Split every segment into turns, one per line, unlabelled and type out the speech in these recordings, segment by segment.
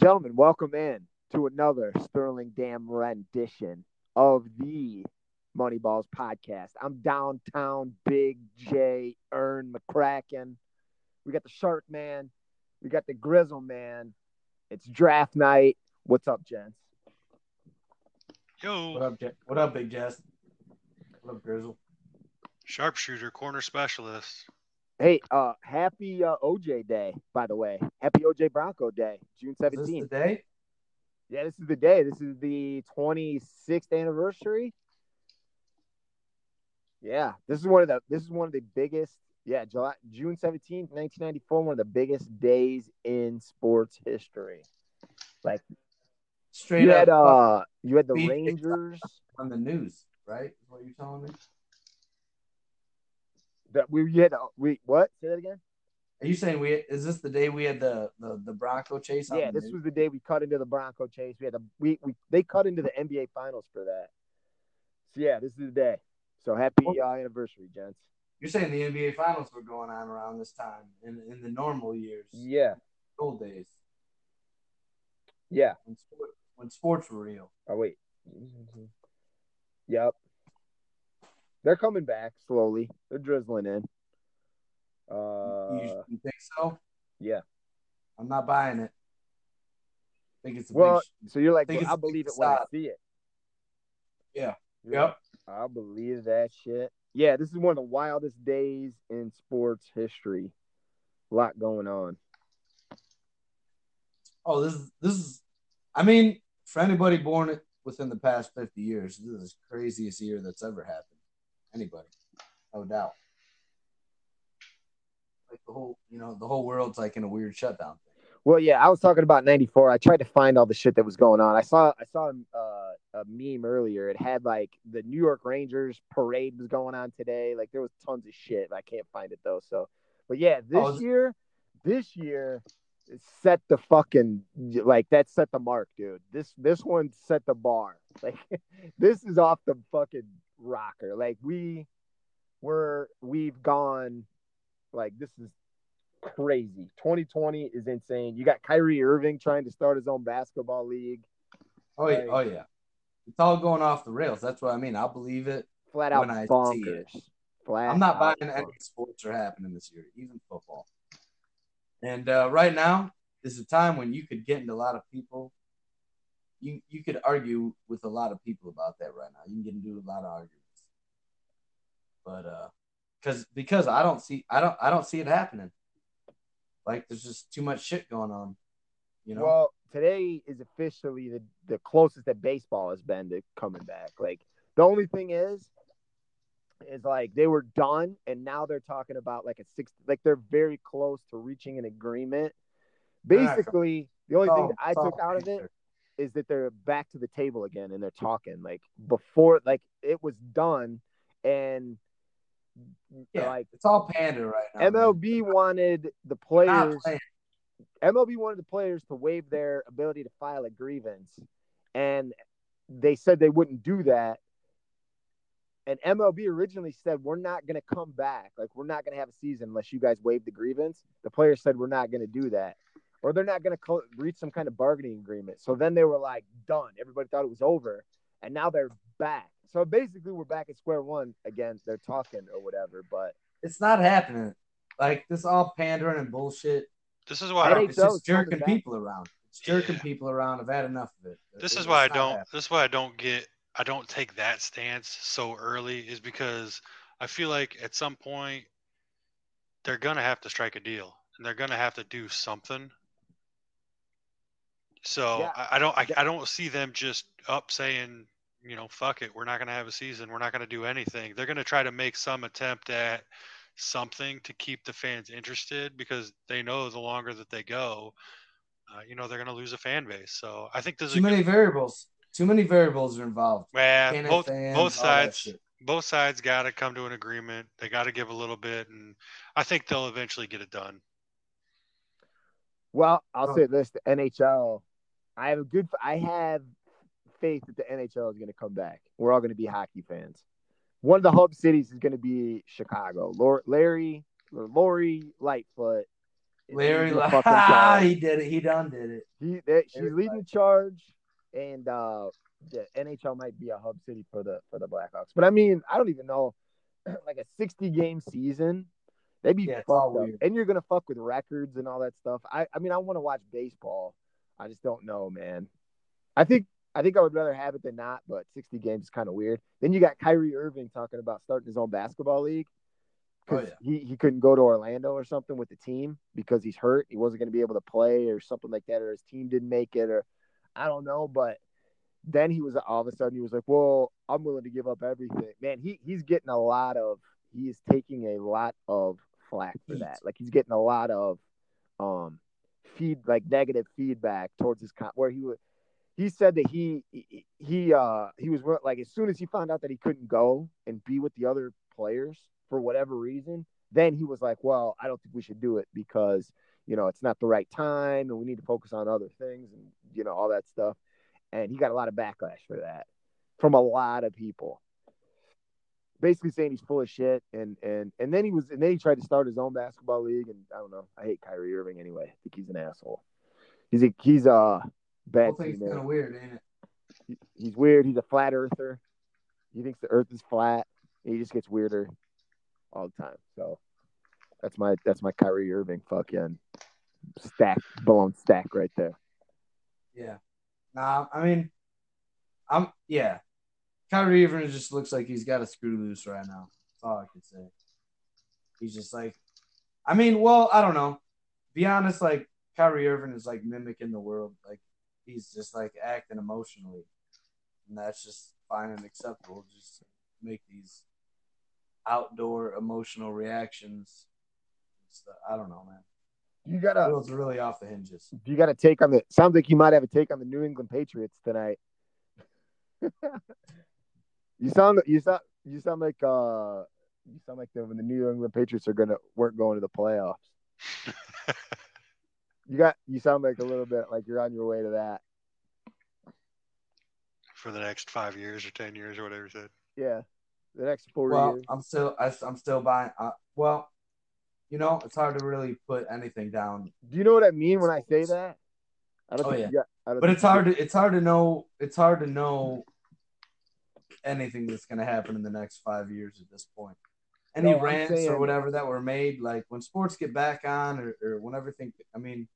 Gentlemen, welcome in to another Sterling Dam rendition of the Moneyballs podcast. I'm downtown Big J, Earn McCracken. We got the Shark Man. We got the Grizzle Man. It's draft night. What's up, gents?
Yo,
What up, J- what up, Big Jess? What up, Grizzle?
sharpshooter, corner specialist.
Hey, uh, happy uh, OJ Day, by the way. Happy OJ Bronco Day, June
Is this
17th.
the day?
Yeah, this is the day. This is the 26th anniversary. Yeah, this is one of the this is one of the biggest. Yeah, July, June 17th, 1994, one of the biggest days in sports history.
Straight
You had
up
uh you had the
BJ.
Rangers
on the news, right? Is what you're telling me?
that we you had uh, we what? Say that again?
Are you saying we? Is this the day we had the the, the Bronco chase? On
Yeah,
the
this
news?
was the day we cut into the Bronco chase. We had the we, we they cut into the NBA finals for that. So yeah, this is the day. So happy uh, anniversary, gents.
You're saying the NBA finals were going on around this time in in the normal years,
Yeah.
old days
Yeah.
when sport, when sports were real.
Oh wait. Yep. They're coming back slowly. They're drizzling in.
you,
Uh,
you think so?
yeah.
I'm not buying it. I think it's a
Well,
big. sh-
so you're like,
I think
well,
it's
I
a big
believe it when I
facade.
see it.
Yeah.
You're like, I believe that shit. Yeah, this is one of the wildest days in sports history. A lot going on.
Oh, this is this is. I mean, for anybody born within the past fifty years, this is the craziest year that's ever happened. Anybody, no doubt. Like the whole, you know, the whole world's like in a weird shutdown. Thing.
Well, yeah, I was talking about '94. I tried to find all the shit that was going on. I saw I saw uh, a meme earlier. It had like the New York Rangers parade was going on today. Like there was tons of shit. I can't find it though. So, but yeah, this
Oh, is-
year, this year it set the fucking like that set the mark, dude. This this one set the bar. Like this is off the fucking rocker. Like we were we've gone like this is crazy. 2020 is insane. You got Kyrie Irving trying to start his own basketball league.
Oh yeah,
Right.
oh yeah. It's all going off the rails. That's what I mean. I believe it.
Flat out
When I see
bonkers. Flat
I'm not
out
buying
bonkers.
any sports are happening this year, even football. And uh, right now is a time when you could get into a lot of people. You you could argue with a lot of people about that right now. You can get into a lot of arguments. But uh, because because I don't see I don't I don't see it happening. Like there's just too much shit going on. You know.
Well, today is officially the, the closest that baseball has been to coming back. Like the only thing is is like they were done and now they're talking about like a six like they're very close to reaching an agreement.
They're not-
Basically, the only thing
Oh,
that I took
oh,
out of it is that they're back to the table again and they're talking like before like it was done and
Yeah,
like
it's all pander right now. man.
MLB wanted the
Not
players
playing.
MLB wanted the players to waive their ability to file a grievance and they said they wouldn't do that and MLB originally said we're not going to come back like we're not going to have a season unless you guys waive the grievance the players said we're not going to do that or they're not going to cl- reach some kind of bargaining agreement so then they were like done everybody thought it was over and now they're back so basically we're back at square one again they're talking or whatever but
It's not happening. Like this all pandering and bullshit.
This is
I
why
think
it's
so.
just
It's coming
jerking
back.
people around. It's jerking
Yeah.
people around. I've had enough of it.
this
It-
is
it's
why I
not
don't
happening.
this is why I don't get I don't take that stance so early is because I feel like at some point they're gonna have to strike a deal and they're gonna have to do something. So
Yeah.
I, I don't I, I don't see them just up saying you know fuck it we're not gonna have a season we're not gonna do anything they're gonna try to make some attempt at something to keep the fans interested because they know the longer that they go uh, you know they're gonna lose a fan base so I think this is
Too
a good
many variables. Too many variables are involved.
Man,
Can it
both
fans,
both
all that
sides
shit.
both sides got to come to an agreement. They got to give a little bit, and I think they'll eventually get it done.
Well, I'll
Oh.
say this: the NHL. I have a good. I have faith that the NHL is going to come back. We're all going to be hockey fans. One of the hub cities is going to be Chicago. Lor- Larry or Lori Lightfoot
Larry,
He's the
La-
fucking guy.
he did it. He done did it.
He that she's
Larry
leading the charge, and uh, the NHL might be a hub city for the for the Blackhawks. But I mean, I don't even know, like a sixty game season, they'd be
Yeah, it's
fucked
all
up.
weird.
And you're gonna fuck with records and all that stuff. I I mean, I want to watch baseball. I just don't know, man. I think I think I would rather have it than not. But sixty games is kind of weird. Then you got Kyrie Irving talking about starting his own basketball league.
Oh,
Because he, he couldn't go to Orlando or something with the team because he's hurt. He wasn't going to be able to play or something like that, or his team didn't make it, or I don't know. But then he was all of a sudden he was like, "Well, I'm willing to give up everything." Man, he he's getting a lot of he is taking a lot of flack for
Heat.
that. Like he's getting a lot of um feed like negative feedback towards his con- where he was. He said that he he- he uh he was wi- like as soon as he found out that he couldn't go and be with the other players for whatever reason, then he was like, "Well, I don't think we should do it because you know, it's not the right time and we need to focus on other things and, you know, all that stuff. And he got a lot of backlash for that from a lot of people. Basically saying he's full of shit and and and then he was and then he tried to start his own basketball league and I don't know. I hate Kyrie Irving anyway. I think he's an asshole. He's a he's a
The
bad
whole thing's
human.
kind of weird, ain't it?
He- he's weird. He's a flat earther. He thinks the earth is flat. And he just gets weirder all the time. So that's my that's my Kyrie Irving fucking stack blown stack right there.
Yeah. Nah, I mean, I'm yeah. Kyrie Irving just looks like he's got a screw loose right now. That's all I can say. He's just like, I mean, well, I don't know. Be honest, like Kyrie Irving is like mimicking the world. Like he's just like acting emotionally, and that's just fine and acceptable. Just make these outdoor emotional reactions. and stuff. I don't know, man.
You got a
World's really off the hinges.
you got a take on the sounds like you might have a take on the New England Patriots tonight. you sound you sound you sound like uh you sound like the, when the New England Patriots are gonna weren't going to the playoffs. you got you sound like a little bit like you're on your way to that.
for the next five years or ten years or whatever you said.
Yeah, the next four
Well,
years.
I'm still I, am still buying. Uh, well, you know, it's hard to really put anything down,
Do you know what I mean when I say that? I don't
Oh,
think
yeah.
you got, I don't
but
think
it's
you
hard to it's hard to know it's hard to know anything that's going to happen in the next five years at this point. Any
No, I'm
rants or
saying-
whatever that were made, like when sports get back on or, or when everything, I mean,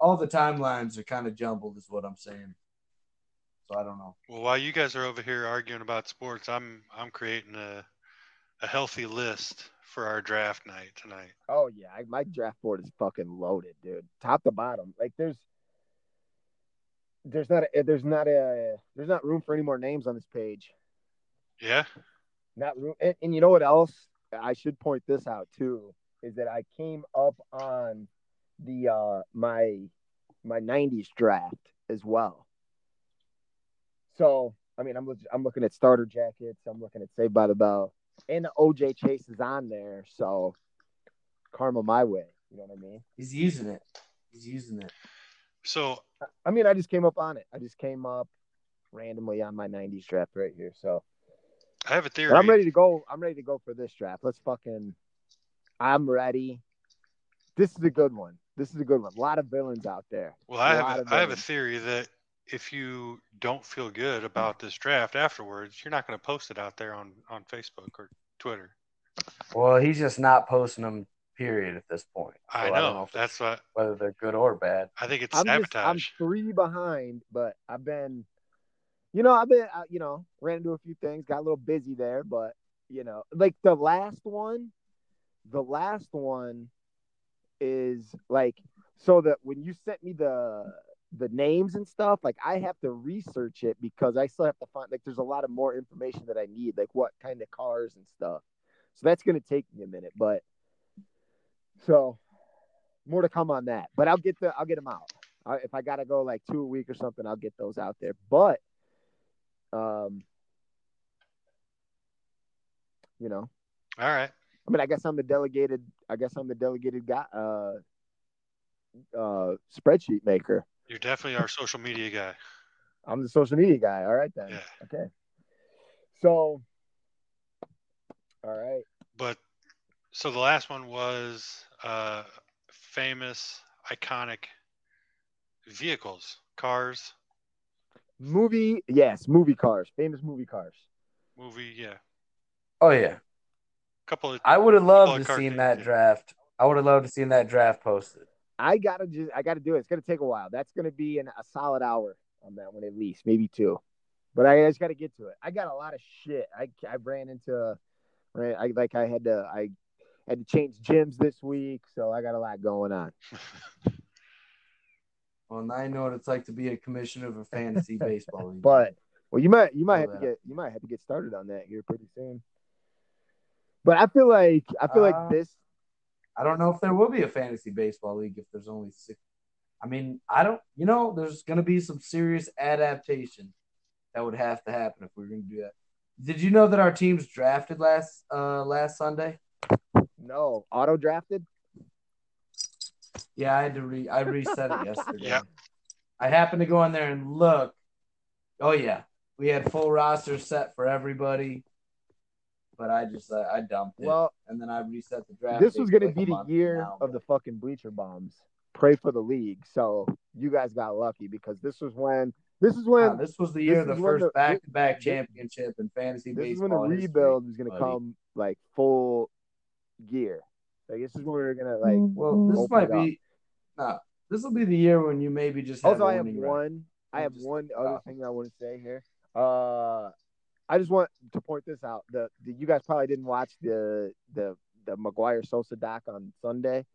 all the timelines are kind of jumbled, is what I'm saying. So I don't know.
Well, while you guys are over here arguing about sports, I'm I'm creating a a healthy list for our draft night tonight.
Oh yeah, I, my draft board is fucking loaded, dude. Top to bottom, like there's there's not a, there's not a there's not room for any more names on this page.
Yeah,
Not room, and, and you know what else? I should point this out too is that I came up on the uh my my '90s draft as well. So I mean, I'm look- I'm looking at starter jackets. I'm looking at Saved by the Bell, and OJ Chase is on there. So karma my way. You know what I mean?
He's using it. He's using it.
so
I mean, I just came up on it. I just came up randomly on my '90s draft right here. So
I have a theory.
but I'm ready to go. I'm ready to go for this draft. Let's fucking. I'm ready. This is a good one. This is a good one. A lot of villains out there.
Well, I
A lot
have
of
a, I have a
villains.
theory that if you don't feel good about this draft afterwards, you're not going to post it out there on on Facebook or Twitter.
Well, he's just not posting them. Period. At this point,
Oh, I know that's what
whether they're good or bad.
I think it's
I'm just,
sabotage.
I'm three behind, but I've been, you know, I've been, uh, you know, ran into a few things, got a little busy there, but you know, like the last one, the last one is like so that when you sent me the the names and stuff, like I have to research it because I still have to find like there's a lot of more information that I need, like what kind of cars and stuff. So that's gonna take me a minute, but so more to come on that. But I'll get the I'll get them out. I, if I gotta go like two a week or something, I'll get those out there. But um, you know,
All right.
I mean, I guess I'm the delegated. I guess I'm the delegated guy. Uh, uh, spreadsheet maker.
You're definitely our social media guy.
I'm the social media guy. All right then.
Yeah.
Okay. So. All right.
But so the last one was uh, famous, iconic vehicles, cars,
Movie, yes, movie cars, famous movie cars.
movie. Yeah,
Oh yeah,
couple of.
I would have
Paul
loved to
Carter,
seen that
yeah.
draft. I would have loved to seen that draft posted.
I gotta just, I gotta do it. It's gonna take a while. That's gonna be in a solid hour on that one at least, maybe two. But I just gotta get to it. I got a lot of shit. I I ran into, right? I like I had to I had to change gyms this week, so I got a lot going on.
Well, now I know what it's like to be a commissioner of a fantasy baseball league.
But well, you might you might
Oh,
have to
yeah.
get you might have to get started on that here pretty soon. But I feel like I feel
Uh,
like this.
I don't know if there will be a fantasy baseball league if there's only six. I mean, I don't. You know, there's going to be some serious adaptation that would have to happen if we are going to do that. Did you know that our teams drafted last uh last Sunday?
No auto drafted.
Yeah, I had to re I reset it yesterday.
Yeah.
I happened to go in there and look. Oh yeah, we had full roster set for everybody, but I just uh, I dumped it
Well,
and then I reset the draft.
this
date
was
for
gonna
like a
be the
month
year
now,
of the fucking bleacher bombs. Pray for the league. So you guys got lucky because this was when this is when
Wow, this was the year
this
of the
is when
first
the-
back to back
thi-
championship in fantasy
this is when the
baseball. history.
rebuild was gonna
buddy.
come like full gear. Like this is when we were gonna like.
Well, this
Open
might
it up.
be nah, this will be the year when you maybe just have
Also,
a
I have
winning record.
one. I
You
have
just
one
think
other
about
thing I want to say here. Uh, I just want to point this out. The, the you guys probably didn't watch the the the McGuire Sosa doc on Sunday.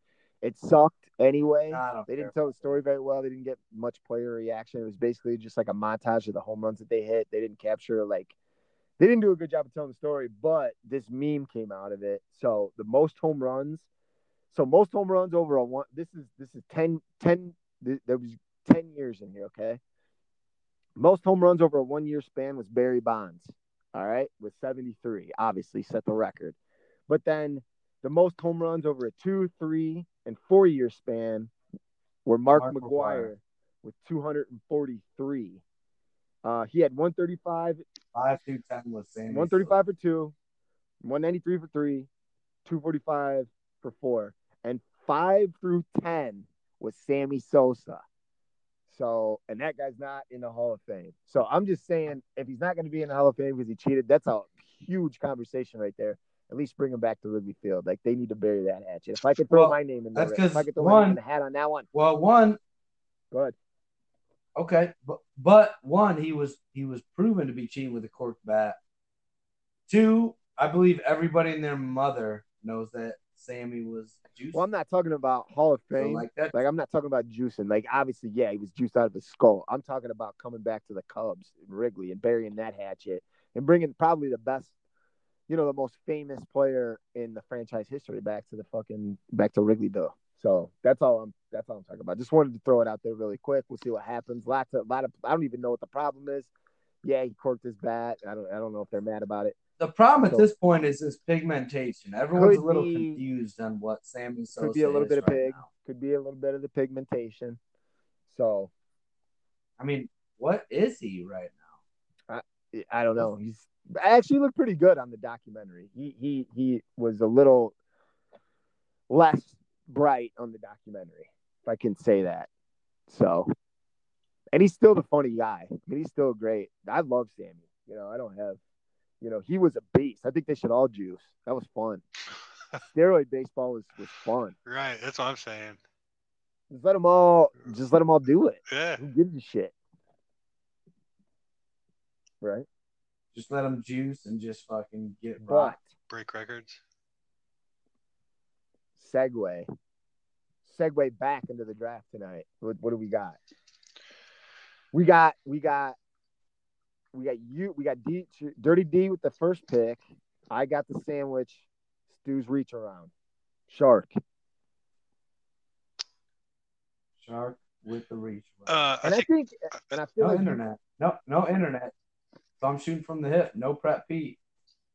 It sucked anyway.
Nah, I don't
They
care.
didn't tell the story very well. They didn't get much player reaction. It was basically just like a montage of the home runs that they hit. They didn't capture like they didn't do a good job of telling the story, but this meme came out of it. So the most home runs, so most home runs over a one. This is this is 10, 10 th- There was ten years in here. Okay, most home runs over a one year span was Barry Bonds. All right, with seventy three, obviously set the record. But then the most home runs over a two, three, and four year span were Mark,
Mark
McGuire,
McGwire.
with two hundred and forty three. Uh, he had one thirty five
Five through ten was Sammy.
135 for two, 193 for three, 245 for four, and five through 10 was Sammy Sosa. So, and that guy's not in the Hall of Fame. So I'm just saying, if he's not going to be in the Hall of Fame because he cheated, that's a huge conversation right there. At least bring him back to Wrigley Field. Like they need to bury that hatchet. If I could throw
Well,
my name in the
that's
ring, if I
'cause
could throw my
one-
name in the hat on that one,
Sosa. Well, one
go ahead.
okay, but but one he was he was proven to be cheating with a corked bat. Two, I believe everybody and their mother knows that Sammy was juiced.
Well, I'm not talking about Hall of
So,
Fame.
like that.
Like I'm not talking about juicing. Like obviously, yeah, he was juiced out of his skull. I'm talking about coming back to the Cubs in Wrigley and burying that hatchet and bringing probably the best, you know, the most famous player in the franchise history back to the fucking back to Wrigleyville. So that's all I'm that's all I'm talking about. Just wanted to throw it out there really quick. We'll see what happens. Lots of lot of I don't even know what the problem is. Yeah, he corked his bat. I don't I don't know if they're mad about it.
The problem at
So-
this point is this pigmentation. Everyone's a
Could
little
be-
confused on what Sammy Sosa
be a little
is
bit of
right
pig.
now.
Could be a little bit of the pigmentation. So
I mean, what is he right
I don't know. He's I actually looked pretty good on the documentary. He he he was a little less bright on the documentary, if I can say that. So, and he's still the funny guy. I mean, he's still great. I love Sammy. You know, I don't have. You know, he was a beast. I think they should all juice. That was fun. Steroid baseball was was fun.
Right, that's what I'm saying.
Just let them all. Just let them all do it.
Yeah,
Who gives a shit? Right.
now? Just let him juice and just fucking get
But
rocked.
break records.
segue segue back into the draft tonight what, what do we got we got we got we got you we got d dirty d with the first pick i got the sandwich stu's reach around shark
Shark with the reach.
Uh, I
and i think
think
and i feel
no
like
Oh, internet. No, no internet. So I'm shooting from the hip. No prep Pete.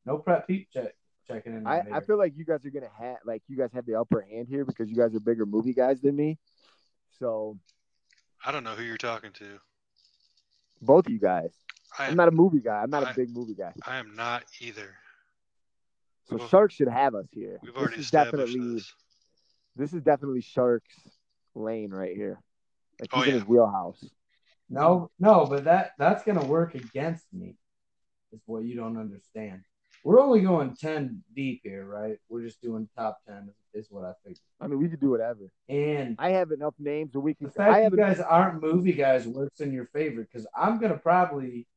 No prep Pete check checking in.
I,
on
I
here.
feel like you guys are gonna have like you guys have the upper hand here because you guys are bigger movie guys than me so
I don't know who you're talking to.
both of you guys
I
i'm not a movie guy i'm not a
I-
big movie guy
I am not either.
so
Well,
shark should have us here
We've
this
already
is
established
definitely
this.
This is definitely Sharks lane right here. Like he's
Oh,
in
yeah.
his wheelhouse.
No, no, but that that's gonna work against me. Is what you don't understand. We're only going ten deep here, right? We're just doing top ten. Is what I figured.
I mean, we could do whatever.
And
I have enough names that we can.
the
I
fact
have
you
enough
guys aren't movie guys works in your favor because I'm gonna probably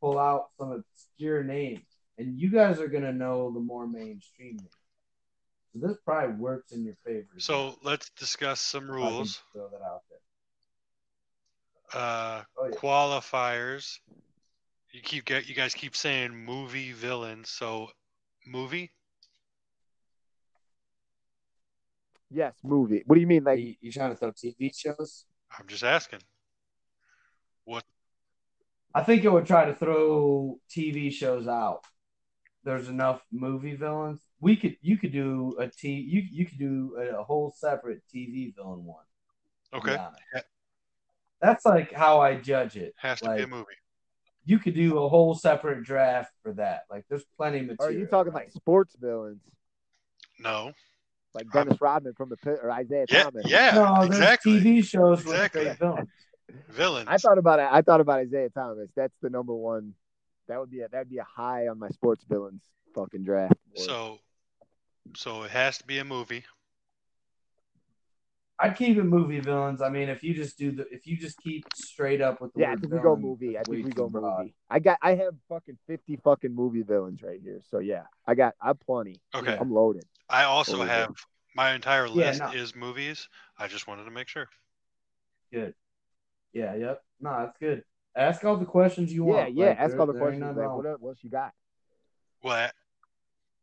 pull out some obscure names, and you guys are gonna know the more mainstream names. So this probably works in your favor.
So let's discuss some
I can
rules.
Throw that out there.
Uh,
Oh yeah.
qualifiers. You keep get you guys keep saying movie villain. So movie.
yes movie. What do you mean? Like
you, you trying to throw TV shows?
I'm just asking.
I think it would try to throw TV shows out. There's enough movie villains. We could you could do a T you you could do a, a whole separate TV villain one. to be
Okay,
honest.
Yeah.
That's like how I judge it.
has to be a
Like
movie.
you could do a whole separate draft for that. Like there's plenty of
Are
material.
you talking
right?
like sports villains,
No.
like
I'm-
Dennis Rodman from the pit or Isaiah
Yeah,
Thomas?
yeah,
no, there's
exactly.
TV shows
Exactly.
with great villains.
Villains.
I thought about it. I thought about Isaiah Thomas. That's the number one. That would be a, that'd be a high on my sports villains fucking draft. board.
so, so it has to be a movie.
I'd keep it movie villains. I mean, if you just do the if you just keep straight up with the
yeah, I
word
think we go
villain,
movie. I
it's way
think we
too
go
broad.
movie. I got I have fucking fifty fucking movie villains right here. So yeah, I got I have plenty.
Okay.
I'm loaded.
I also
Totally
have my entire list
no.
is movies. I just wanted to make sure.
Good. Yeah, yep. No, that's good. Ask all the questions you
yeah,
want.
yeah.
Like,
ask
there-
all the
there ain't
questions.
nothing
Like,
wrong.
what, what else you got?
Well,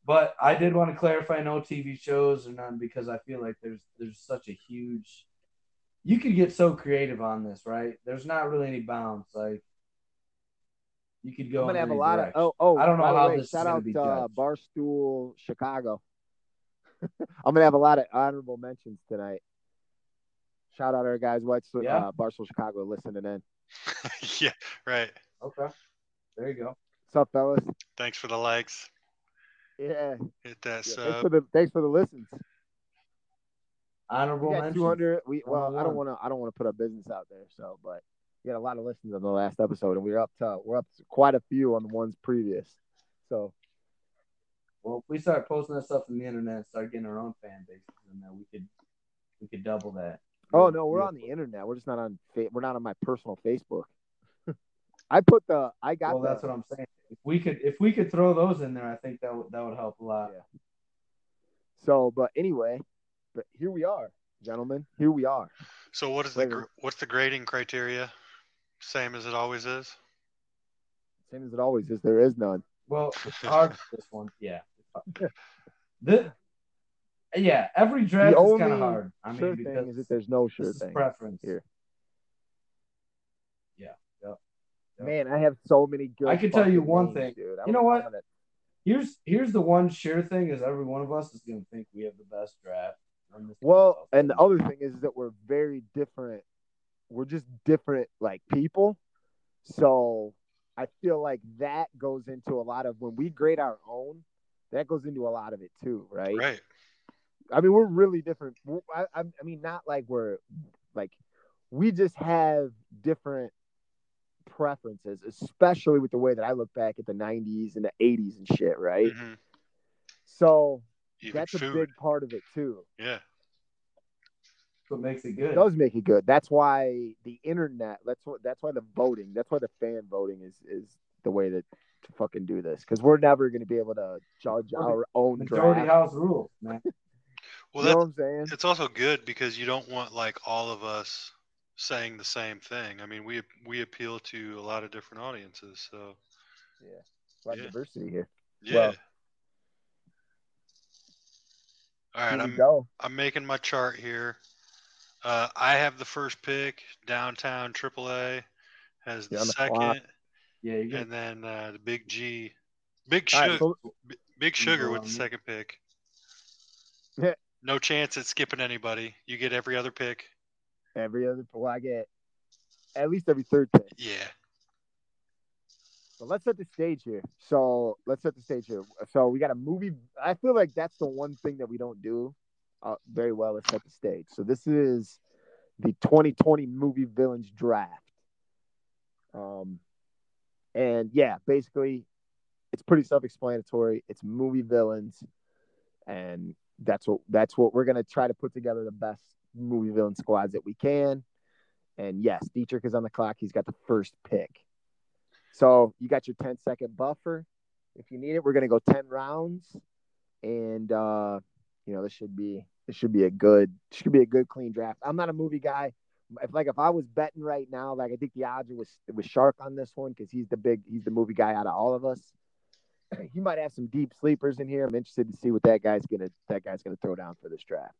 But I did want to clarify no TV shows or none because I feel like there's there's such a huge you could get so creative on this, right? There's not really any bounds. Like you could go.
I'm gonna
in
have a
any
lot
direction.
of. Oh, oh,
I don't know
by the
how
way,
this is
shout
gonna
out
be
to uh,
judged.
Barstool Chicago. I'm gonna have a lot of honorable mentions tonight. Shout out our guys, what's
Yeah.
uh, Barstool Chicago listening in.
yeah, right.
Okay. There you go.
What's up, fellas?
Thanks for the likes.
Yeah,
Hit that
yeah,
sub.
thanks for the thanks for the listens.
Honorable
We got
mention.
200. We well, I don't
One-on-one.
want to I don't want to put our business out there. So, but we got a lot of listens on the last episode, and we are up to we're up to quite a few on the ones previous. So
Well, if we start posting that stuff on the internet, and start getting our own fan bases, and then we could we could double that.
Oh no, we're on the internet. We're just not on. Fa- we're not on my personal Facebook. I put the. I got.
Well,
the,
that's what I'm saying. If we could if we could throw those in there, I think that would that would help a lot.
Yeah. So, but anyway, but here we are, gentlemen. Here we are.
So what is
Wait
the
a
gr-
minute.
what's the grading criteria? Same as it always is.
Same as it always is. There is none.
Well, it's hard for this one. Yeah. This, yeah, every draft
The
is kind
only
of hard. I mean,
sure thing
because
is that there's no sure
this is
thing.
preference.
here.
yeah.
Man, I have so many good.
I can tell you
fucking
one
names,
thing.
dude. I
You
don't
know what?
I'm gonna-
Here's here's the one sure thing is every one of us is going to think we have the best draft. on this
Well,
podcast.
and the other thing is that we're very different. We're just different, like people. So I feel like that goes into a lot of when we grade our own. That goes into a lot of it too, right?
Right.
I mean, we're really different. We're- I, I, I mean, not like we're like we just have different preferences, especially with the way that I look back at the '90s and the '80s and shit, right?
Mhm.
So
Even
that's
food.
a big part of it too.
Yeah.
what makes it good.
It does make it good. That's why the internet. That's what. That's why the voting. That's why the fan voting is is the way that to fucking do this because we're never going to be able to judge our own
Majority
draft.
house rules, man.
you know
Well, that's
what I'm saying?
it's also good because you don't want like all of us saying the same thing. I mean, we we appeal to a lot of different audiences. So
Yeah, a lot of
Yeah.
diversity here.
yeah.
Well-
all
Here
right,
we
I'm
go.
I'm making my chart here. Uh, I have the first pick. Downtown AAA has the
You're on the clock.
second,
Yeah, you're gonna,
and then uh, the Big G, Big
All
Sugar,
right, so
Big
You
Sugar
go
with
on
the
me.
second pick.
Yeah.
No chance at skipping anybody. You get every other pick.
every other well, I get at least every third pick.
Yeah.
So let's set the stage here. So let's set the stage here. So we got a movie. I feel like that's the one thing that we don't do uh, very well to set the stage. So this is the 2020 movie villains draft. Um, and yeah, basically, it's pretty self-explanatory. It's movie villains, and that's what that's what we're gonna try to put together the best movie villain squads that we can. And yes, Dietrich is on the clock. He's got the first pick. So you got your 10 second buffer. If you need it, we're gonna go 10 rounds, and uh, you know this should be this should be a good this should be a good clean draft. I'm not a movie guy. If like if I was betting right now, like I think the odds was was Shark on this one because he's the big he's the movie guy out of all of us. He might have some deep sleepers in here. I'm interested to see what that guy's gonna that guy's gonna throw down for this draft.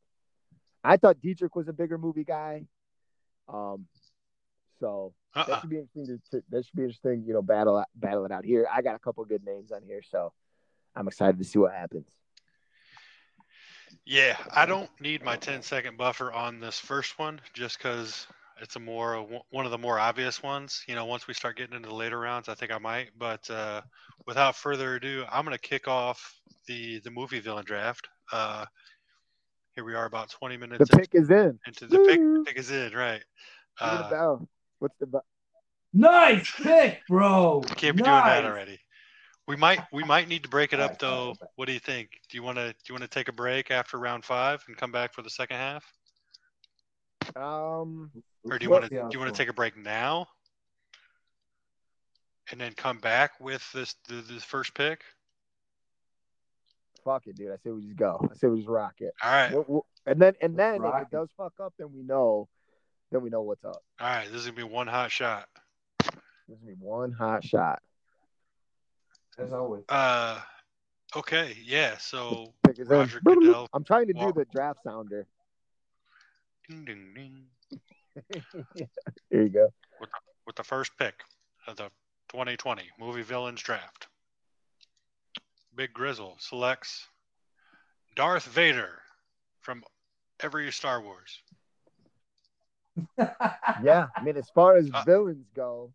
I thought Dietrich was a bigger movie guy, um, so that
Uh-uh.
should be interesting. To, to, that should be interesting. You know, battle battle it out here. I got a couple good names on here, so I'm excited to see what happens.
Yeah, I don't need my 10 second buffer on this first one just because it's a more uh, one of the more obvious ones. You know, once we start getting into the later rounds, I think I might. But uh, without further ado, I'm going to kick off the the movie villain draft. Uh, here we are, about 20 minutes
The pick is in.
into the pick.
Woo!
pick is in, right?
Give it a
Uh,
bell. What's the bu-
Nice pick, bro.
we can't be
Nice.
doing that already. We might we might need to break it up
Alright, alright,
though. What do you think? Do you want to do you want to take a break after round five and come back for the second half,
um?
or do you
Well,
want to
yeah,
do you want
cool.
to take a break now and then come back with this the, this first pick?
Fuck it, dude. I say we just go. I say we just rock it.
All right, all
We'll- we'll- and then and
Let's
then if it
rock it.
does fuck up, then we know, then we know what's up.
right. This is gonna be one hot shot.
This is gonna be one hot shot.
As always.
Uh, okay, yeah. So
Pick is in.
Roger Goodell.
I'm trying to do
Wow.
the draft sounder.
Ding, ding, ding,
Here you go.
with the first pick of the 2020 movie villains draft. Big Grizzle selects Darth Vader from every Star Wars.
Yeah, I mean, as far as
Uh,
villains go,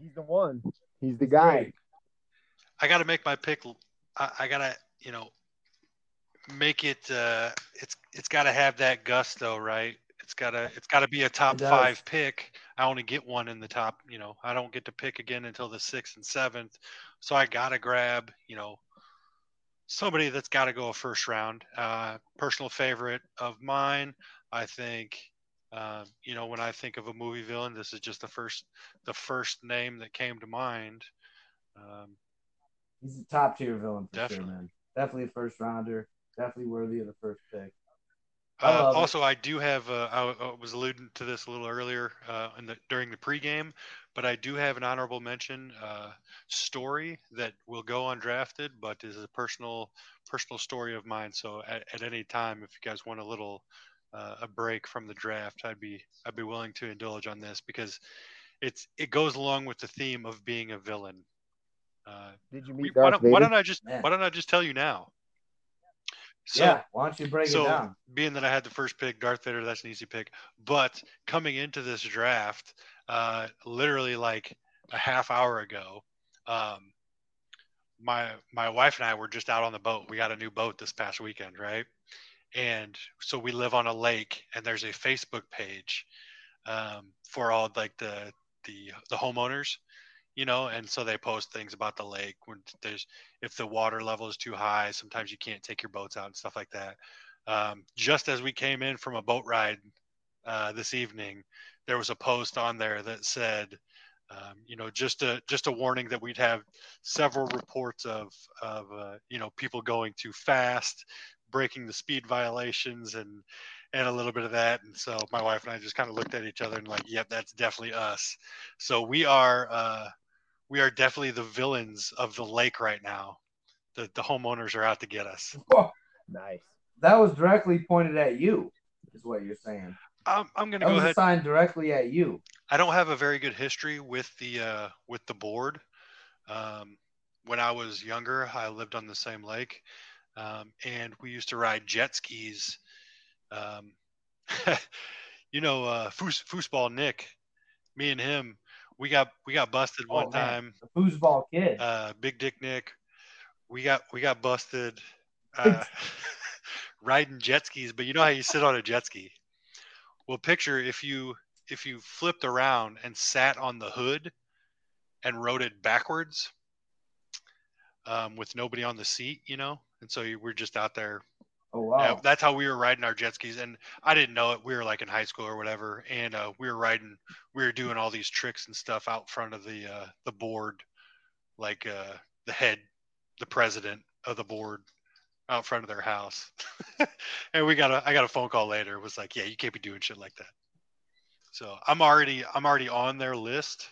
he's the one. He's the guy.
I got to make my pick. I, I got to, you know, make it. Uh, it's it's got to have that gusto, right? It's gotta it's gotta be a
It
top
does.
five pick. I only get one in the top. You know, I don't get to pick again until the sixth and seventh. So I gotta grab. You know, somebody that's got to go a first round. Uh, personal favorite of mine. I think. Uh, you know, when I think of a movie villain, this is just the first the first name that came to mind. Um,
He's a top tier villain for
Definitely.
sure, man. Definitely a first rounder. Definitely worthy of the first pick. I
Uh,
love it.
also, I do have. Uh, I, I was alluding to this a little earlier uh, in the, during the pregame, but I do have an honorable mention uh, story that will go undrafted, but is a personal personal story of mine. So at, at any time, if you guys want a little uh, a break from the draft, I'd be I'd be willing to indulge on this because it's it goes along with the theme of being a villain. Uh,
Did you
we-
meet
why,
Darth
don't,
Vader?
why don't I just
Man.
why don't I just tell you now? So,
yeah, why don't you break
so-
it down?
being that I had the first pick, Darth Vader, that's an easy pick. But coming into this draft, uh, literally like a half hour ago, um, my my wife and I were just out on the boat. We got a new boat this past weekend, right? And so we live on a lake, and there's a Facebook page um, for all like the the the homeowners, you know. And so they post things about the lake. When there's if the water level is too high, sometimes you can't take your boats out and stuff like that um, just as we came in from a boat ride uh, this evening, there was a post on there that said, um, you know, just a just a warning that we'd have several reports of of uh, you know people going too fast, breaking the speed violations, and and a little bit of that. And so my wife and I just kind of looked at each other and like, yep, that's definitely us. So we are uh, we are definitely the villains of the lake right now. The the homeowners are out to get us.
Whoa,
Nice.
that was directly pointed at you, is what you're saying.
I'm, I'm gonna
That
go
was
ahead.
a sign directly at you.
I don't have a very good history with the uh, with the board. Um, when I was younger, I lived on the same lake, um, and we used to ride jet skis. Um, you know, uh, Foos- foosball Nick, me and him, we got we got busted
Oh,
one
man.
time.
The foosball kid.
Uh, Big Dick Nick, we got we got busted. Uh, riding jet skis, but you know how you sit on a jet ski. Well, picture if you if you flipped around and sat on the hood and rode it backwards um, with nobody on the seat, you know, and so you were just out there.
Oh wow.
Yeah, that's how we were riding our jet skis, and I didn't know it. We were like in high school or whatever, and uh, we were riding, we were doing all these tricks and stuff out front of the uh, the board, like uh, the head, the president of the board, out front of their house, and we got a I got a phone call later. It was like, yeah, you can't be doing shit like that. So I'm already I'm already on their list.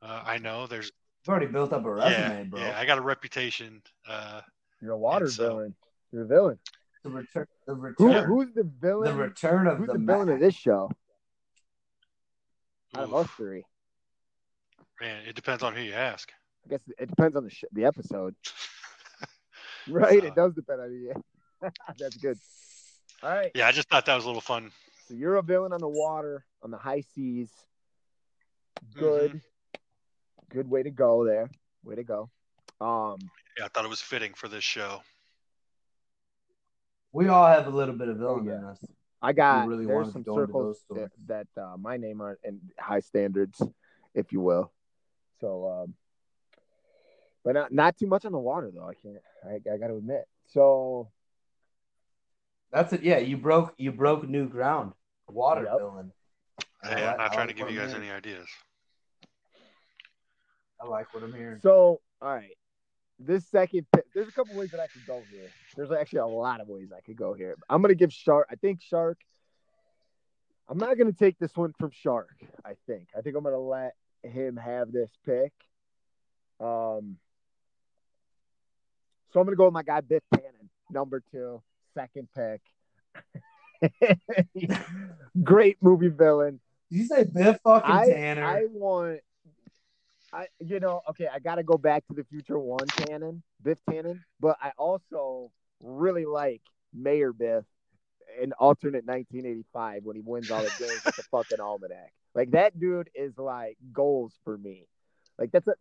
Uh, I know there's
You've already built up a resume,
yeah,
bro.
yeah I got a reputation. Uh,
You're a water
And so-
villain. You're a villain.
The return. The return.
Who, who's the
the
villain?
return of
who's
the,
the, villain
Mac.
of this show? Out of
oof,
us three,
man, it depends on who you ask.
I guess it depends on the sh- the episode. Right,
Uh,
it does depend on you. That's good. All right.
Yeah, I just thought that was a little fun.
So you're a villain on the water, on the high seas. Good.
Mm-hmm.
Good way to go there. Way to go. Um,
Yeah, I thought it was fitting for this show.
We all have a little bit of villain
Oh, yeah.
in us.
I got
really wanted
there's
to
some
go into
circles
those
that, that uh, my name are in high standards, if you will. So, um, but not not too much on the water though. I can't. I, I got to admit. So
That's it. Yeah, you broke you broke new ground. Water
Yep.
villain. I
Hey, I'm
like-
not
I
trying
like
to give
what
you
I'm
guys
hearing.
any ideas.
I like what I'm hearing.
so all right. This second, pi- there's a couple ways that I could go here. There's actually a lot of ways I could go here. I'm gonna give shark. I think shark. I'm not gonna take this one from shark. I think. I think I'm gonna let him have this pick. Um. So I'm gonna go with my guy Biff Tannen, number two, second pick. Great movie villain.
Did you say Biff fucking
I-
Tanner?
I want, I you know, okay, I gotta go back to the future one Tannen, Biff Tannen, but I also really like Mayor Biff in alternate 1985 when he wins all the games with the fucking almanac. Like that dude is like goals for me. Like that's a,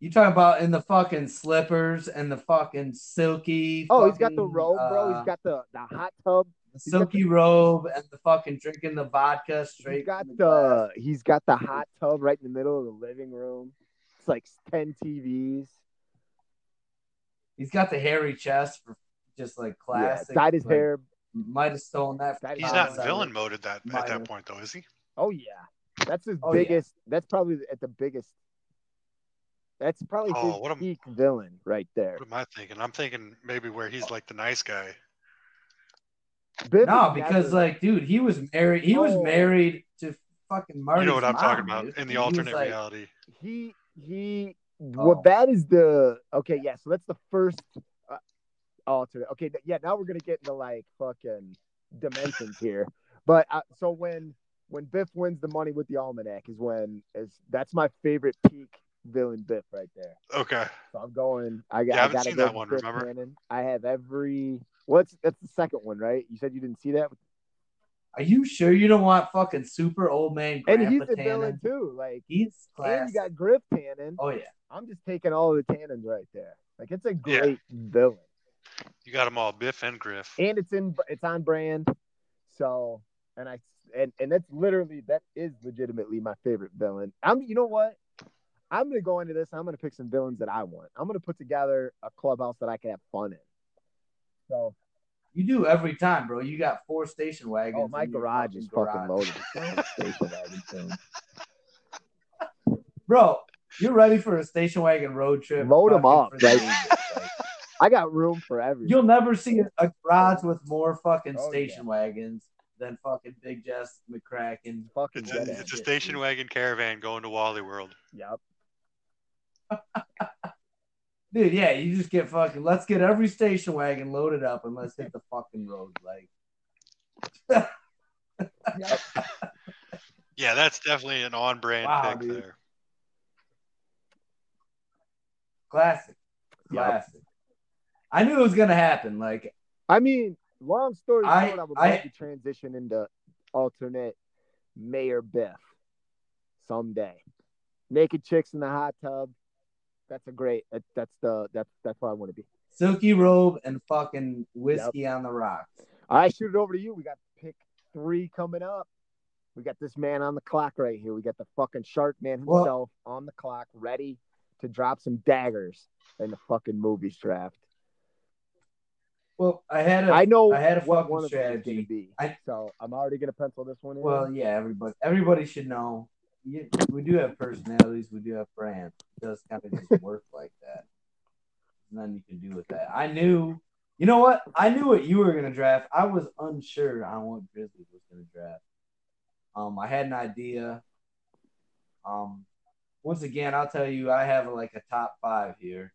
you talking about in the fucking slippers and the fucking silky?
oh, he's got the
fucking,
robe, bro.
uh,
He's got the the hot tub.
the silky robe and the fucking drinking the vodka straight.
He's got the
from glass.
he's got the hot tub right in the middle of the living room. It's like ten TVs.
He's got the hairy chest for just like classic.
yeah, dyed his
like,
hair.
Might have stolen that. from
Dyed his
He's
Uh,
not
so-
Tyler.
villain mode at that at
minor.
that point though, is he?
Oh yeah, that's his
Oh, yeah.
biggest. That's probably at the biggest. That's probably
Oh,
his
what a-
peak villain right there.
What am I thinking? I'm thinking maybe where
Oh.
he's like the nice guy.
Biff
No,
is
because
never-
like, dude, he was married. He was
Oh.
married to fucking Marty.
you know what I'm talking about in the alternate
like,
reality.
he he.
Oh.
Well, that is the okay. Yeah, so that's the first uh, alternate. Okay, th- yeah. Now we're gonna get into like fucking dimensions here. But uh, so when when Biff wins the money with the almanac is when is that's my favorite peak villain Biff right there.
Okay.
So I'm going. I got.
Yeah, I
I
haven't
gotta
seen
go
that
with
one,
Biff
remember?
Tannen. I have every. What's that's the second one, right? You said you didn't see that,
Are you sure you don't want fucking super old man?
and
Grandpa
he's the
Tannen?
villain too. Like,
He's
and
class.
you got Griff Tannen.
oh yeah,
I'm just taking all of the Tannens right there. Like, it's a
Yeah.
great villain,
You got them all, Biff and Griff.
and it's in. It's on brand. So, and I and and that's literally that is legitimately my favorite villain. I'm. You know what? I'm gonna go into this. I'm gonna pick some villains that I want. I'm gonna put together a clubhouse that I can have fun in. So
you do every time, bro. You got four station wagons.
Oh, my
in your
garage is fucking
garage.
loaded. with station wagon films.
bro. You're ready for a station wagon road trip.
Load 'em
fucking
up,
for the
right?
ages, like.
I got room for everything.
You'll never see a garage with more fucking
Oh,
station wagons than fucking Big Jess McCracken.
fucking
It's
get
a,
it.
it's a station wagon caravan going to Wally World.
Yep.
Dude, yeah, you just get fucking. Let's get every station wagon loaded up and let's hit the fucking road. Like,
yep.
Yeah, that's definitely an on brand
Wow,
pick
dude.
there.
classic,
Yep.
classic. I knew it was gonna happen. Like,
I mean, long story
I-
short, I would
I-
like to transition into alternate Mayor Biff someday. Naked chicks in the hot tub. That's a great. That, that's the that's that's what I want to be.
Silky robe and fucking whiskey on the rocks.
All right, shoot it over to you. We got pick three coming up. We got this man on the clock right here. We got the fucking shark man
Well-
himself on the clock, ready to drop some daggers in the fucking movies draft.
Well, I had a
I know
I had a
what
fucking
one of them is
strategy.
gonna be,
I-
so I'm already gonna pencil this one in.
Well, yeah, everybody everybody should know. You, we do have personalities. We do have brands. It does kind of just work like that. There's nothing you can do with that. I knew. You know what? I knew what you were gonna draft. I was unsure on what Grizzly was gonna draft. Um, I had an idea. Um, once again, I'll tell you, I have like a top five here.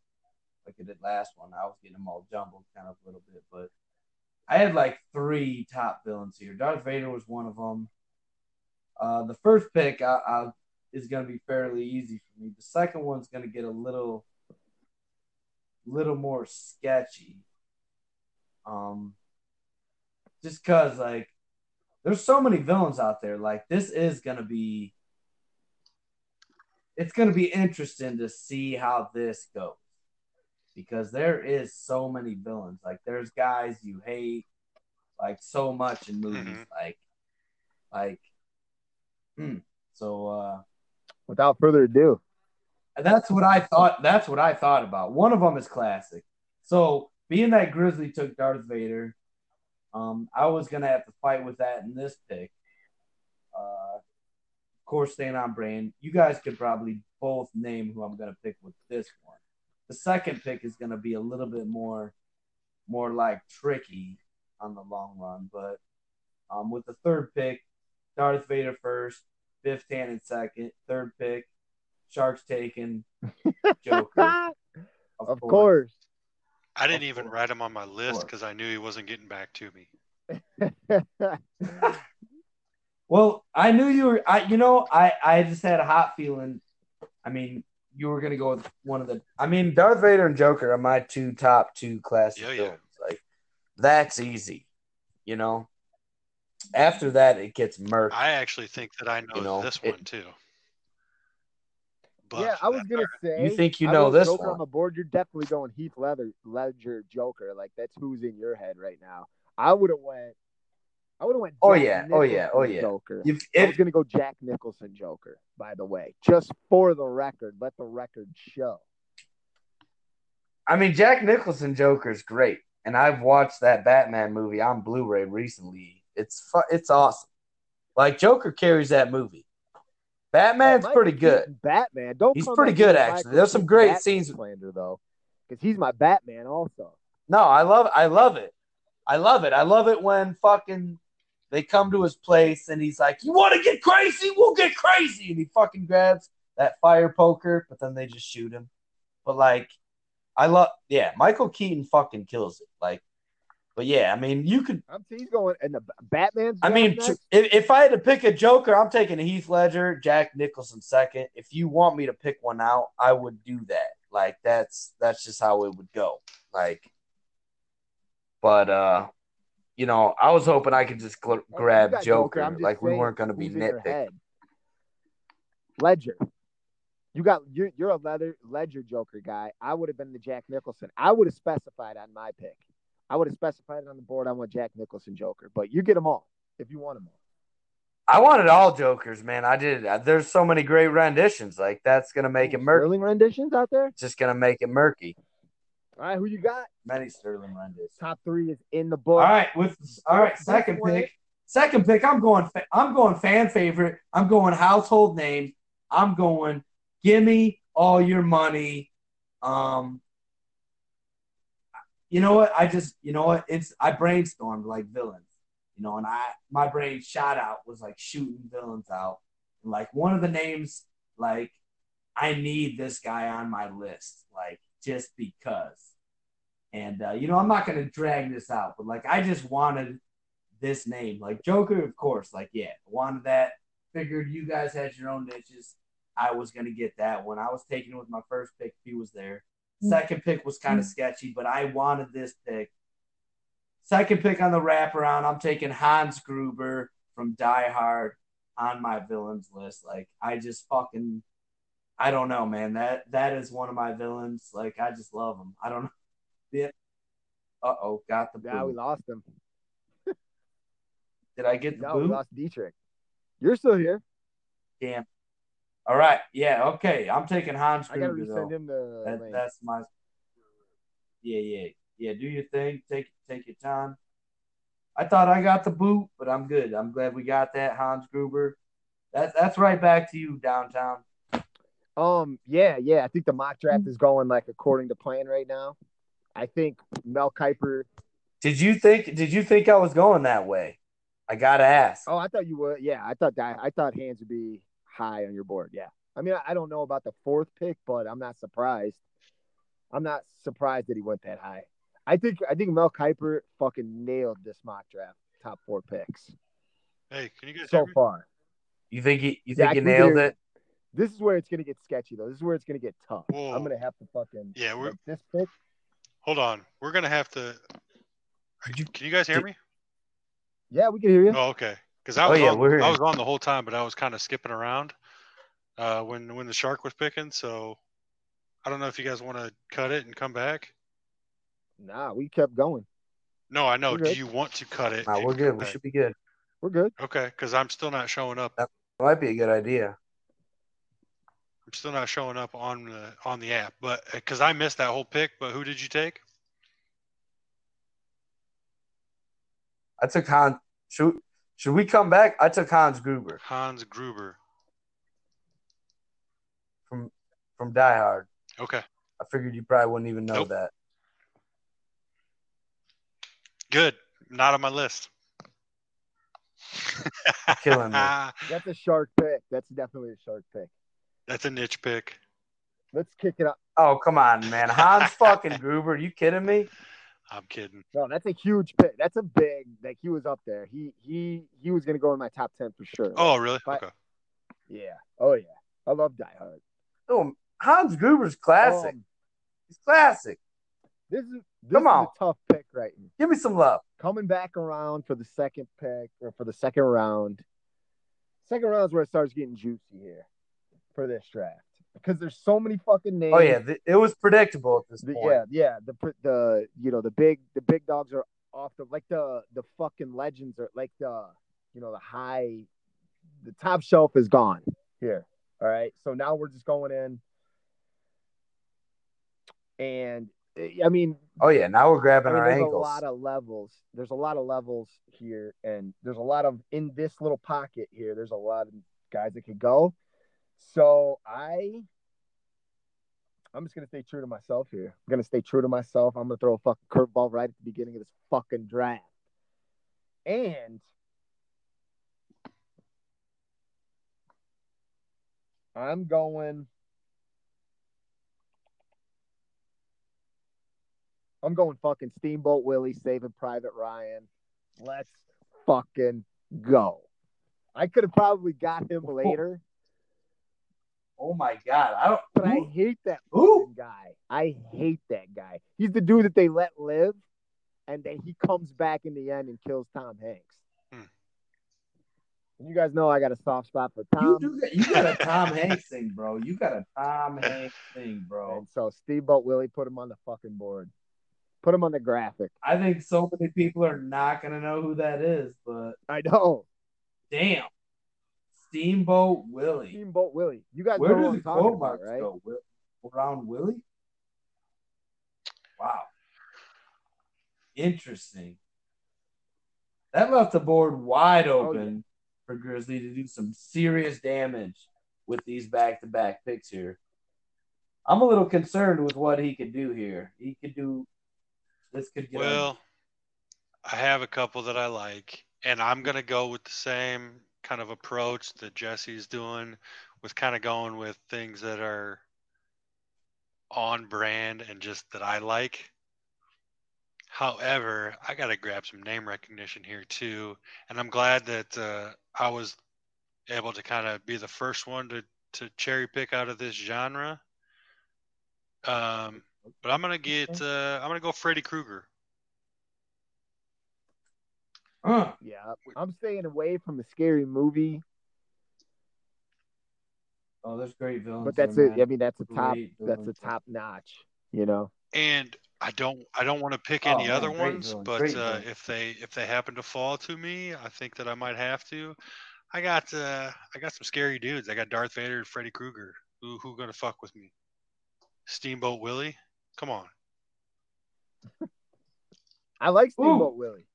Like I did last one, I was getting them all jumbled kind of a little bit, but I had like three top villains here. Darth Vader was one of them. Uh, the first pick I, I, is going to be fairly easy for me. The second one's going to get a little, little more sketchy. Um, just cause like there's so many villains out there. Like this is going to be, it's going to be interesting to see how this goes because there is so many villains. Like there's guys you hate like so much in movies.
Mhm.
Like, like. mm. So uh,
Without further ado,
that's what I thought. That's what I thought about. One of them is classic. So being that Grizzly took Darth Vader, um, I was gonna have to fight with that in this pick. Uh, of course, staying on brand. You guys could probably both name who I'm gonna pick with this one. The second pick is gonna be a little bit more, more like tricky on the long run. But um, with the third pick, Darth Vader first, Biff Tannen second, third pick, Sharks taken, Joker.
of, course.
I didn't
Of
even
course.
write him on my list
course.
because I knew he wasn't getting back to me.
Well, I knew you were. I, you know, I, I just had a hot feeling. I mean, you were gonna go with one of the. I mean,
Darth Vader and Joker are my two top two classic
Yeah, yeah.
films. Like that's easy, you know. After that, it gets murky.
I actually think that I know,
You know,
this
it-
one too. But
yeah, I was gonna say.
you think you
I
know
wrote
this
Joker
one?
on the board. You're definitely going Heath Leather, Ledger Joker. Like that's who's in your head right now. I would have went. I would have went.
Oh,
Jack
yeah. Oh, yeah.
Nicholson
Oh, yeah.
Joker.
If,
I was
if
gonna go Jack Nicholson Joker. By the way, just for the record, let the record show.
I mean Jack Nicholson Joker's great, and I've watched that Batman movie on Blu-ray recently. It's fu- it's awesome. Like Joker carries that movie. Batman's
Michael
pretty good.
Keaton Batman. Don't.
He's
come
pretty
at me
good,
with
actually.
Michael
There's some
Keaton
great
Batman
scenes.
Slander though, because he's my Batman also.
No, I love I love it. I love it. I love it when fucking they come to his place and he's like, You wanna get crazy? We'll get crazy and he fucking grabs that fire poker, but then they just shoot him. But like I love yeah, Michael Keaton fucking kills it. Like but yeah, I mean you could
I'm he's going and the Batman's.
I
going
mean
next?
tr- if, if I had to pick a Joker, I'm taking Heath Ledger, Jack Nicholson second. If you want me to pick one out, I would do that. Like that's that's just how it would go. Like but uh you know, I was hoping I could just gl-
Oh, you
grab
got
Joker.
I'm just
Like we
saying
weren't going to be
who's in your
nitpicking.
head. Ledger. You got you're you're a leather ledger joker guy. I would have been the Jack Nicholson. I would have specified on my pick. I would have specified it on the board. I want Jack Nicholson Joker, but you get them all if you want them all.
I wanted all Jokers, man. I did. There's so many great renditions. Like that's going to make it
Ooh,
murky.
Sterling renditions out there.
It's just going to make it murky.
All right, who you got?
many Sterling Rendis.
Top three is in the book.
All right, with all right, second
This way-
pick. Second pick. I'm going. fa- I'm going fan favorite. I'm going household name. I'm going. Give me all your money. Um. You know what? I just. You know what? It's. I brainstormed like villains. You know, and I my brain shot out was like shooting villains out. Like one of the names. Like, I need this guy on my list. Like just because. And uh, you know, I'm not gonna drag this out, but like I just wanted this name, like Joker, of course. Like, yeah, wanted that. Figured you guys had your own niches. I was gonna get that one. I was taking it with my first pick. If he was there, second pick was kind of sketchy, but I wanted this pick. Second pick on the wraparound, I'm taking Hans Gruber from Die Hard on my villains list. Like, I just fucking, I don't know, man. That that is one of my villains. Like I just love him. I don't know. Yeah. Uh oh, got the
Now we
boot.
lost him.
Did I get the
Now we
boot?
lost Dietrich. You're still here.
Damn. All right. Yeah. Okay. I'm taking Hans
I gotta
Gruber
resend
though.
him the
That,
link.
that's my. Yeah, yeah, yeah. Do your thing. Take take your time. I thought I got the boot, but I'm good. I'm glad we got that Hans Gruber. That that's right back to you downtown.
Um, yeah, yeah. I think the mock draft is going like according to plan right now. I think Mel Kiper.
Did you think? Did you think I was going that way? I gotta ask.
Oh, I thought you would. Yeah, I thought that. I thought hands would be high on your board. Yeah. I mean, I- I don't know about the fourth pick, but I'm not surprised. I'm not surprised that he went that high. I think I think Mel Kiper fucking nailed this mock draft top four picks
Hey, can you guys hear
so
me?
far.
You think you, you
Zach,
think you
we
nailed
do.
it?
This is where it's gonna get sketchy though. This is where it's gonna get tough.
Whoa.
I'm gonna have to fucking
Yeah, we're
like, this pick.
hold on. We're gonna have to.
Did you-
Can you guys hear
did-
me?
Yeah, we can hear you.
Oh, okay. Because I
Oh,
was
yeah,
on,
we're here.
I was on the whole time, but I was kind of skipping around uh, when when the shark was picking. So I don't know if you guys want to cut it and come back.
Nah, we kept going.
No, I know.
We're
Do
good.
you want to cut it?
No,
and
we're
come
good. We
back?
should be good.
We're good.
Okay, because I'm still not showing up.
Might be a good idea.
I'm still not showing up on the on the app, but because I missed that whole pick. But who did you take?
I took Hans. Should should we come back? I took Hans Gruber
Hans Gruber.
from from Die Hard.
Okay,
I figured you probably wouldn't even know
Nope.
that.
good. Not on my list.
Killing me.
Ah,
That's a shark pick. That's definitely a shark pick.
That's a niche pick.
Let's kick it up.
Oh come on, man. Hans fucking Gruber. You kidding me?
I'm kidding.
No, that's a huge pick. That's a big. Like he was up there. He he he was gonna go in my top ten for sure.
Oh, really?
But-
okay.
yeah. Oh yeah. I love Die Hard.
Oh, Hans Gruber's classic.
Um,
He's classic.
this is this
Come
is
on.
a tough pick, right? now.
Give me some love.
Coming back around for the second pick or for the second round. Second round is where it starts getting juicy here for this draft because there's so many fucking names.
Oh yeah, th- it was predictable at this
The-
point.
yeah, yeah. The pr- the you know the big the big dogs are off the like the the fucking legends are like the you know the high the top shelf is gone here. All right, so now we're just going in, and eh, I mean,
Oh yeah, now we're grabbing
I mean
our
there's a
ankles.
lot of levels. There's a lot of levels here, and there's a lot of in this little pocket here. There's a lot of guys that could go. So I, I'm just gonna stay true to myself here. I'm gonna stay true to myself. I'm gonna throw a fucking curveball right at the beginning of this fucking draft, and I'm going. I'm going fucking Steamboat Willie, Saving Private Ryan. Let's fucking go. I could have probably got him later,
Oh my god. I don't
but I hate that
Who?
fucking guy. I hate that guy. He's the dude that they let live, and then he comes back in the end and kills Tom Hanks.
Hmm.
And you guys know I got a soft spot for Tom.
You do that. You got a Tom Hanks thing, bro. You got a Tom Hanks thing, bro.
And so Steamboat Willie put him on the fucking board. Put him on the graphic.
I think so many people are not gonna know who that is, but
I know.
damn, Steamboat Willie.
Steamboat Willie. You guys
Where
know what
do the
I'm talking
quote
about,
marks
right?
go? Wi- Around Willie? Wow, interesting. That left the board wide
Oh,
open for Grizzly to do some serious damage with these back-to-back picks here. I'm a little concerned with what he could do here. He could do. This could get
Well, I have a couple that I like, and I'm gonna go with the same kind of approach that Jesse's doing, with kind of going with things that are on brand and just that I like. However, I gotta grab some name recognition here too, and I'm glad that uh, I was able to kind of be the first one to to cherry pick out of this genre. Um, but I'm gonna get uh, I'm gonna go Freddy Krueger.
Uh,
Yeah, I'm staying away from the scary movie
Oh, there's great villains.
But that's
there,
it. I
man.
mean, that's a top.
Great
That's a
villains.
top notch. You know.
and I don't I don't want to pick
Oh,
any
man,
other
great
ones,
villain,
but
great
uh,
villain.
if they if they happen to fall to me, I think that I might have to. I got uh, I got some scary dudes. I got Darth Vader and Freddy Krueger. Who who gonna fuck with me? Steamboat Willie, come on.
I like
Ooh.
Steamboat Willie.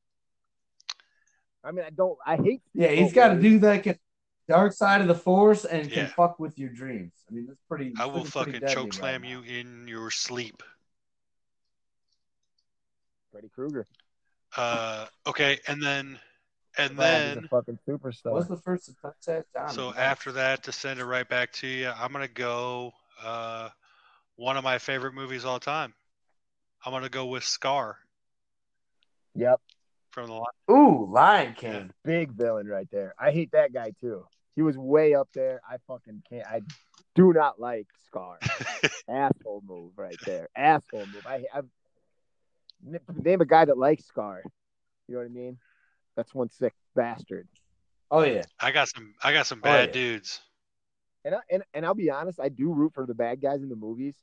I mean, I don't. I hate.
Yeah,
Steamboat
he's got a
Willie.
dude that can dark side of the force and can
Yeah.
fuck with your dreams. I mean, that's pretty.
I
that's
will
looking pretty
fucking
deadly
choke slam
right
you
now.
in your sleep.
Freddy Krueger.
Uh, okay, and then and
Wow, he's
then
a fucking superstar.
What's the first attack? John,
so
nice.
after that to send it right back to you, I'm gonna go uh, one of my favorite movies of all time. I'm gonna go with Scar
Yep,
from the Lion
Ooh, Lion King.
big villain right there. I hate that guy too. He was way up there. I fucking can't. I do not like Scar. Asshole move right there. Asshole move. I I've, n- name a guy that likes Scar. You know what I mean? That's one sick bastard.
Oh yeah,
I got some. I got some
Oh, yeah.
bad dudes.
and I, and and I'll be honest, I do root for the bad guys in the movies,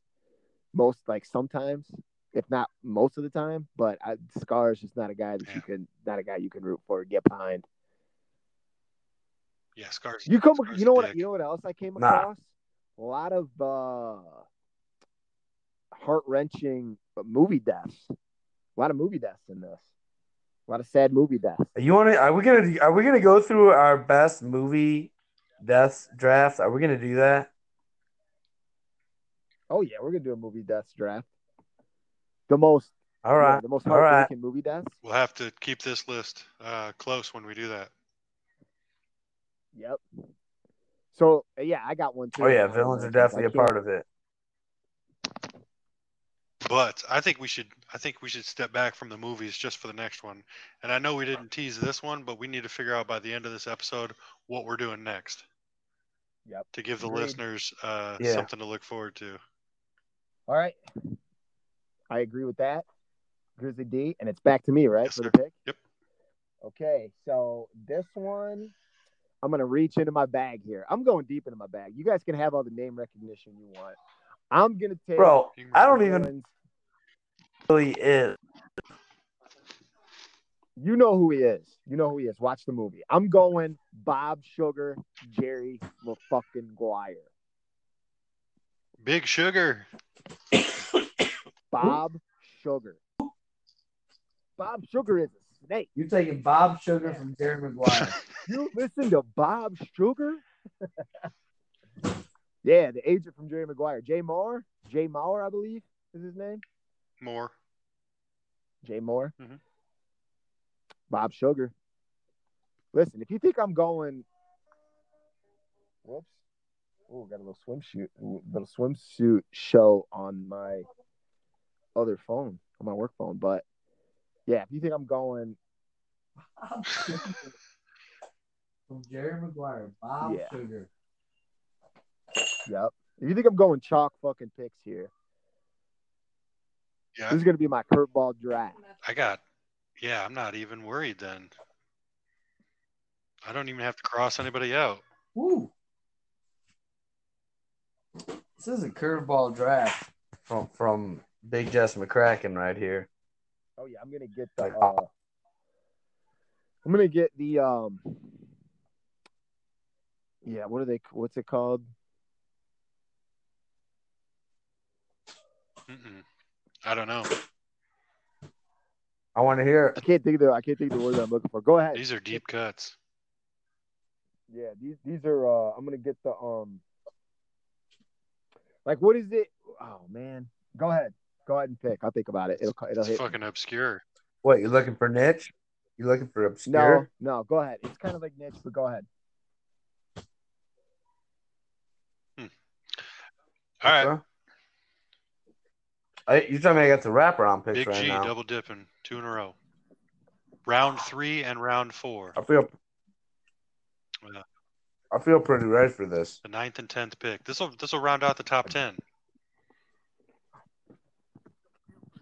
most like sometimes, if not most of the time. But I, Scar is just not a guy that
Yeah.
you can not a guy you can root for or get behind.
Yeah, scars.
You come,
Scar's
you
a
know what?
dick.
You know what else I came
Nah.
across? A lot of uh, heart wrenching movie deaths. A lot of movie deaths in this. A lot of sad movie deaths.
You want to? Are we gonna? Are we gonna go through our best movie deaths drafts? Are we gonna do that?
Oh yeah, we're gonna do a movie deaths draft. The most,
All
yeah,
right.
the most
All right.
heartbreaking movie deaths.
We'll have to keep this list uh, close when we do that.
Yep. So yeah, I got one too.
Oh yeah, villains are definitely a part of it.
But I think we should. I think we should step back from the movies just for the next one. And I know we didn't tease this one, but we need to figure out by the end of this episode what we're doing next.
Yep.
To give the
Agreed.
listeners uh,
Yeah.
something to look forward to.
All right. I agree with that. Grizzly D, and it's back to me, right?
Yes,
for the
sir.
pick?
Yep.
Okay, so this one, I'm going to reach into my bag here. I'm going deep into my bag. You guys can have all the name recognition you want. I'm going to take.
Bro,
You can-
I don't
the
even
villains.
really is.
You know who he is. You know who he is. Watch the movie. I'm going Bob Sugar, Jerry fucking Guire.
Big Sugar.
Bob Sugar. Bob Sugar is a snake.
you're taking Bob Sugar from Jerry Maguire.
You listen to Bob Sugar? yeah, the agent from Jerry Maguire. Jay Moore? Jay Mauer, I believe, is his name.
More.
Jay Moore.
Mhm.
Bob Sugar. Listen, if you think I'm going whoops. Oh, got a little swimsuit little swimsuit show on my other phone, on my work phone. But yeah, if you think I'm going
Bob Sugar from Jerry Maguire, Bob
Yeah.
Sugar.
Yep. If you think I'm going chalk fucking picks here,
Yeah.
this is gonna be my curveball draft.
I got. Yeah, I'm not even worried then. I don't even have to cross anybody out.
Woo. This is a curveball draft.
from from Big Jess McCracken right here.
Oh yeah, I'm gonna get the.
Like-
Uh, I'm gonna get the. um Yeah, what are they? What's it called?
Mm-mm. I don't know.
I want to hear.
I can't think of the. I can't think of the word that I'm looking for. Go ahead.
These are deep cuts.
Yeah, these these are. uh I'm gonna get the. um Like, what is it? Oh man, go ahead. Go ahead and pick. I'll think about it. It'll. co- It'll
It's
hit. me.
fucking obscure.
What you looking for? Niche? You looking for
No,
obscure?
no. Go ahead. It's kind of like niche, but go ahead.
All right.
Okay. I, you tell me I got the wraparound picks
Big
right
G
now.
double dipping, two in a row. Round three and round four,
I feel.
Yeah.
I feel pretty ready for this.
the ninth and tenth pick. This will this will round out the top ten.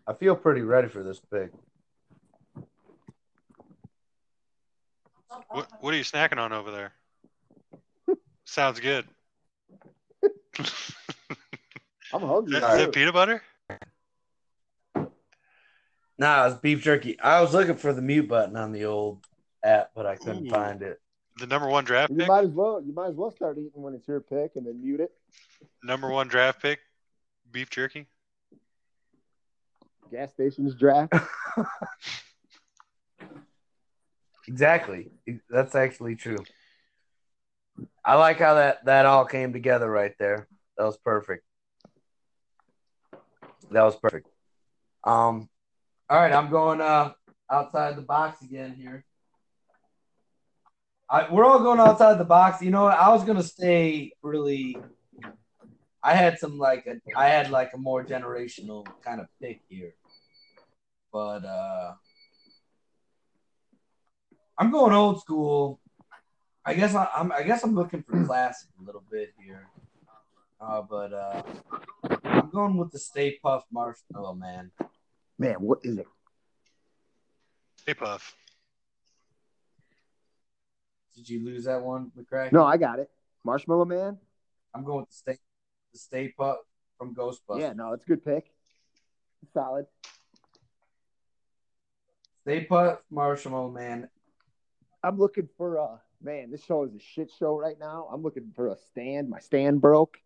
I feel pretty ready for this pick.
What what are you snacking on over there? Sounds good.
I'm hungry.
Is
too.
that peanut butter?
Nah, it's beef jerky. I was looking for the mute button on the old app, but I couldn't
Ooh.
find it.
The number one draft
You
pick?
might as well. You might as well start eating when it's your pick and then mute it.
Number one draft pick? Beef jerky?
Gas stations draft.
Exactly. That's actually true. I like how that that all came together right there. That was perfect. That was perfect. Um,
All right, I'm going uh outside the box again here.
I, we're all going outside the box. You know, what? I was gonna stay really.
I had some like a, I had like a more generational kind of pick here, but uh I'm going old school. I guess I, I'm I guess I'm looking
Hmm.
for classic a little bit here, uh, but uh I'm going with the Stay Puff Marshmallow Man.
Man, what is it?
Hey, Puff.
Did you lose that one, McCray?
No, I got it. Marshmallow Man.
I'm going with the Stay the Stay Puff from Ghostbusters.
Yeah, no, it's a good pick. Solid.
Stay Puff Marshmallow Man
I'm looking for a man. This show is a shit show right now. I'm looking for a stand. My stand broke.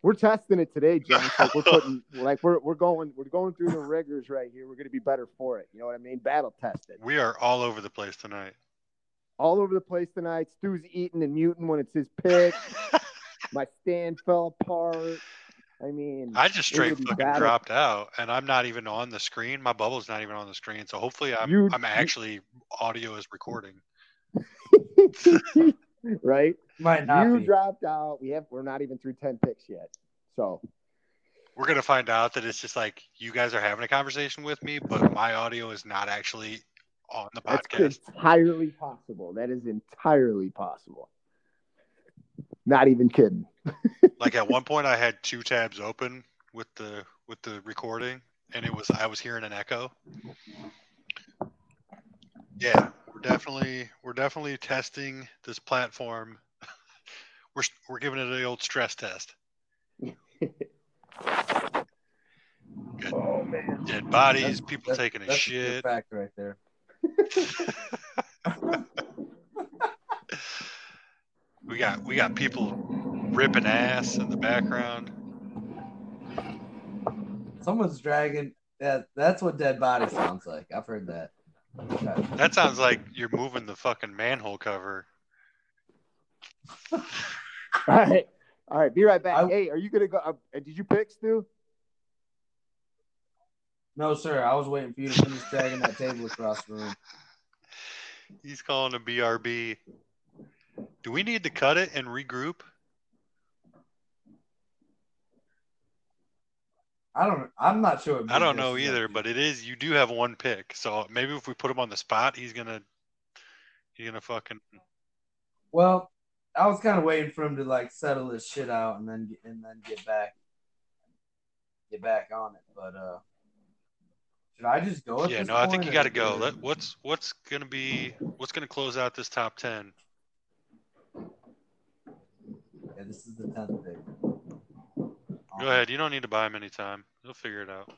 We're testing it today, James. Like we're putting, like we're we're going, we're going through the rigors right here. We're going to be better for it. You know what I mean? Battle tested.
We are all over the place tonight.
All over the place tonight. Stu's eating and muting when it's his pick. My stand fell apart. I mean,
I just straight
be
fucking
battle-
dropped out, and I'm not even on the screen. My bubble's not even on the screen, so hopefully I'm
You-
I'm actually audio is recording.
right?
might not
You
be.
dropped out. We have we're not even through ten picks yet. So
We're gonna find out that it's just like you guys are having a conversation with me, but my audio is not actually on the
That's
podcast.
entirely possible. That is entirely possible. Not even kidding.
like at one point, I had two tabs open with the with the recording, and it was I was hearing an echo. Yeah, we're definitely we're definitely testing this platform. we're we're giving it the old stress test.
Oh man.
Dead bodies,
That's-
people taking a
That's a good
shit.
fact right there.
We got we got people ripping ass in the background.
Someone's dragging. That that's what dead body sounds like. I've heard that.
That sounds like you're moving the fucking manhole cover.
All right. All right. Be right back.
I-
hey, are you gonna go? Uh, did you pick Stu?
No, sir. I was waiting for you to finish dragging that table across the room.
He's calling a BRB. Do we need to cut it and regroup?
I don't. I'm not sure.
I don't know either, but it is you do have one pick. So maybe if we put him on the spot, he's gonna he's gonna fucking
well, I was kind of waiting for him to like settle this shit out and then and then get back, get back on it. But uh, should I just go? At
Yeah,
this
no, I think
point,
you
or-
gotta go.
or-
Let, what's what's gonna be what's gonna close out this top ten?
Yeah, this is the tenth pick.
Go
Uh-huh.
ahead. You don't need to buy him any time. He'll figure it out.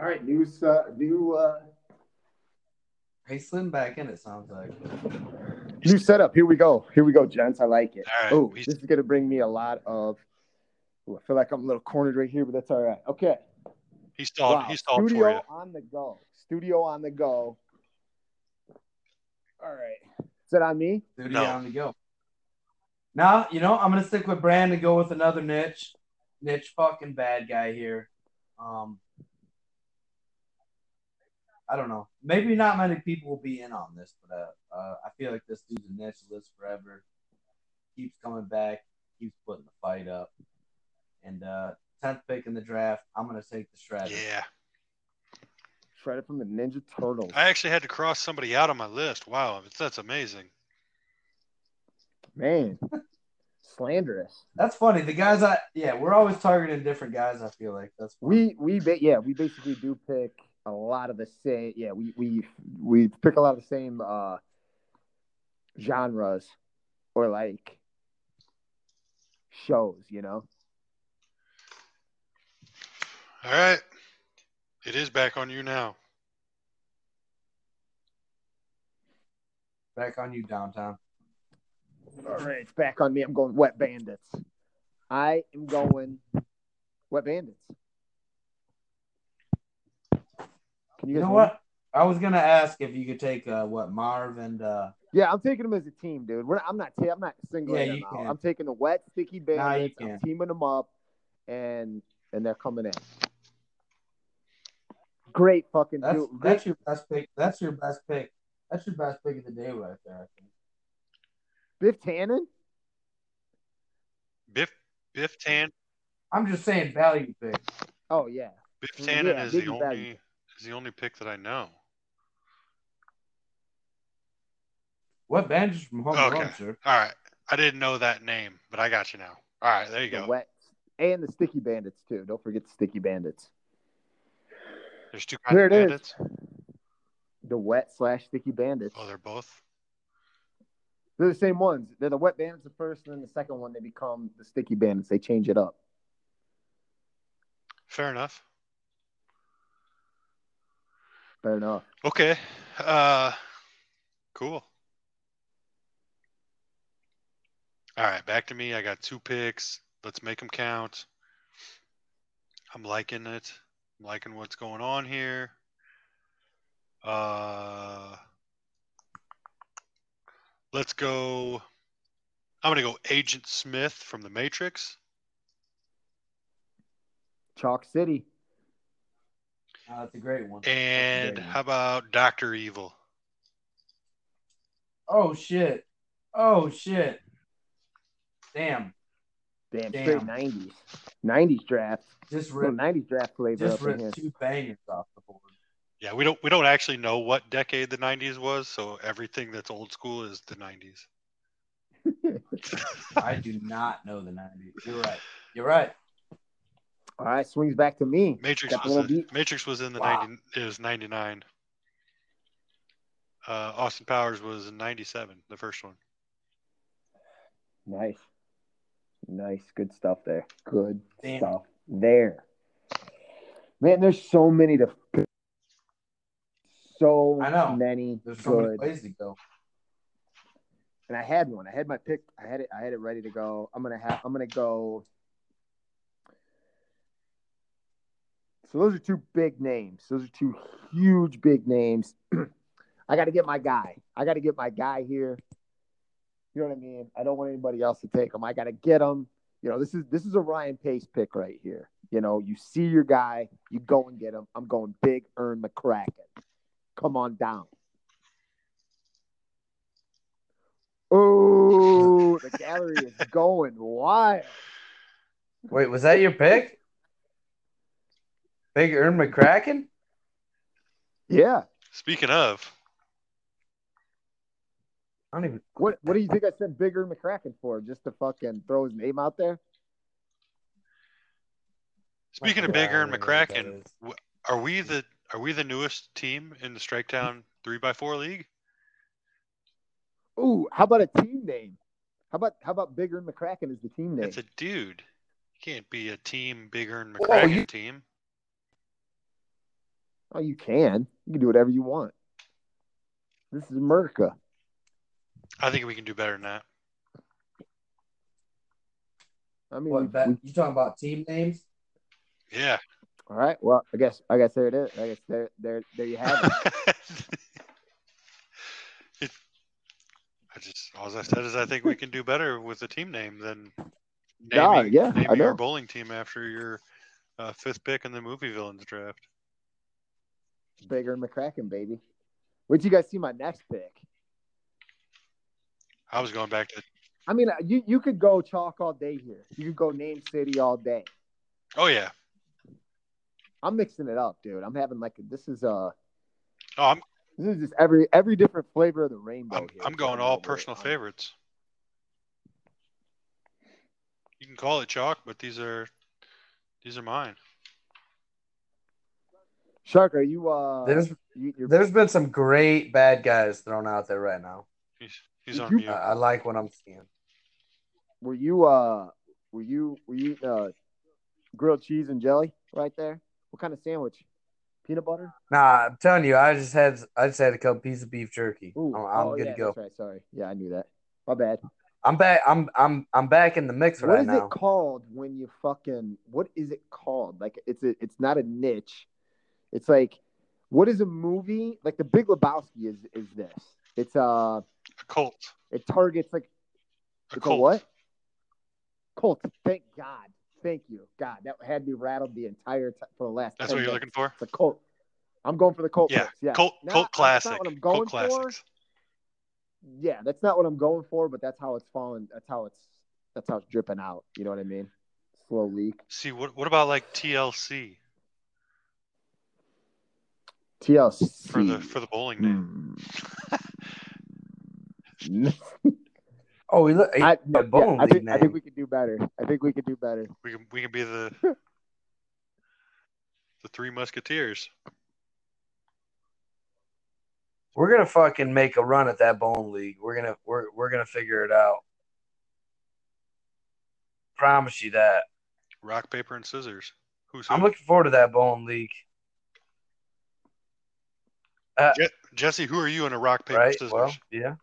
All right. New uh, new uh,
Hey, slim back in. It sounds like.
new setup. Here we go. Here we go, gents. I like it.
All right.
Oh,
He's-
this is gonna bring me a lot of. Ooh, I feel like I'm a little cornered right here, but that's all right. Okay.
He stalled
Wow.
he stalled
Studio
for you.
on the go. Studio on the go. All right. Is it on me?
Duty
No.
on the go. Now, you know, I'm gonna stick with Brand and go with another niche. Niche fucking bad guy here. Um I don't know. Maybe not many people will be in on this, but uh, uh I feel like this dude's a niche lives forever. Keeps coming back, keeps putting the fight up. And uh tenth pick in the draft, I'm gonna take the shredder.
Yeah.
Shredded from the Ninja Turtles.
I actually had to cross somebody out on my list. Wow, that's- that's amazing.
Man, slanderous.
That's funny. The guys I yeah, we're always targeting different guys, I feel like. That's funny.
We we ba- yeah we basically do pick a lot of the same yeah we we we pick a lot of the same uh genres or like shows, you know?
All right. It is back on you now.
Back on you, downtown.
All right, it's back on me. I'm going Wet Bandits. I am going Wet Bandits. Can
You know
hear me?
what? I was gonna ask if you could take uh, what Marv and uh,
Yeah, I'm taking them as a team, dude. We're not, I'm not. Ta- I'm not singling
Yeah,
them
you
out.
can.
I'm taking the Wet Sticky Bandits. I'm
can.
teaming them up, and and they're coming in. Great fucking
that's
dude. Great
that's your best pick. That's your best pick. That's your best pick of the day right there. I think.
Biff Tannen.
Biff Biff Tan
I'm just saying value pick.
Oh yeah,
Biff
Yeah,
Tannen is the
Biggie
only
Bag.
is the only pick that I know.
What bandits from home
Okay.
run, sir?
All right. I didn't know that name, but I got you now. All right, there you
the
go.
Wet and the Sticky Bandits too. Don't forget the Sticky Bandits.
There's two
There
kinds of
it is.
bandits.
The Wet slash Sticky Bandits.
Oh, they're both.
They're the same ones. They're the wet bandits the first, and then the second one they become the sticky bandits. They change it up.
Fair enough.
Fair enough.
Okay. Uh cool. All right, back to me. I got two picks. Let's make them count. I'm liking it. I'm liking what's going on here. Uh Let's go. I'm going to go Agent Smith from The Matrix.
Chalk City.
Uh, that's a great one.
And
Yeah.
how about Dr. Evil?
Oh shit! Oh shit! Damn!
Damn,
Damn.
straight nineties. Nineties draft.
Just ripped.
Nineties draft flavor
Just
up in here.
ripped two bangers off the board.
Yeah, we don't we don't actually know what decade the 90s was, so everything that's old school is the 90s.
I do not know the 90s. You're right. You're right.
All right, swings back to me.
Matrix
That
was
won't
the,
be-
Matrix was in the
Wow.
90 it was 99. Uh, Austin Powers was in 97, the first one.
Nice. Nice. Good stuff there. Good
Damn.
stuff there. Man, there's so many to so
I know.
many
There's so many
good
ways to go.
and I had one. I had my pick. I had it. I had it ready to go. I'm gonna have. I'm gonna go. So those are two big names. Those are two huge big names. I got to get my guy. I got to get my guy here. You know what I mean? I don't want anybody else to take him. I got to get him. You know, this is this is a Ryan Pace pick right here. You know, you see your guy, you go and get him. I'm going big. Earn McCracken. Come on down. Oh, the gallery is going wild.
Wait, was that your pick? Big Earn McCracken?
Yeah.
Speaking of,
I don't even.
What What do you think I said bigger McCracken for? Just to fucking throw his name out there?
speaking of
Yeah, I
Big Earn
don't even know what that
McCracken,
is.
are we the are we the newest team in the Striketown 3x4 league?
Ooh, how about a team name? How about How about bigger McCracken is the team name?
It's a dude. You can't be a team Big Earn
Oh,
McCracken
you-
team.
oh, you can. You can do whatever you want. This is America.
I think we can do better than that.
I mean, we-
What, bet,
we-
you talking about team names?
Yeah.
all right. Well, I guess I guess there it is. I guess there there there you have it.
It- I just all I said is I think we can do better with a team name than
Yeah, yeah, I
naming
know.
your bowling team after your uh, fifth pick in the movie villains draft.
bigger McCracken, baby. Would you guys see my next pick?
I was going back to
I mean, you you could go chalk all day here. You could go name city all day.
oh yeah
I'm mixing it up, dude. I'm having like this is uh
no Oh, I'm
this is just every every different flavor of the rainbow.
I'm,
here.
I'm going all personal favorites. You can call it chalk, but these are these are mine.
Shark, are you uh?
There's
you, you're,
there's been some great bad guys thrown out there right now.
He's he's on
You-
mute.
I, I like what I'm seeing.
were you uh? Were you were you eating uh, grilled cheese and jelly right there? What kind of sandwich? Peanut butter?
Nah, I'm telling you, I just had I just had a couple pieces of beef jerky.
Ooh,
I'm, I'm
oh,
good
yeah,
to go.
That's right. Sorry. Yeah, I knew that. My bad.
I'm back. I'm I'm I'm back in the mix
what
right
is
now.
it called when you fucking? What is it called? Like it's a, it's not a niche. It's like, what is a movie? Like the Big Lebowski is is this? It's uh,
A cult.
it targets like
A
It's
cult.
a what? Colt. Thank God. Thank you, God. That had me rattled the entire time for the last.
That's
10
what you're looking
minutes.
for.
It's a Colt. I'm going for the Colt.
Yeah.
picks, yeah.
Cult.
Nah,
cult
that's
classic.
not what I'm going
Cult
for.
classics.
Yeah, that's not what I'm going for, but that's how it's falling. That's how it's. That's how it's dripping out. You know what I mean? Slow leak.
See what? What about like TLC
TLC
for
Mm.
the for the bowling name?
Hmm.
Oh, we look.
I,
yeah,
yeah,
bowling
I think,
league
I think
name.
we could do better. I think we could do better.
We can we can be the the Three Musketeers.
We're gonna fucking make a run at that bone league. We're gonna we're we're gonna figure it out. Promise you that.
Rock, paper, and scissors. Who's who?
I'm looking forward to that bone league.
Jesse, who are you in a rock, paper,
right?
scissors?
Well, yeah.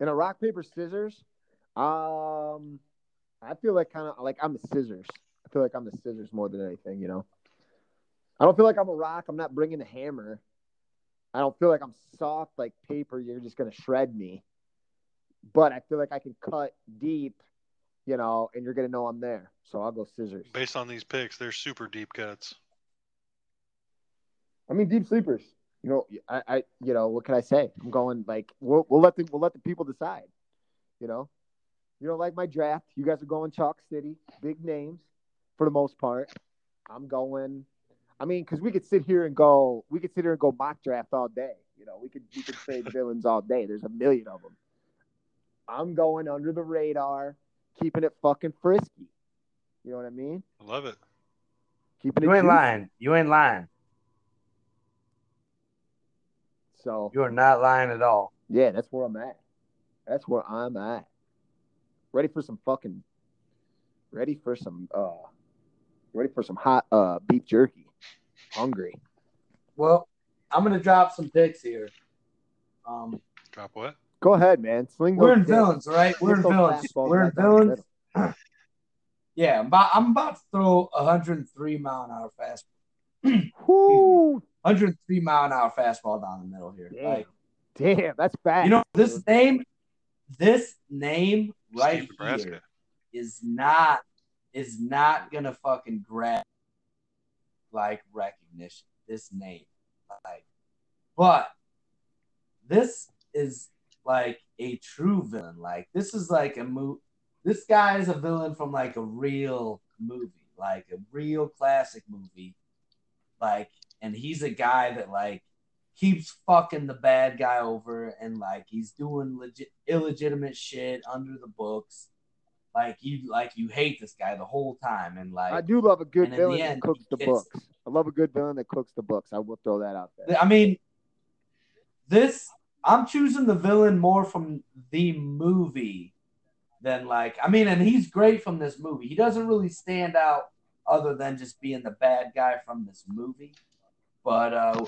In a rock paper scissors, um, I feel like kind of like I'm the scissors. I feel like I'm the scissors more than anything. You know, I don't feel like I'm a rock. I'm not bringing the hammer. I don't feel like I'm soft like paper. You're just gonna shred me. But I feel like I can cut deep, you know, and you're gonna know I'm there. So I'll go scissors.
Based on these picks, they're super deep cuts.
I mean, deep sleepers. You know, I, I, you know, what can I say? I'm going like we'll we'll let the we'll let the people decide. You know, you don't like my draft. You guys are going Chalk City, big names for the most part. I'm going. I mean, because we could sit here and go, we could sit here and go mock draft all day. You know, we could we could trade villains all day. There's a million of them. I'm going under the radar, keeping it fucking frisky. You know what I mean?
I love it.
Keeping it.
You ain't
juicy.
lying. You ain't lying.
So
You are not lying at all.
Yeah, that's where I'm at. That's where I'm at. Ready for some fucking ready for some uh ready for some hot uh beef jerky. Hungry.
Well, I'm gonna drop some picks here. Um,
Drop what?
Go ahead, man. Sling
we're
those
in
dicks.
villains, right? We're
Hit
in
those
villains.
fastballs
We're in
right down the
villains.
middle.
Yeah, I'm about, I'm about to throw a 103 mile an hour fast,
Whoo!
103 mile an hour fastball down the middle here.
Damn.
Like,
Damn, that's fast.
you know this
dude.
name, this name right
Steve, Nebraska.
here is not is not gonna fucking grab like recognition. This name, like, but this is like a true villain. Like this is like a mo. This guy is a villain from like a real movie, like a real classic movie. Like, and he's a guy that like keeps fucking the bad guy over, and like he's doing legit illegitimate shit under the books. Like you, like you hate this guy the whole time, and like
I do love a good
And in the
villain that
end,
cooks the
it's-
books. I love a good villain that cooks the books. I will throw that out there.
I mean, this I'm choosing the villain more from the movie than like I mean, and he's great from this movie. He doesn't really stand out other than just being the bad guy from this movie. But uh,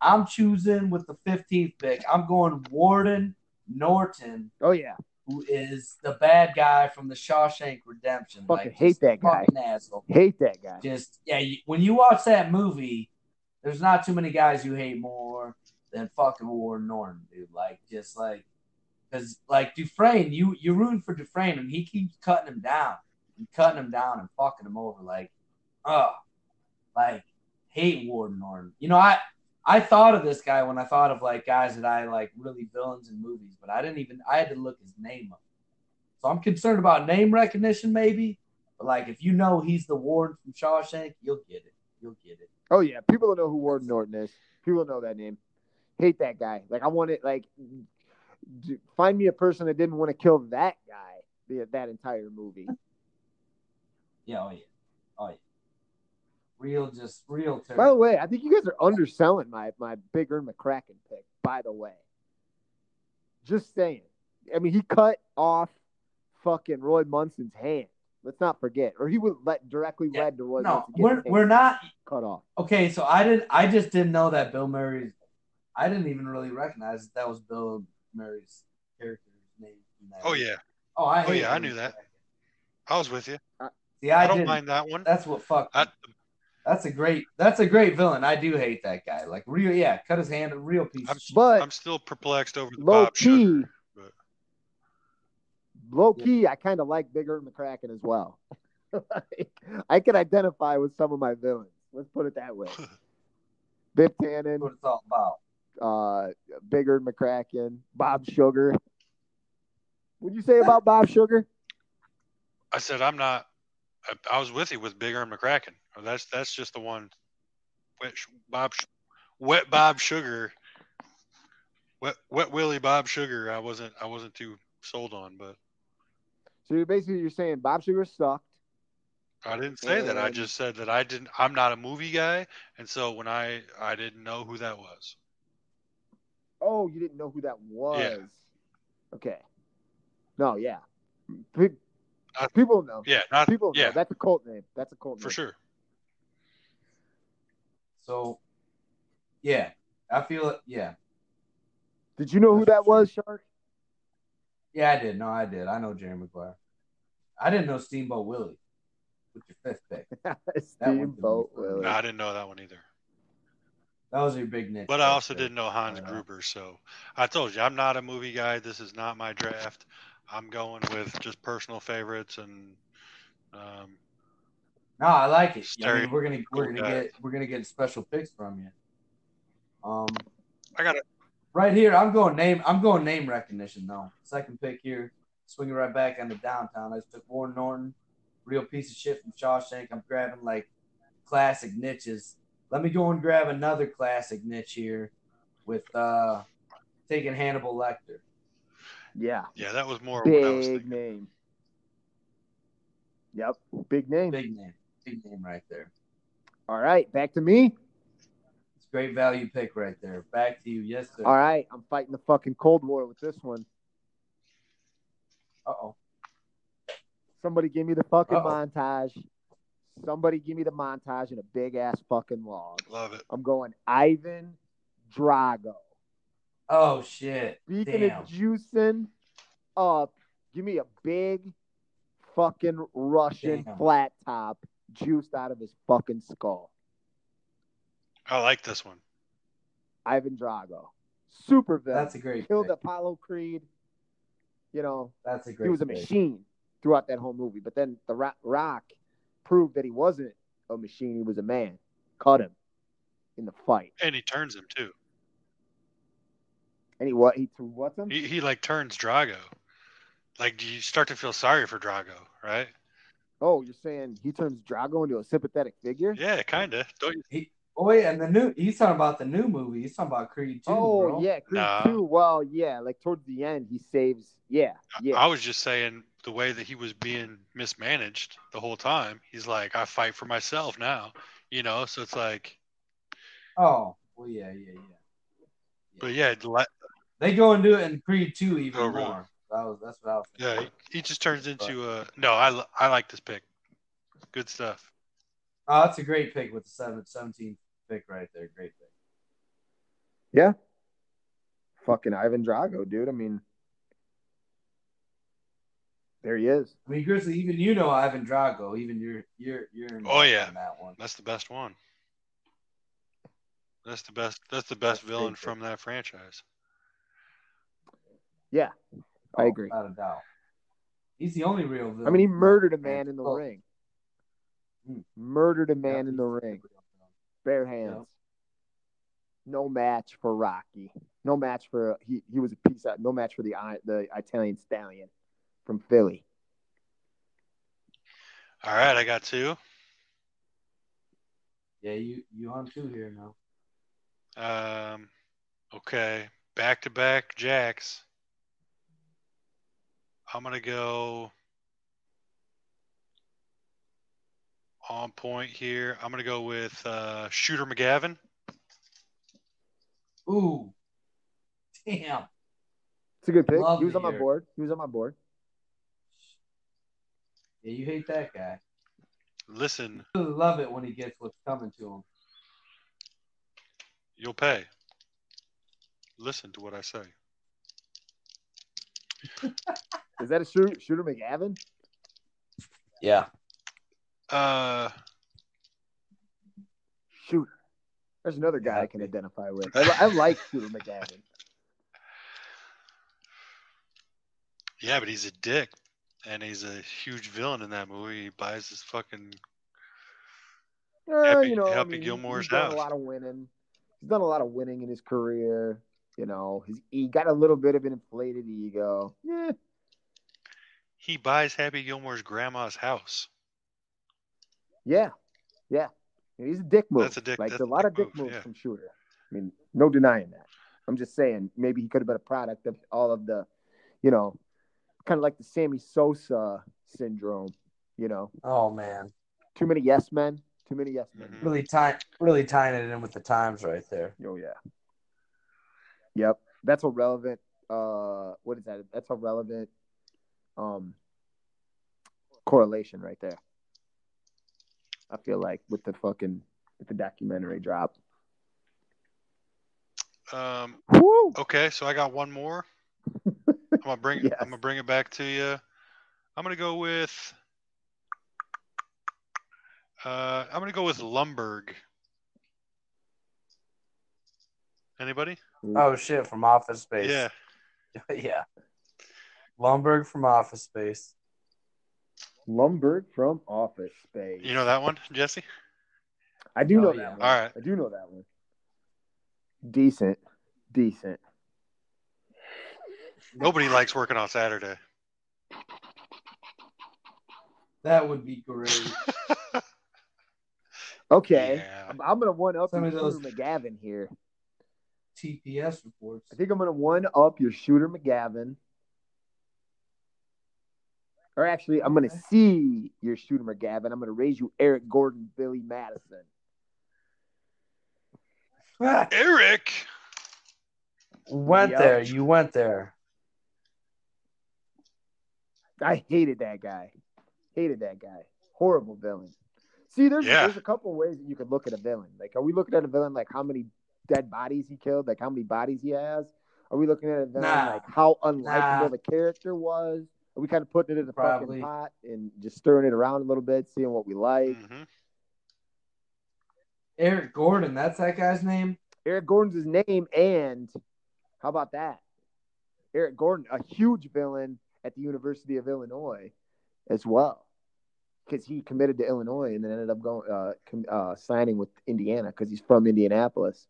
I'm choosing with the 15th pick. I'm going Warden Norton,
Oh yeah.
who is the bad guy from the Shawshank Redemption.
Fucking
like,
hate
just
that guy.
Fucking asshole
Hate that guy.
just yeah you, when you watch that movie there's not too many guys you hate more than fucking warren norton dude like just like because like dufresne you you're rooting for dufresne and he keeps cutting him down and cutting him down and fucking him over like oh like hate warren norton you know i i thought of this guy when i thought of like guys that i like really villains in movies but i didn't even i had to look his name up so i'm concerned about name recognition maybe but like if you know he's the warden from Shawshank, you'll get it. You'll get it.
Oh yeah, people know who Warden Norton is. People know that name. Hate that guy. Like I want it. Like d- find me a person that didn't want to kill that guy the, that entire movie.
Yeah, oh yeah. Oh yeah. Real just real
By the
terrible.
way, I think you guys are underselling my my bigger McCracken pick. By the way, just saying. I mean, he cut off fucking Roy Munson's hand. Let's not forget, or he would let directly
Yeah,
led to Roy
No,
Munson. get
we're
his hand
we're not
cut off.
okay. So I didn't. I just didn't know that Bill Murray's. I didn't even really recognize that, that was Bill Murray's character's name. in that.
Oh yeah,
Oh, I
Oh,
hate
yeah, I
him.
knew that. I was with you.
See, I,
I, don't
didn't.
mind that one.
That's what fucked.
I,
That's a great. That's a great villain. I do hate that guy. Like real, yeah. Cut his hand. A real piece.
I'm,
of shit.
But
I'm still perplexed over the
low
Bob Sugar.
key,
but-
low key, I kind of like Bigger McCracken as well. like, I can identify with some of my villains. Let's put it that way. Biff Tannen,
That's what it's all about.
uh, Bigger McCracken, Bob Sugar. What'd you say about Bob Sugar?
I said I'm not. I, I was with you with Big Earn McCracken. That's that's just the one. Wet Sh- Bob, Sh- Wet Bob Sugar, Wet Wet Willie Bob Sugar. I wasn't I wasn't too sold on, but
So you're basically you're saying Bob Sugar sucked.
I didn't say that. I
Um,
just said that I didn't. I'm not a movie guy, and so when I I didn't know who that was.
Oh, you didn't know who that was. Okay. No, yeah. Pe-
I-
people know.
Yeah, not
People know.
yeah.
That's a cult name. That's a cult name.
for sure.
So, yeah. I feel it. Yeah.
Did you know who that was, Shark?
Yeah, I did. No, I did. I know Jerry Maguire. I didn't know Steamboat Willie with your fifth pick.
Steamboat
That one.
Willie.
No, I didn't know that one either.
That was your big niche.
But I
right
also
there.
didn't know Hans
Uh,
Yeah.
Gruber, so I told you I'm not a movie guy. This is not my draft. I'm going with just personal favorites and um,
No, I like it. I
Stereo-
mean, we're gonna we're
cool
gonna
guy.
get we're gonna get special picks from you. Um,
I got a
right here, I'm going name. I'm going name recognition though. Second pick here, swinging right back on the downtown. I just took Warren Norton, real piece of shit from Shawshank. I'm grabbing like classic niches. Let me go and grab another classic niche here with uh taking Hannibal Lecter.
Yeah.
yeah. That was more what I was
Big
thinking.
name. Yep. Big name.
Big name, big name right there.
All right. Back to me.
It's a great value pick right there. Back to you, yes sir.
All right. I'm fighting the fucking Cold War with this one.
Uh oh.
Somebody give me the fucking
Uh-oh.
montage. Somebody give me the montage and a big ass fucking log.
Love it.
I'm going Ivan Drago.
Oh shit.
Speaking
Damn.
of juicing up, give me a big fucking Russian
Damn.
flat top juiced out of his fucking skull.
I like this one.
Ivan Drago. Super villain.
That's a great
Killed
pick.
Apollo Creed. You know,
That's a great
he was a
pick.
machine throughout that whole movie. But then The Rock, Rock proved that he wasn't a machine, he was a man. Caught him in the fight.
And he turns him too.
And he what? He threw what's him?
He, he like turns Drago. Like you start to feel sorry for Drago, right?
Oh, you're saying he turns Drago into a sympathetic figure?
Yeah, kind of. Don't you?
Oh wait, and the new he's talking about the new movie. He's talking about Creed 2.
oh
bro.
yeah, Creed
Nah.
two. Well, yeah, like towards the end, he saves. Yeah, yeah.
I was just saying the way that he was being mismanaged the whole time. He's like, I fight for myself now, you know. So it's like,
Oh, well yeah, yeah, yeah.
but yeah, le-
They go and do it in Creed 2 even
Oh,
more.
really?
That was that's what I was
Yeah,
thinking.
he, he just turns into a no. I li- I like this pick. Good stuff.
Oh, that's a great pick with the 7 17 pick right there. Great pick.
Fucking Ivan Drago, dude. I mean, there he is.
I mean Grizzly, even you know Ivan Drago, even you're you're you're in
Oh, yeah.
on that one.
That's the best one. That's the best. That's the best
That's a great
villain
pick.
from that franchise.
I
Oh,
agree.
Without a doubt. He's the only real villain.
I mean, he murdered a man in the
Oh,
ring.
Hmm.
Murdered a
yeah,
man in the
he's
ring, bare hands. No match for Rocky. No match for uh, he. He was a piece out. No match for the I- the Italian stallion from Philly.
All right, I got two.
Yeah, you you on two here now.
Um, okay, back to back jacks. I'm gonna go on point here. I'm gonna go with uh, Shooter McGavin.
Ooh. Damn.
It's a good pick.
Love
he was
to
on my
hear it.
board. He was on my board.
Yeah, you hate that guy.
Listen,
You love it when he gets what's coming to him.
you'll pay. Listen to what I say.
Is that a shooter, shooter McGavin?
Yeah.
Uh,
Shooter. There's another guy I can identify with. I, li- I like Shooter McGavin.
yeah, but he's a dick, and he's a huge villain in that movie. He buys his fucking
Eh,
Happy-
you know, I
Happy
mean,
Gilmore's
he's done
house.
a lot of winning. He's done a lot of winning in his career. You know, he's, he got a little bit of an inflated ego. Yeah,
he buys Happy Gilmore's grandma's house.
yeah, yeah. And he's a dick move.
That's a dick-
Like
that's
there's a
a
lot
dick
of dick
move,
moves
yeah.
from Shooter. I mean, no denying that. I'm just saying, maybe he could have been a product of all of the, you know, kind of like the Sammy Sosa syndrome. You know,
Oh man,
too many yes men, too many yes men.
Mhm.
really tying really tying it in with the times right there.
Oh yeah. Yep. That's a relevant uh what is that? That's a relevant um correlation right there. I feel like with the fucking with the documentary drop.
Um,
Woo!
Okay, so I got one more. I'm gonna bring
Yes.
I'm gonna bring it back to you. I'm gonna go with uh, I'm gonna go with Lumberg. Anybody?
Oh shit, from Office Space.
Mm. Yeah.
yeah. Lumberg from Office Space.
Lumberg from Office Space.
You know that one, Jesse?
I do know
Oh,
that
yeah.
one.
All right.
I do know that one. Decent. Decent.
Nobody likes working on Saturday.
That would be great.
Okay.
Yeah.
I'm, I'm gonna one up
Some
your
of those-
Shooter McGavin here.
TPS reports.
I think I'm gonna one up your shooter McGavin. Or actually, I'm gonna
Okay.
see your shooter McGavin. I'm gonna raise you Eric Gordon, Billy Madison.
Ah,
Eric.
went
Yup.
there. You went there.
I hated that guy. Hated that guy. Horrible villain. See, there's
Yeah.
there's a couple of ways that you could look at a villain. Like, are we looking at a villain like how many dead bodies he killed? Like how many bodies he has? Are we looking at a villain
Nah.
like how unlikable
Nah.
the character was? Are we kind of putting it in the
Probably.
fucking pot and just stirring it around a little bit, seeing what we like?
Mhm.
Eric Gordon, that's that guy's name.
Eric Gordon's his name, and how about that? Eric Gordon, a huge villain at the University of Illinois, as well, because he committed to Illinois and then ended up going uh, com- uh, signing with Indiana because he's from Indianapolis.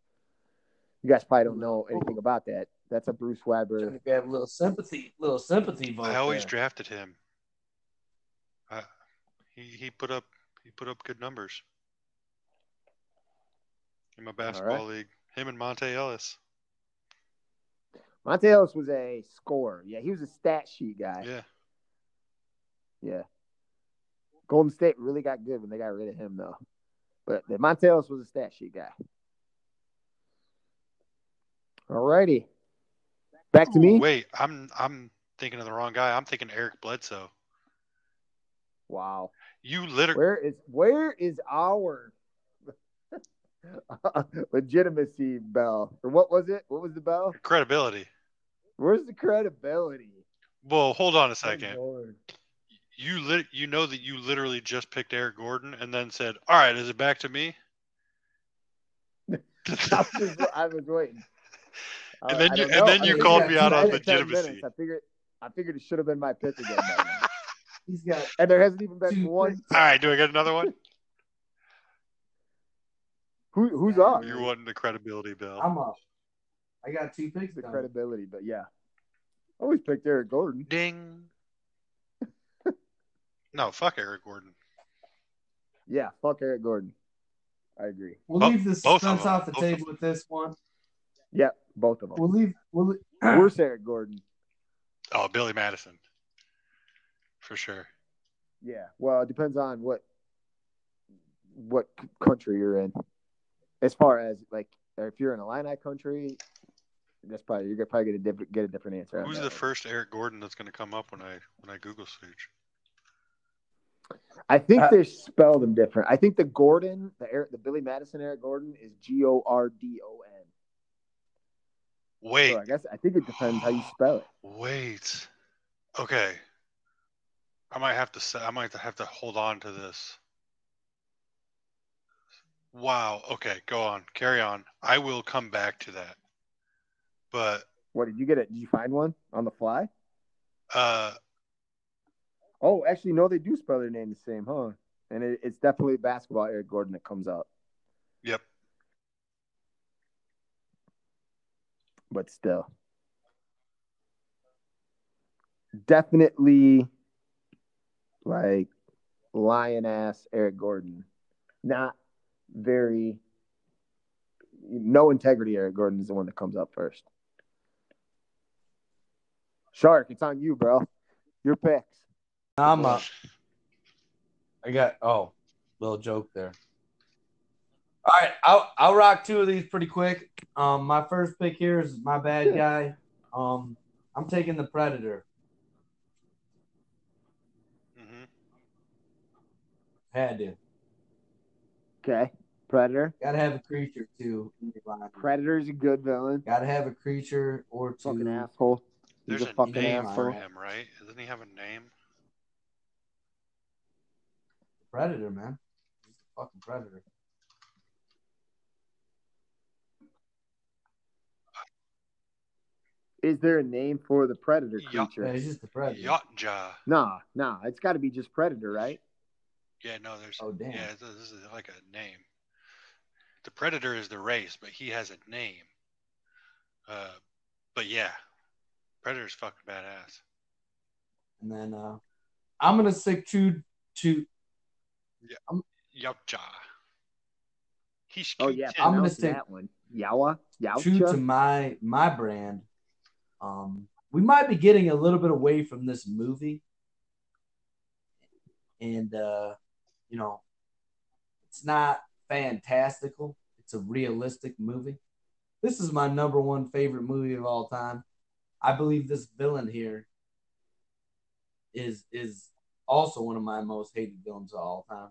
You guys probably don't know anything about that. That's a Bruce
Trying
Weber.
to grab a little sympathy, little sympathy vote.
I always
uh,
there.
drafted him. I, he he put up he put up good numbers in my basketball league. Him and Monte Ellis.
Monte Ellis was a scorer. Yeah, he was a stat sheet guy.
Yeah.
Yeah. Golden State really got good when they got rid of him, though. But Monte Ellis was a stat sheet guy. All righty. Back to me.
Wait, I'm I'm thinking of the wrong guy. I'm thinking Eric Bledsoe.
Wow.
You literally
Where is where is our legitimacy bell? Or what was it? What was the bell?
credibility.
Where's the credibility?
Well, hold on a
Good
second.
Lord.
You lit you know that you literally just picked Eric Gordon and then said, "All right, is it back to me?"
I was, I was waiting. I-
And then
I
you-
don't
and
know.
then
I
you
mean,
called
yeah,
me out
I
on
had 10
legitimacy.
minutes. I figured I figured it should have been my pick again. by now.
He's got
And there hasn't even been
two.
one.
All right, do I get another one?
Who, who's
Yeah.
up?
You're wanting the credibility bill.
I'm up. I got two picks.
The
done.
credibility, but yeah. I always picked Eric Gordon.
Ding. No, fuck Eric Gordon.
Yeah, fuck Eric Gordon. I agree.
We'll
Bo-
leave the
both of
suspense
them.
off the
Both of
table with this one.
Yep, both of them.
We'll leave. We'll leave.
Worse Eric Gordon.
Oh, Billy Madison. For sure.
Yeah. Well, it depends on what what c- country you're in. As far as like, if you're in Illini country, that's probably you're probably gonna diff- get a different answer. on
Who's
that
the
one.
first Eric Gordon that's going to come up when I when I Google search?
I think
Uh,
they spell them different. I think the Gordon, the Eric, the Billy Madison Eric Gordon is G O R D O N.
Wait,
So I guess I think it depends how you spell it.
wait. Okay. I might have to say, I might have to hold on to this. Wow. Okay, go on. Carry on. I will come back to that. But
What did you get? It? Did you find one on the fly?
uh
Oh, actually, no, they do spell their name the same, huh? And it, it's definitely basketball Eric Gordon that comes up,
yep.
but still, definitely like lion ass Eric Gordon, not very. No integrity. Eric Gordon is the one that comes up first. Shark, it's on you, bro. Your picks.
I'm
Well,
up.
I got
Oh,
little joke there.
all right. I'll I'll rock two of these pretty quick. Um, my first pick here is my bad guy. Um, I'm taking the Predator.
mhm.
Had to.
Okay. Predator.
Gotta have a creature too. in your lineup.
Predator's a good villain.
Gotta have a creature or two.
Fucking asshole. He's
There's
a
a,
fucking
name for
asshole.
him, right? Doesn't he have a name?
Predator, man. He's a fucking predator.
Is there a name for the predator
Yeah.
creature?
Yeah, he's just a predator.
Yatja.
Nah, nah. It's got to be just predator, right?
Yeah, no, there's
Oh damn.
yeah, this this is like a name. The predator is the race, but he has a name. Uh, but yeah, predator's fucking badass.
And then uh, I'm gonna stick true to.
Yopcha. He's
Oh yeah.
I'm
content.
gonna
pronounce
stick-
that one. Yawa.
true to
Yaucha.
my my brand. Um, we might be getting a little bit away from this movie, and uh, you know, it's not fantastical. It's a realistic movie. This is my number one favorite movie of all time. I believe this villain here is is also one of my most hated villains of all time.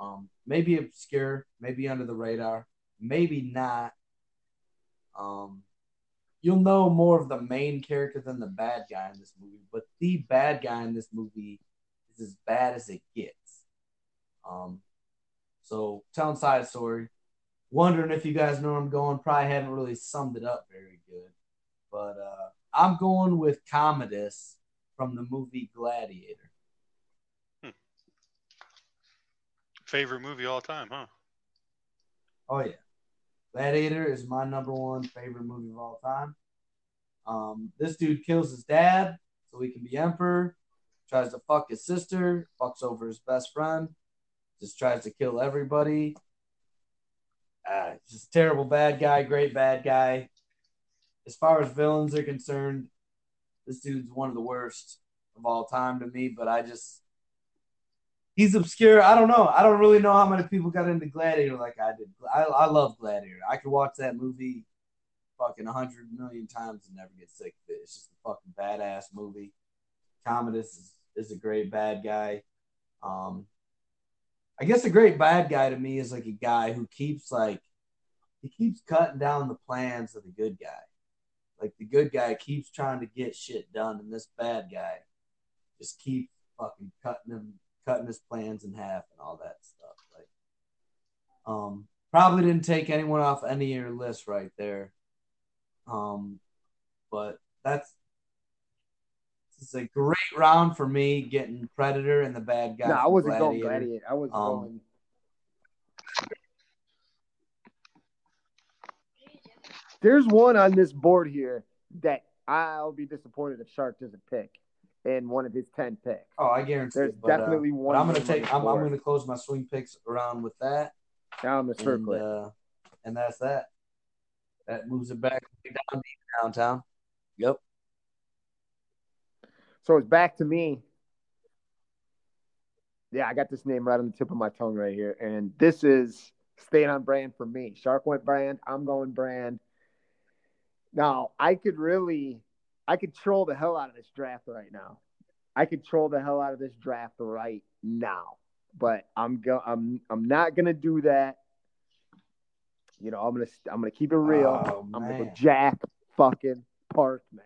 Um, maybe obscure, maybe under the radar, maybe not. Um, you'll know more of the main character than the bad guy in this movie, but the bad guy in this movie is as bad as it gets. Um, so telling side story, wondering if you guys know where I'm going. Probably haven't really summed it up very good, but uh, I'm going with Commodus from the movie Gladiator.
Favorite movie all time, huh?
Oh yeah, Gladiator is my number one favorite movie of all time. Um, this dude kills his dad so he can be emperor. Tries to fuck his sister. Fucks over his best friend. Just tries to kill everybody. Uh, just terrible bad guy. Great bad guy. As far as villains are concerned, this dude's one of the worst of all time to me. But I just he's obscure. I don't know. I don't really know how many people got into Gladiator like I did. I, I love Gladiator. I could watch that movie fucking a hundred million times and never get sick of it. It's just a fucking badass movie. Commodus is, is a great bad guy. Um, I guess a great bad guy to me is like a guy who keeps like he keeps cutting down the plans of the good guy. Like the good guy keeps trying to get shit done, and this bad guy just keeps fucking cutting him cutting his plans in half and all that stuff. Like, um, probably didn't take anyone off any of your list right there. Um, but that's this is a great round for me getting Predator and the bad guy.
No, I
from
wasn't going
Gladiator.
gladiator. I was
Um,
going. There's one on this board here that I'll be disappointed if Shark doesn't pick in one of his ten picks.
Oh, I guarantee.
There's
it, but, uh,
definitely
but
one.
I'm gonna
name on
take.
this
I'm, I'm
board.
gonna close my swing picks around with that,
Now I'm gonna
and
circle it.
uh, and that's that. That moves it back down downtown. Yep.
So it's back to me. Yeah, I got this name right on the tip of my tongue right here. And this is staying on brand for me. Shark went brand. I'm going brand. Now, I could really, I could troll the hell out of this draft right now. I could troll the hell out of this draft right now. But I'm go I'm I'm not gonna do that. You know, I'm gonna st- I'm gonna keep it real.
Oh,
I'm gonna go
man.
Jack fucking Parkman.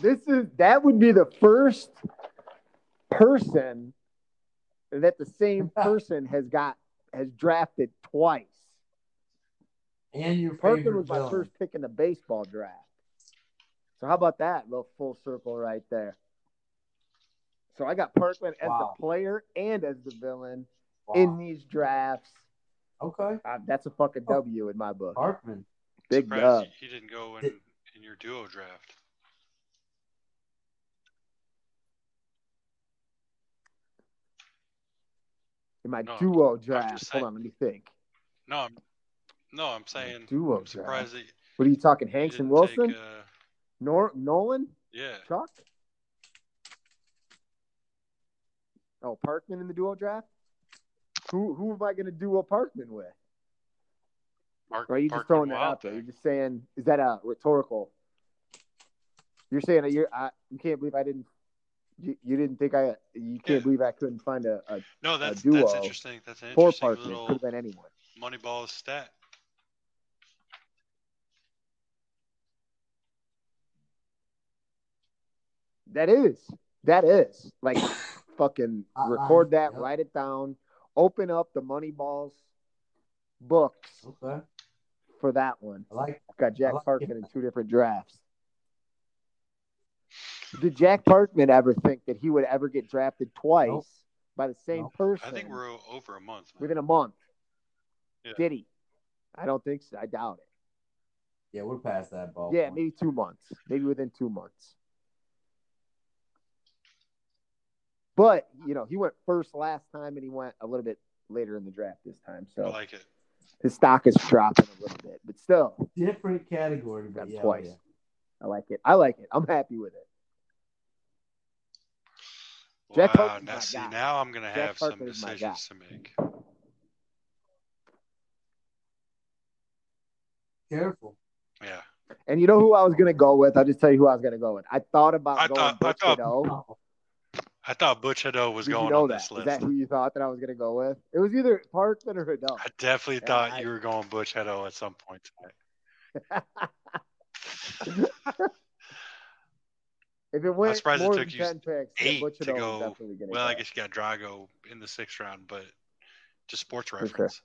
This is that would be the first person that the same person has got has drafted twice.
And your
Parkman
favorite
was my
villain.
first pick in the baseball draft. So how about that little full circle right there? So I got Parkman as
Wow.
the player and as the villain
Wow. Oh.
in these drafts.
okay,
Uh, that's a fucking W in my book.
Parkman.
Big dub.
Surprised he didn't go in, in your duo draft.
in my
No,
duo draft.
just
Hold
saying.
on, let me think.
No, I'm no, I'm saying
Duo
I'm surprised that you
What are you talking? Hanks and
didn't
Wilson,
take. Uh,
Nor- Nolan,
yeah,
Chuck. Oh, Parkman in the duo draft. Who who am I going to duo Parkman with?
Mark.
Or are you just
Parkman
throwing that
Wild
out there? You're
thing.
just saying is that a rhetorical? You're saying that you're I, you can't believe I didn't you, you didn't think I you can't
Yeah.
believe I couldn't find a, a
No, that's that's
duo
interesting. That's an
poor
interesting
Parkman. Could
little
have been anyone.
Moneyball stat.
That is. That is. Like fucking
Hotline,
record that,
yep.
write it down, open up the Moneyballs books
Okay,
for that one.
I like.
Got Jack
I like
Parkman in two different drafts. Did Jack Parkman ever think that he would ever get drafted twice
Nope.
by the same
Nope.
person
I think we're o- over a month. man.
within a month?
Yeah.
Did he? I don't think so. I doubt it.
Yeah, we're past that ball.
yeah,
point.
maybe two months. Maybe within two months. But you know, he went first last time, and he went a little bit later in the draft this time.
I
So
like it.
his stock is dropping a little bit, but still,
different category, but
got
yeah,
twice.
yeah.
I like it. I like it. I'm happy with it. Jack
wow,
Parkman's
now
my
see,
guy.
now I'm gonna
Jack
have some
Parkman is my guy.
decisions to make.
Careful.
Yeah,
And you know who I was gonna go with? I'll just tell you who I was gonna go with. I thought about
I
going
thought- I
Butch
thought-
Goodell.
I thought Butch Hado was
Did
going
you know
on
that?
this
Is
list.
that who you thought that I was gonna go with? It was either Parkman or Hidal.
I definitely
Yeah,
thought
I-
you were going Butch Hado at some point tonight.
If it went
surprised it
more
took
than
you
ten picks, then
eight
Butch
to
Hidal
go-
was definitely gonna
Well,
go.
I guess you got Drago in the sixth round, but just sports
sure.
reference.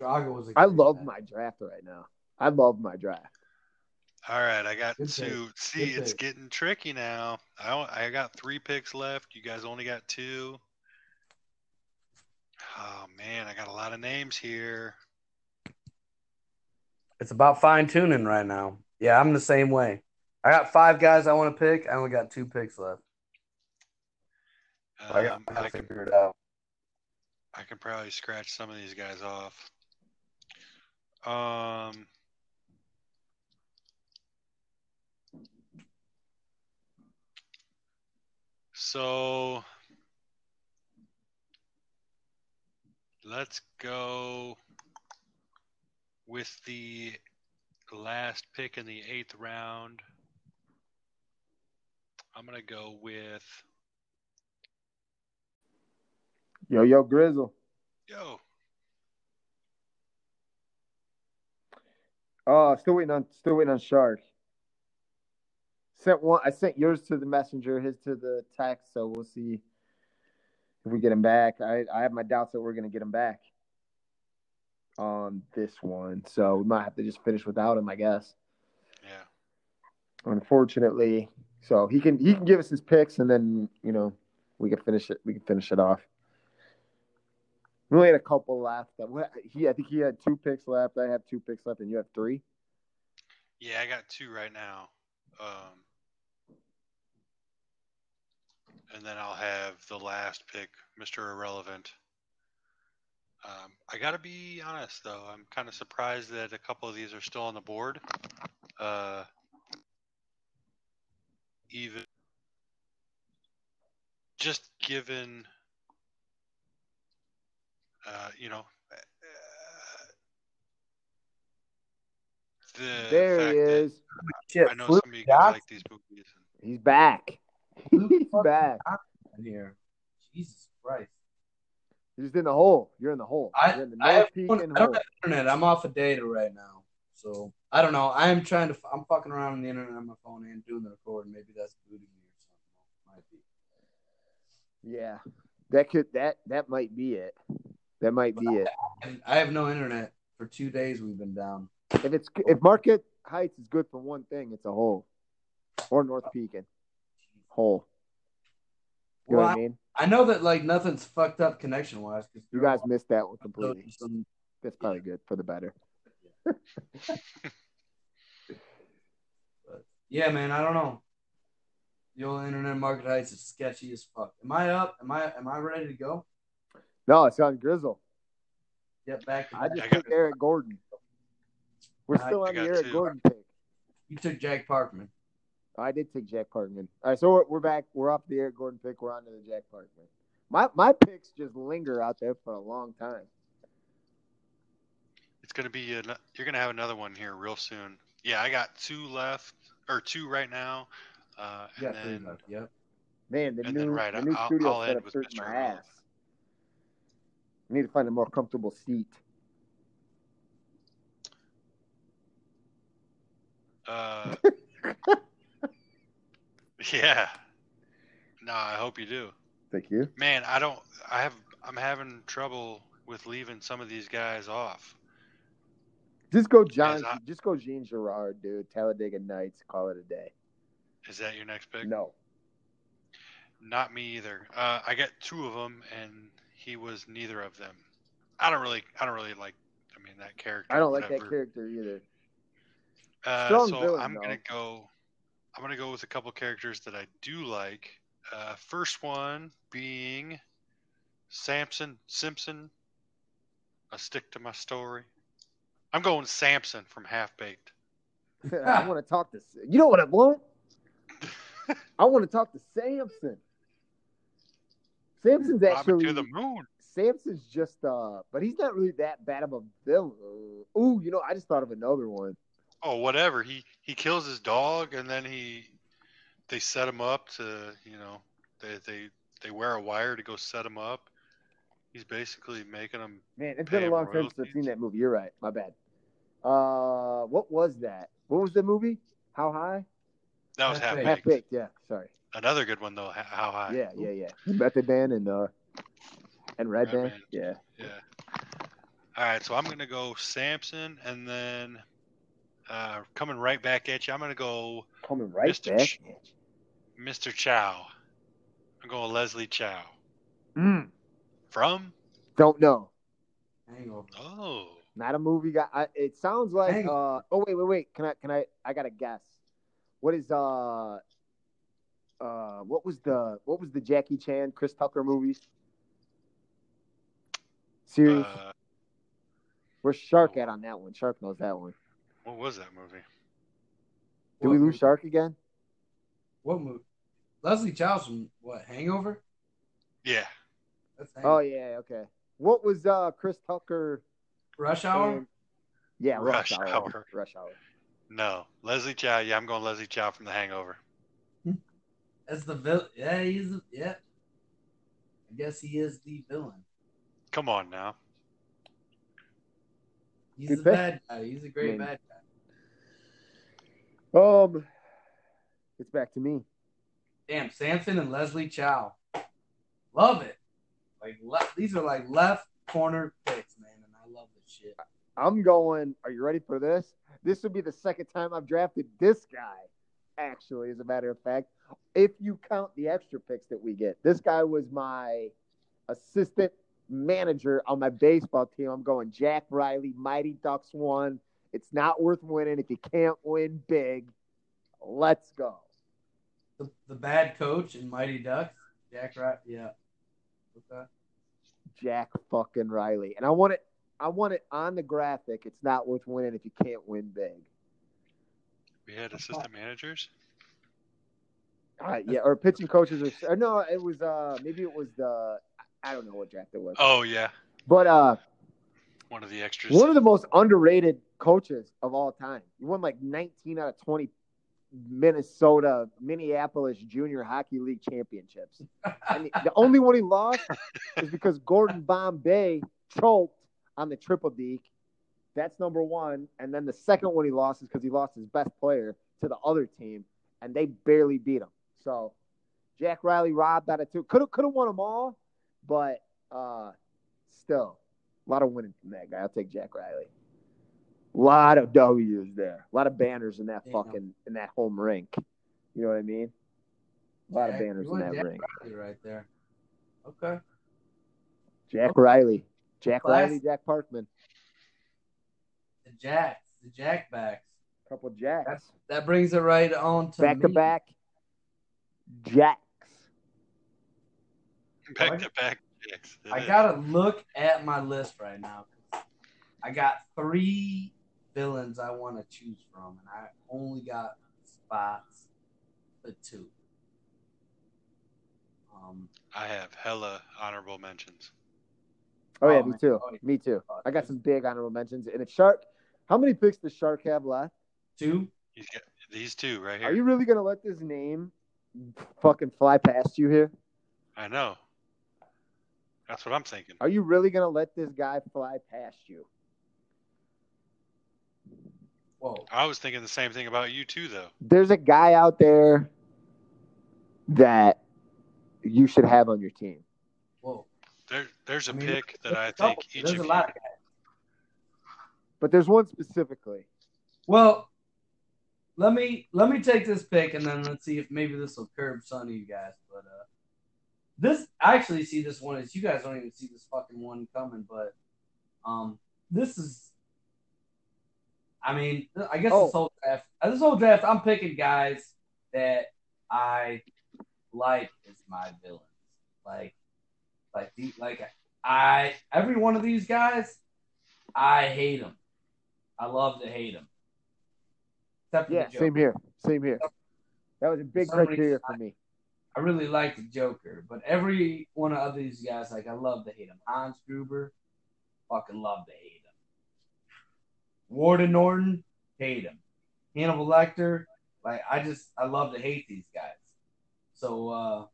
Drago was. a
I
great
love
man.
my draft right now. I love my draft.
All right, I got
Good
two. See,
Good
it's
pick.
getting tricky now. I don't- I got three picks left. You guys only got two. Oh man, I got a lot of names here.
It's about fine tuning right now. Yeah, I'm the same way. I got five guys I want to pick. I only got two picks left. I got
Um,
Uh, I
I
gotta
can
figure it out.
I can probably scratch some of these guys off. Um, so let's go with the last pick in the eighth round. I'm going to go with,
Yo, yo, Grizzle.
yo,
Oh, still waiting on still waiting on Shark. Sent one. I sent yours to the messenger, his to the text. So we'll see if we get him back. I I have my doubts that we're gonna get him back on this one. So we might have to just finish without him, I guess.
yeah.
Unfortunately, so he can he can give us his picks, and then you know we can finish it. We can finish it off. We only had a couple left. That what- he I think he had two picks left. I have two picks left, and you have three.
Yeah, I got two right now. Um, and then I'll have the last pick, Mr. Irrelevant. Um, I got to be honest, though. I'm kind of surprised that a couple of these are still on the board. Uh, even just given, uh, you know, uh, the
there
fact
he
that
is.
Shit,
I know
Fluke
somebody could
Johnson
like these movies.
He's back. He's
fucking
back.
in here. Jesus Christ.
He's in the hole. You're in the hole.
I-
You're in the
I
North
have
Pekin
I don't
hole.
have internet. I'm off a data right now, so I don't know. I am trying to. f- I'm fucking around on the internet on my phone and doing the recording. Maybe that's booting me or something. Might be.
Yeah, that could that that might be it. That might be it.
And I have no internet for two days. We've been down.
If it's if Market Heights is good for one thing, it's a hole, or North Pekin hole. You know
Well,
what I
I,
mean?
I know that like nothing's fucked up connection wise because
You guys missed that one completely.
Some,
That's probably good for the better.
yeah, man. I don't know. The old internet market heights is sketchy as fuck. Am I up? Am I am I ready to go?
No, it's on Grizzle.
Get back. To
I just
I got-
took Eric Gordon. We're
I-
still
I
on the
got
Eric
two.
Gordon pick.
you took Jack Parkman.
I did take Jack Parkman. All right, so we're, we're back. We're off the Eric Gordon pick. We're on to the Jack Parkman. My my picks just linger out there for a long time.
It's gonna be an, you're gonna have another one here real soon. Yeah, I got two left or two right now, uh,
You
and
got three
then
left. Yep.
Man, the
And
new,
then, right,
the new
I'll-
studio
I'll end
setup
with
hurt
Mr.
my
Irrelevant.
ass. I need to find a more comfortable seat.
uh, yeah. No, I hope you do.
Thank you.
Man, I don't. I have. I'm having trouble with leaving some of these guys off.
Just go John.
Yes, I-
just go Jean Girard, dude. Talladega Nights. Call it a day.
Is that your next pick?
No.
Not me either. Uh, I got two of them, and he was neither of them. I don't really. I don't really like. I mean, that character.
I don't like that
whatever.
character either.
Uh,
Strong
so
villain,
I'm
though.
gonna go. I'm gonna go with a couple characters that I do like. Uh, first one being Samson Simpson. I stick to my story. I'm going Samson from Half Baked.
I want to talk to. You know what I want? I want to talk to Samson. Samson's
Robin
actually
to the moon.
Samson's just uh, but he's not really that bad of a villain. Ooh, you know, I just thought of another one.
Oh, whatever. He he kills his dog, and then he they set him up to you know they they they wear a wire to go set him up. He's basically making him.
Man, it's
Pay
been a
him
long time since I've
royalties.
seen that movie. You're right. My bad. Uh, what was that? What was the movie? How high?
That was
Half
half
Baked.
Half
baked.
baked. Yeah, sorry.
Another good one though. H- How high?
Yeah, yeah, yeah. Method Man and uh and Red
Red
Man.
Man.
Yeah.
Yeah. All right, so I'm gonna go Samson, and then uh, coming right back at you, I'm gonna go
Coming right
Mr.
back.
Ch- Mr. Chow. I'm going Leslie Chow
Mm.
from.
Don't know.
Hangover.
Oh,
Not a movie guy. I, it sounds like
Hang
uh oh wait, wait, wait. Can I can I I got to guess. What is uh uh what was the what was the Jackie Chan Chris Tucker movie? Series.
uh,
Where's Shark at on that one? Shark knows that one.
what was that movie?
Did
What
we lose
movie?
Shark again?
What movie? Leslie Childs from what? Hangover?
Yeah,
That's
Oh
Hangover.
yeah, okay. What was uh Chris Tucker?
Rush Hour.
in- yeah, Rush,
Rush
hour.
Hour.
Rush Hour.
no, Leslie Chow. Yeah, I'm going Leslie Chow from The Hangover.
That's the villain. Yeah, he's the, yeah. I guess he is the villain.
Come on now.
He's
Good
the
pick.
bad guy. He's a great
Man.
bad guy.
Um, it's back to me.
Damn, Samson and Leslie Chow. Love it. Like le- these are like left corner picks, man, and I love this shit.
I'm going. Are you ready for this? This would be the second time I've drafted this guy. Actually, as a matter of fact, if you count the extra picks that we get, this guy was my assistant manager on my baseball team. I'm going Jack Riley, Mighty Ducks one. It's not worth winning if you can't win big. Let's go.
The, the bad coach in Mighty Ducks, Jack Rat. Yeah. Okay.
Jack fucking Riley. And I want it I want it on the graphic. It's not worth winning if you can't win big.
We had assistant managers.
All right, yeah, or pitching coaches or, or no, it was uh maybe it was the I don't know what draft it was.
Oh yeah,
But uh
one of the extras.
One of the most underrated coaches of all time. He won like 19 out of 20 Minnesota, Minneapolis Junior Hockey League championships. And the only one he lost is because Gordon Bombay choked on the triple deke. That's number one. And then the second one he lost is because he lost his best player to the other team, and they barely beat him. So Jack Riley robbed out of two. Could have could have won them all, but uh, still a lot of winning from that guy. I'll take Jack Riley. A lot of W's there. A lot of banners in that
Damn.
fucking in that home rink. You know what I mean? A lot of
Jack-
banners
you
in
want
that
Jack
ring.
Riley right there. Okay.
Jack Riley. Jack
Class-
Riley, Jack Parkman.
The Jacks, the Jackbacks.
Couple Jacks.
That's- That brings it right on to
Back to
me.
back Jacks.
back to back chicks.
I gotta look at my list right now. I got three villains I want to choose from, and I only got spots for two. Um,
I have hella honorable mentions.
Oh, yeah,
Oh,
me
man.
too.
Oh, yeah.
Me too.
uh,
I got some big honorable mentions. And if Shark, how many picks does Shark have left?
two.
He's got these two right
Are
here.
you really gonna let this name fucking fly past you here?
I know. That's what I'm thinking.
Are you really gonna let this guy fly past you?
Whoa,
I was thinking the same thing about you too, though.
There's a guy out there that you should have on your team.
whoa.
There, there's a
I mean,
pick that I
there's a couple-
think each
there's
of
a
you.
lot of
But there's one specifically.
Well, let me let me take this pick and then let's see if maybe this will curb some of you guys. But uh, this I actually see this one as you guys don't even see this fucking one coming. But um, this is, I mean, th- I guess
Oh.
this whole draft, uh, this whole draft, I'm picking guys that I like as my villains. Like, like the like I every one of these guys, I hate them. I love to hate them. Except for
Yeah,
the Joker.
same here. Same here. That was a big
Somebody-
criteria for me.
I really like the Joker, but every one of these guys, like I love to hate him. Hans Gruber, fucking love to hate him. Warden Norton, hate him. Hannibal Lecter, like I just I love to hate these guys. So uh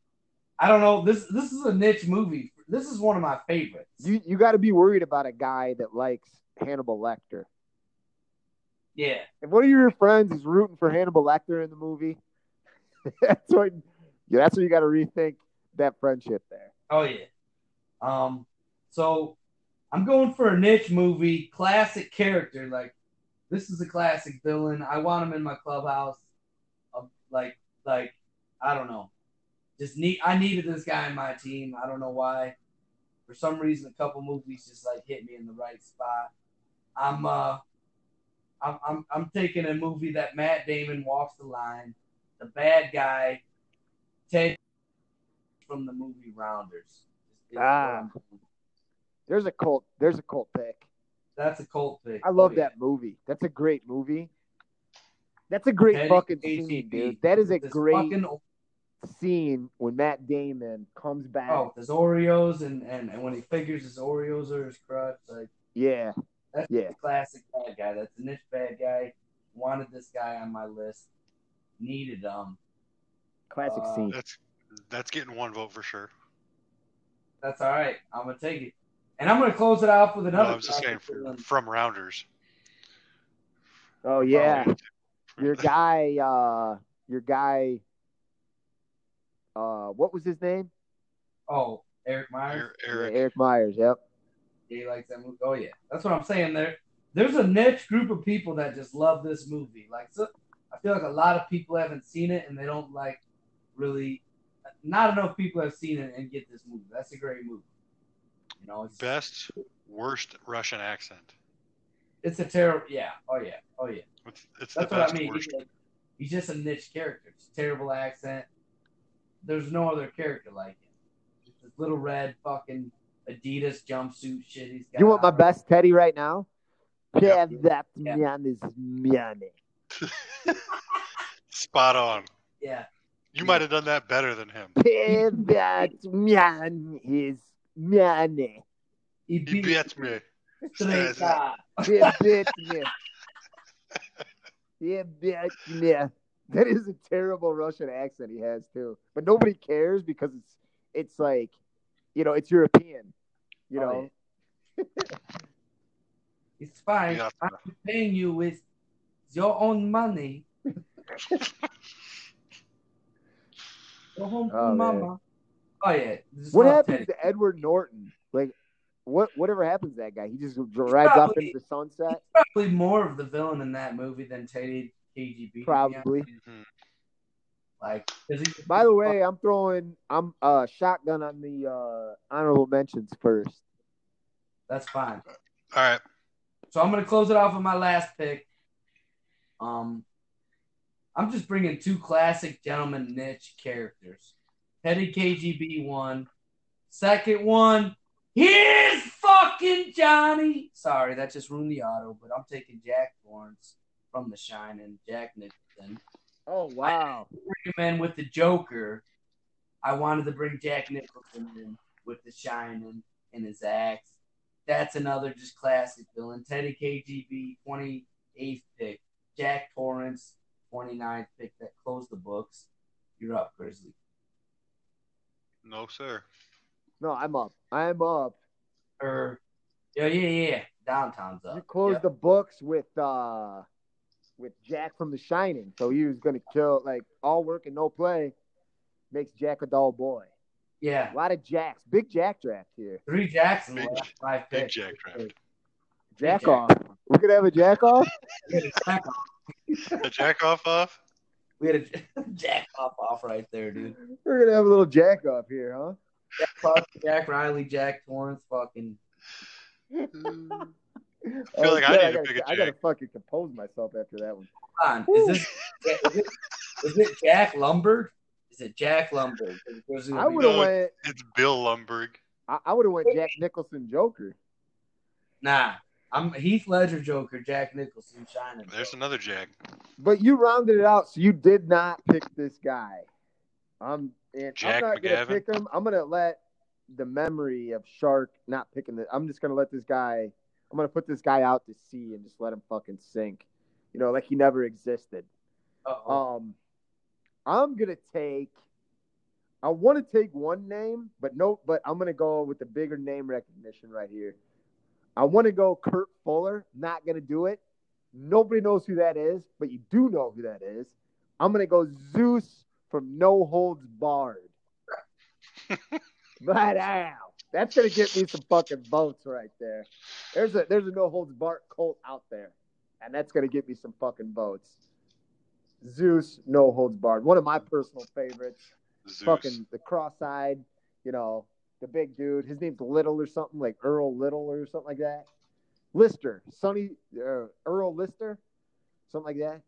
I don't know. This this is a niche movie. This is one of my favorites.
You you got to be worried about a guy that likes Hannibal Lecter.
yeah.
If one of your friends is rooting for Hannibal Lecter in the movie, that's what yeah, that's what you got to rethink that friendship there.
Oh yeah. Um, so I'm going for a niche movie, classic character. Like this is a classic villain. I want him in my clubhouse. Um, like like I don't know. Just need I needed this guy in my team. I don't know why. For some reason, a couple movies just like hit me in the right spot. I'm uh. I'm, I'm, I'm taking a movie that Matt Damon walks the line. The bad guy, Ted from the movie Rounders. It's-
Ah. There's a cult. There's a cult pick.
That's a cult pick.
I love
Oh, yeah.
that movie. That's a great movie. That's a great
Teddy
fucking scene,
ACB.
dude. That is a
This
great
fucking-
scene when Matt Damon comes back.
oh, there's Oreos and, and and when he figures his Oreos are his crutch, like
Yeah,
that's
Yeah.
the classic bad guy. That's the niche bad guy. Wanted this guy on my list. Needed him.
classic
Uh,
scene.
That's that's getting one vote for sure.
That's all right. I'm gonna take it, and I'm gonna close it off with
No,
another.
I was just saying
classic
from,
villain.
from Rounders.
Oh yeah,
From-
your guy. uh Your guy. Uh, what was his name?
Oh, Eric Myers.
Eric, Eric,
Yeah, Eric Myers. Yep.
He likes that movie. Oh yeah, that's what I'm saying. There, there's a niche group of people that just love this movie. Like, so, I feel like a lot of people haven't seen it, and they don't like really. Not enough people have seen it and get this movie. That's a great movie. You know, it's
best worst Russian accent.
It's a terrible. Yeah. Oh yeah. Oh yeah.
It's, it's
That's
the
what I
best
mean. He's,
worst.
like- he's just a niche character. It's a terrible accent. There's no other character like him. It's this little red fucking Adidas jumpsuit shit. He's got
You want my
on.
best Teddy right now? Yeah,
Yep.
that
Yeah.
man is money.
Spot on.
Yeah.
You might have done that better than him.
Yeah, that man is money.
He
He beat
beats me. Says it.
Straight
Yeah, bitch, yeah. Yeah, bitch, yeah. That is a terrible Russian accent he has too. But nobody cares because it's it's like, you know, it's European. You
Oh,
know,
yeah.
It's fine.
Yeah.
I'm paying you with your own money. Go home to
Oh,
mama.
man.
Oh yeah. This is
what
not
happened
Teddy.
to Edward Norton? Like, what whatever happens to that guy? He just drives off
probably-
into the sunset.
Probably more of the villain in that movie than Teddy KGB. to be honest.
Probably.
Mhm.
Like, 'cause he-
By the way, I'm throwing I'm uh shotgun on the uh honorable mentions first.
that's fine.
All right.
So I'm gonna close it off with my last pick. Um, I'm just bringing two classic gentleman niche characters. Teddy KGB one, second one. Here's fucking Johnny. Sorry, that just ruined the auto, but I'm taking Jack Lawrence from The Shining, Jack Nicholson.
Oh wow.
Bring him in with the Joker. I wanted to bring Jack Nicholson in with The Shining and his axe. That's another just classic villain. Teddy KGB, 28th pick. Jack Torrance, 29th pick. That closed the books. You're up, Grizzly.
No, sir.
No, I'm up. I'm up.
Or, Er, yeah, yeah, yeah. Downtown's
Uh,
You
up.
closed
Yep.
the books with uh with Jack from The Shining, so he was gonna kill like all work and no play makes Jack a dull boy.
yeah.
A lot of Jacks, big Jack draft here.
Three Jacks in the
Big-
last five
Big
picks.
Jack draft.
Jack,
Jack.
off. We could have a Jack off.
Jack off.
The jack off off.
We had a Jack off off right there, dude.
We're gonna have a little Jack off here, huh?
Jack, Fox, Jack Riley, Jack Torrance, fucking
Mm.
I
feel like I need to
gotta,
pick a
I gotta
Jack.
fucking compose myself after that one.
Hold on. Is this is it, is it Jack Lumberg? Is it Jack Lumberg? There's gonna
I
be-
would have
No.
went.
It's Bill Lumberg.
I, I would have went Jack Nicholson Joker.
Nah, I'm Heath Ledger Joker, Jack Nicholson shining.
There's another Jack.
But you rounded it out, so you did not pick this guy. I'm and
Jack
I'm not
McGavin.
gonna pick him. I'm gonna let the memory of Shark not picking the. I'm just gonna let this guy. I'm gonna put this guy out to sea and just let him fucking sink. You know, like he never existed.
Uh-oh.
Um, I'm gonna take. I want to take one name, but no. But I'm gonna go with the bigger name recognition right here. I want to go Kurt Fuller. Not gonna do it. Nobody knows who that is, but you do know who that is. I'm gonna go Zeus from No Holds Barred. right now, that's gonna get me some fucking votes right there. There's a there's a No Holds Barred cult out there, and that's gonna get me some fucking votes. Zeus, No Holds Barred, one of my personal favorites.
Zeus.
Fucking the cross-eyed, you know, the big dude. His name's Little or something like Earl Little or something like that. Lister, Sonny, uh, Earl Lister, something like that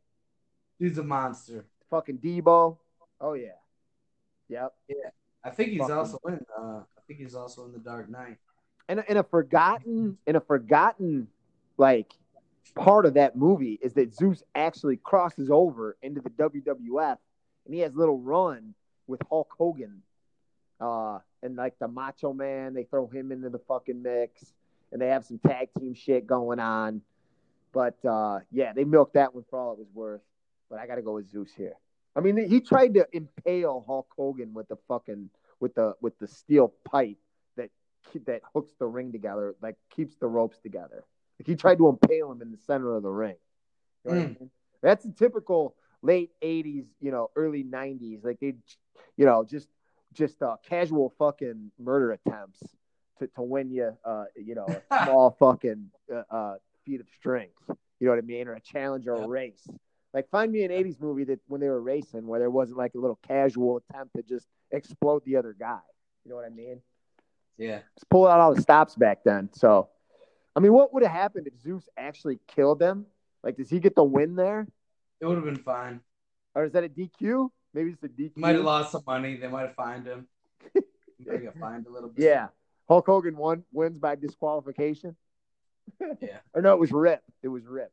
Dude's a monster.
fucking Debo. Oh yeah, yep.
I think he's
Fucking-
also in. Uh, I think he's also in the Dark Knight.
And in a forgotten, in a forgotten, like part of that movie is that Zeus actually crosses over into the WWF, and he has a little run with Hulk Hogan, uh, and like the Macho Man. They throw him into the fucking mix, and they have some tag team shit going on. But uh, yeah, they milked that one for all it was worth. But I got to go with Zeus here. I mean, he tried to impale Hulk Hogan with the fucking with the with the steel pipe that that hooks the ring together, like keeps the ropes together. Like he tried to impale him in the center of the ring. You know what I mean? That's a typical late '80s, you know, early '90s. Like they, you know, just just uh, casual fucking murder attempts to to win you, uh, you know, a small fucking uh, uh, feet of strength. You know what I mean? Or a challenge or a
Yeah.
race. Like find me an '80s movie that when they were racing, where there wasn't like a little casual attempt to just explode the other guy. You know what I mean?
Yeah.
Just pull out all the stops back then. So, I mean, what would have happened if Zeus actually killed him? Like, does he get the win there,
It would have been fine.
or is that a DQ? Maybe it's a DQ.
He might have lost some money. They might have fined him. Might have fined a little bit.
Yeah, Hulk Hogan won wins by disqualification.
Yeah.
Or no, it was Rip. It was Rip.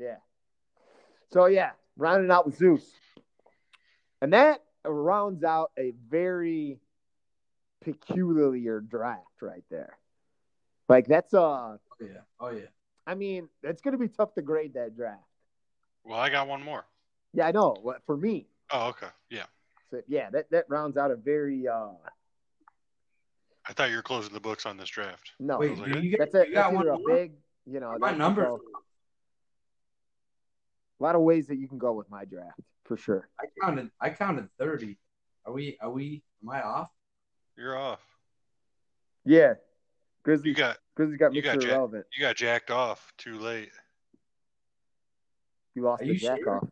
Yeah. So yeah, rounding out with Zeus, and that rounds out a very peculiar draft right there. Like that's uh
Oh yeah. Oh yeah.
I mean, that's gonna be tough to grade that draft.
Well, I got one more.
Yeah, I know. What for me.
Oh, okay. Yeah.
So yeah, that, that rounds out a very uh
I thought you were closing the books on this draft.
no.
Wait,
like,
do you, get,
Oh, that's
you
it.
got
That's
one
either a
more?
big, you know,
My
that-
numbers.
so, a lot of ways that you can go with my draft for sure.
I counted. I counted thirty. Are we? Are we? Am I off?
You're off.
Yeah,
You
Grizzlies.
got
Grizzlies got
you got
Mr.
Jack.
Irrelevant.
you got jacked off too late.
You lost
Are
the
you
jack
sure?
off.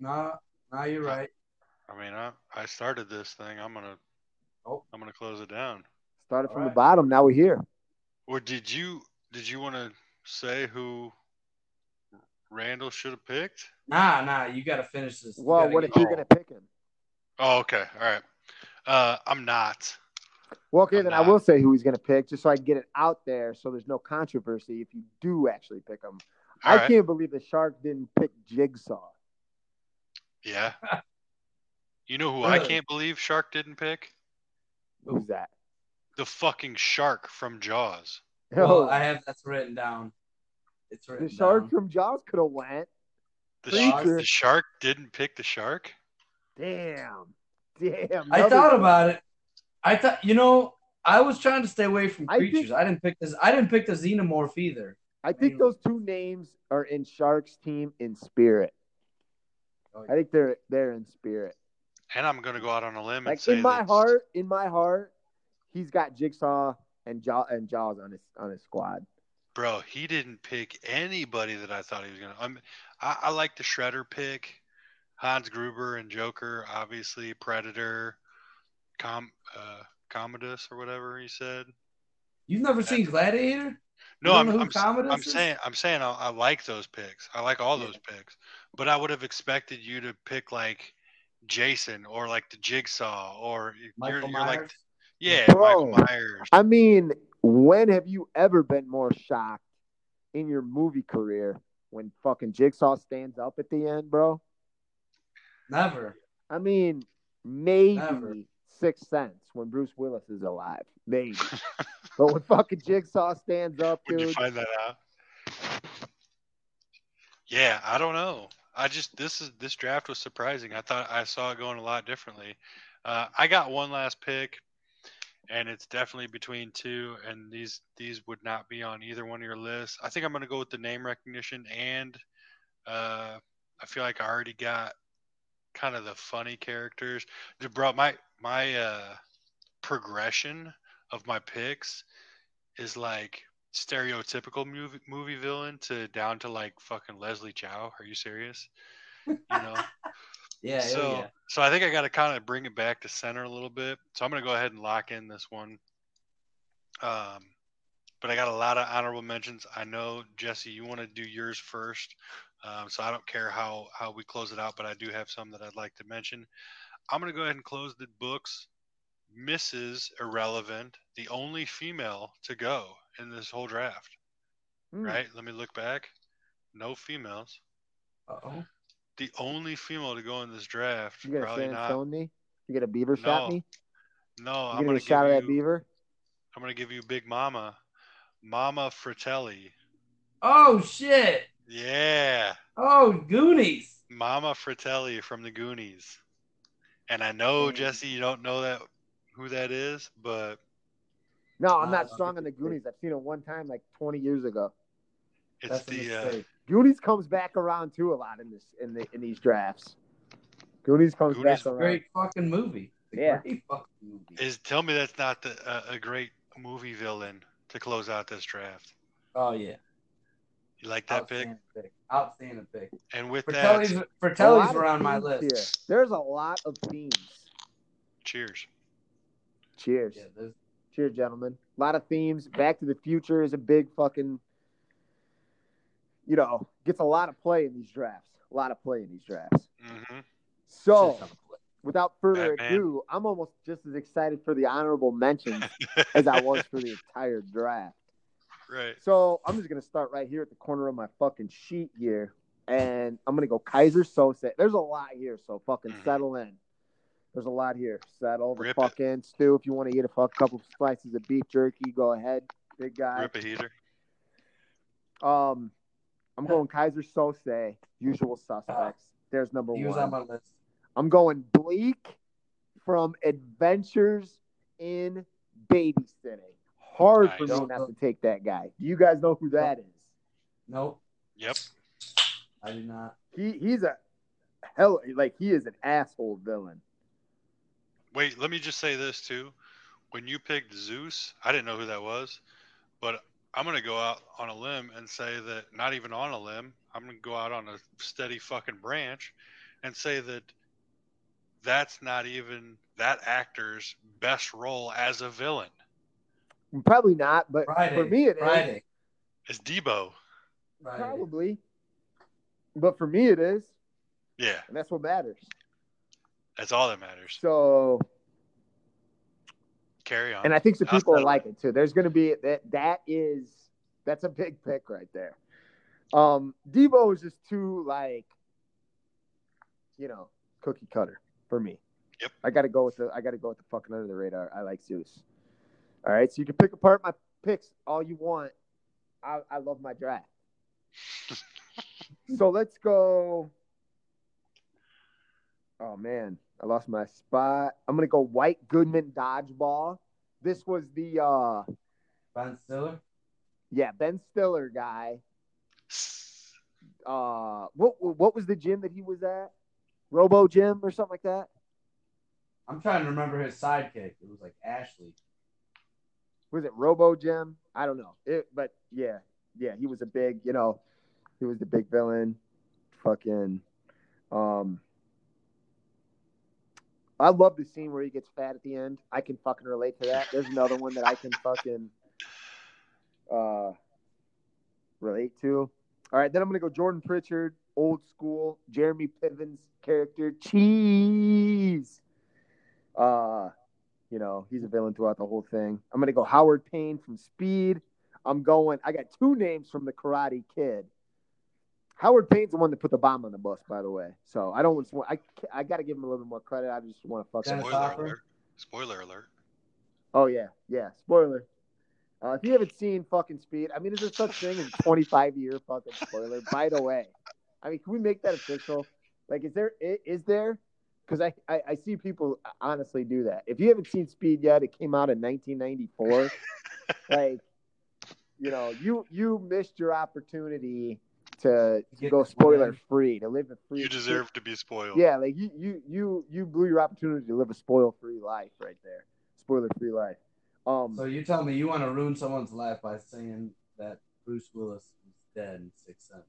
Nah. Nah. You're right.
I mean, I, I started this thing. I'm gonna
Oh.
I'm gonna close it down.
Started from the
Alright.
bottom. Now we're here.
Or did you did you want to say who Randall should have picked?
Nah. Nah. You got to finish this. You
Well,
gotta
what
get-
if you're
Oh.
gonna pick him?
Oh, okay. All right. Uh, I'm not.
Well, okay,
I'm
then
not.
I will say who he's going to pick just so I can get it out there so there's no controversy if you do actually pick him.
All
I
right.
can't believe the Shark didn't pick Jigsaw.
Yeah. You know who I
Uh.
Really?
can't believe Shark didn't pick?
Who's that?
The fucking shark from Jaws.
Well,
Oh,
I have that's written down. It's written
the Shark
down.
from Jaws could have went.
The,
Creature.
sh- the shark didn't pick the shark?
Damn. Damn.
I
another-
thought about it. I thought you know I was trying to stay away from
I think-
creatures. I, didn't pick this. I didn't pick the xenomorph either.
I think those two names are in Shark's team in spirit. I think they're they're in spirit.
And I'm gonna go out on a limb and
Like
say
in my
that-
heart, in my heart, he's got Jigsaw and Jaw and Jaws on his on his squad.
bro, he didn't pick anybody that I thought he was gonna. I'm, I, I like the Shredder pick, Hans Gruber and Joker, obviously Predator, Com, uh, Commodus or whatever he said.
You've never seen Gladiator?
No,
don't
I'm,
know who
I'm, s-
Commodus
I'm
is?
saying, I'm saying, I, I like those picks. I like all
Yeah.
those picks, but I would have expected you to pick like Jason or like the Jigsaw or
Michael
you're,
Myers.
you're like, yeah,
Bro.
Michael Myers.
I mean, when have you ever been more shocked in your movie career when fucking Jigsaw stands up at the end, bro?
Never.
I mean, maybe
Never.
Sixth Sense when Bruce Willis is alive, maybe. but when fucking Jigsaw stands up,
Would you
dude,
find that out? Yeah, I don't know. I just this is this draft was surprising. I thought I saw it going a lot differently. Uh, I got one last pick, and it's definitely between two, and these these would not be on either one of your lists. I think I'm going to go with the name recognition, and uh, I feel like I already got kind of the funny characters. Dude, Bro, my my uh, progression of my picks is like stereotypical movie movie villain to down to like fucking Leslie Chow. Are you serious? You know.
Yeah. hell
so
yeah.
so I think I got to kind of bring it back to center a little bit. So I'm gonna go ahead and lock in this one. Um, but I got a lot of honorable mentions. I know Jesse, you want to do yours first. Um, so I don't care how how we close it out, but I do have some that I'd like to mention. I'm gonna go ahead and close the books. Mrs. Irrelevant, the only female to go in this whole draft
hmm,
right? Let me look back. No females.
Uh-oh.
The only female to go in this draft,
you gonna
probably
Sharon
not.
Stone me? You gonna Beaver shot
No,
me? You
No, I'm
gonna,
gonna give
shout at
you.
Beaver?
I'm gonna give you Big Mama, Mama Fratelli.
Oh shit.
Yeah,
Oh Goonies.
Mama Fratelli from the Goonies. And I know
Damn.
Jesse, you don't know that who that is, but
No, I'm
Nah,
not
I
strong
think
on the
it's good.
Goonies. I've seen it one time, like 20 years ago.
it's
That's a
the uh,
mistake.
Goonies comes back around too a lot in this in the in these drafts. Goonies comes
Goonies
back around.
Great fucking movie. It's a
Yeah.
Great fucking movie.
is. Tell me that's not the uh, a great movie villain to close out this draft.
oh yeah.
You like that pick?
Outstanding pick. Outstanding pick.
And with that,
Oh, Fratelli's,
A
Fratelli's
lot
were
of
on my
themes
list.
Here. There's a lot of themes.
cheers.
Cheers.
Yeah, those-
Cheers, gentlemen. A lot of themes. Back to the Future is a big fucking, you know, gets a lot of play in these drafts. A lot of play in these drafts.
hmm
So, without further
Batman.
ado, I'm almost just as excited for the honorable mentions as I was for the entire draft.
Right.
So I'm just gonna start right here at the corner of my fucking sheet here, and I'm gonna go Kaiser Sosa. There's a lot here, so fucking
Mhm.
settle in. There's a lot here. Settle the
Rip it.
fucking stew. If you want to eat a fuck couple slices of beef jerky, go ahead. big guy.
Rip a heater.
Um, I'm going Kaiser Sose, usual suspects. There's number
He
one.
was on my list.
I'm going Bleak from Adventures in Babysitting. Hard for
Nice.
me not to take that guy. Do you guys know who that is?
Nope,
Yep.
I did not.
He he's a hell like he is an asshole villain.
Wait, let me just say this too. When you picked Zeus, I didn't know who that was, but I'm going to go out on a limb and say that, not even on a limb, I'm going to go out on a steady fucking branch and say that that's not even that actor's best role as a villain.
Probably not, but
Friday.
for me it is.
Friday.
It's Debo.
Friday.
Probably. But for me it is,
Yeah,
and that's what matters.
that's all that matters.
So
Carry on.
and I think some
I'll
people will
settle
like it too. There's going to be that. That is that's a big pick right there. Um, Debo is just too like, you know, cookie cutter for me.
Yep.
I got to go with the. I got to go with the fucking under the radar. I like Zeus. All right, so you can pick apart my picks all you want. I, I love my draft. so let's go. Oh man, I lost my spot. I'm gonna go White Goodman dodgeball. This was the uh
Ben Stiller.
yeah Ben Stiller guy. Uh, what what was the gym that he was at? Robo Gym or something like that.
I'm trying to remember his sidekick. It was like Ashley.
Was it Robo Gym? I don't know. It, but yeah, yeah, he was a big, you know, he was the big villain. Fucking, um, I love the scene where he gets fat at the end. I can fucking relate to that. There's another one that I can fucking uh relate to. All right, then I'm gonna go Jordan Pritchard, old school, Jeremy Piven's character, cheese. Uh, you know, he's a villain throughout the whole thing. I'm gonna go Howard Payne from Speed. I'm going, I got two names from the Karate Kid. Howard Payne's the one that put the bomb on the bus, by the way. So I don't want. I I got to give him a little bit more credit. I just want to fuck him.
Dennis
Spoiler
Hopper.
alert. Spoiler alert.
Oh yeah, yeah. Spoiler. Uh, if you haven't seen fucking Speed, I mean, is there such thing as a 25 year fucking spoiler? By the way, I mean, can we make that official? Like, is there i- is there? Because I, I I see people honestly do that. If you haven't seen Speed yet, it came out in 1994. like, you know, you you missed your opportunity to, to
Get
go
the
spoiler
spoiler.
free to live a free.
You deserve to be spoiled.
Yeah, like you, you, you, you blew your opportunity to live a spoil-free life right there. Spoiler-free life. Um,
So you tell me you want to ruin someone's life by saying that Bruce Willis is dead in Six Sense.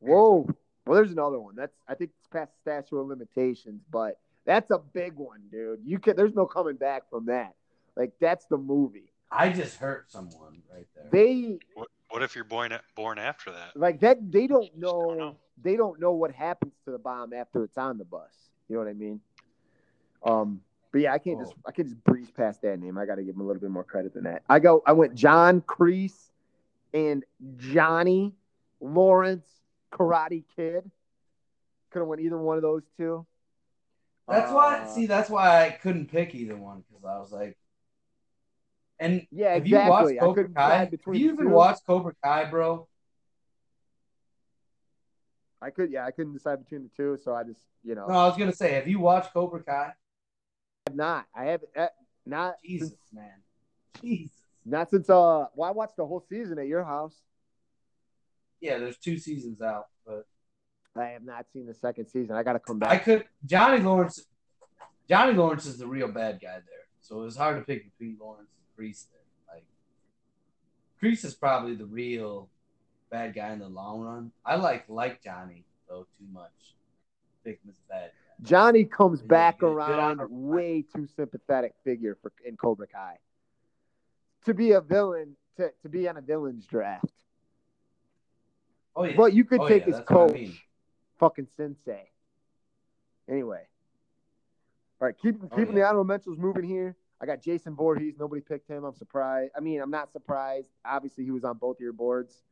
whoa. Well, there's another one. That's I think it's past statute of limitations, but that's a big one, dude. You can. There's no coming back from that. Like that's the movie.
I just hurt someone right there.
They
What, what if you're born born after that?
like that. They don't
Just
know.
don't know.
They don't know what happens to the bomb after it's on the bus. You know what I mean? Um. But yeah, I can't just I can't just breeze past that name. I got to give him a little bit more credit than that. I go. I went John Creese and Johnny Lawrence Karate Kid. Could have went either one of those two.
That's
Uh,
why. See, that's why I couldn't pick either one because I was like, and
yeah,
have you
exactly.
watched
I
Cobra
couldn't decide
Kai? Have
between
you
the
even
two.
watched Cobra Kai, bro?
I could. Yeah, I couldn't decide between the two, so I just you know
No, I was gonna say, have you watched Cobra Kai?
have not. I have uh, not.
Jesus,
Since,
man, Jesus.
not since uh. Well, I watched the whole season at your house.
Yeah, there's two seasons out, but
I have not seen the second season. I got to come
I
back.
could. Johnny Lawrence. Johnny Lawrence is the real bad guy there, so it was hard to pick between Lawrence and Crease there. Like, Crease is probably the real bad guy in the long run. I like like Johnny though too much. Pick him as a bad. guy.
Johnny comes
Yeah,
back
good- good
around,
honor.
way too sympathetic figure for in Cobra Kai. To be a villain, to, to be on a villain's draft.
Oh yeah.
But you could
Oh,
take
yeah,
his
that's what I
coach,
mean.
fucking sensei. Anyway, all right, keep keeping the
Oh, yeah.
honorable mentions moving here. I got Jason Voorhees. Nobody picked him. I'm surprised. I mean, I'm not surprised. Obviously, he was on both of your boards.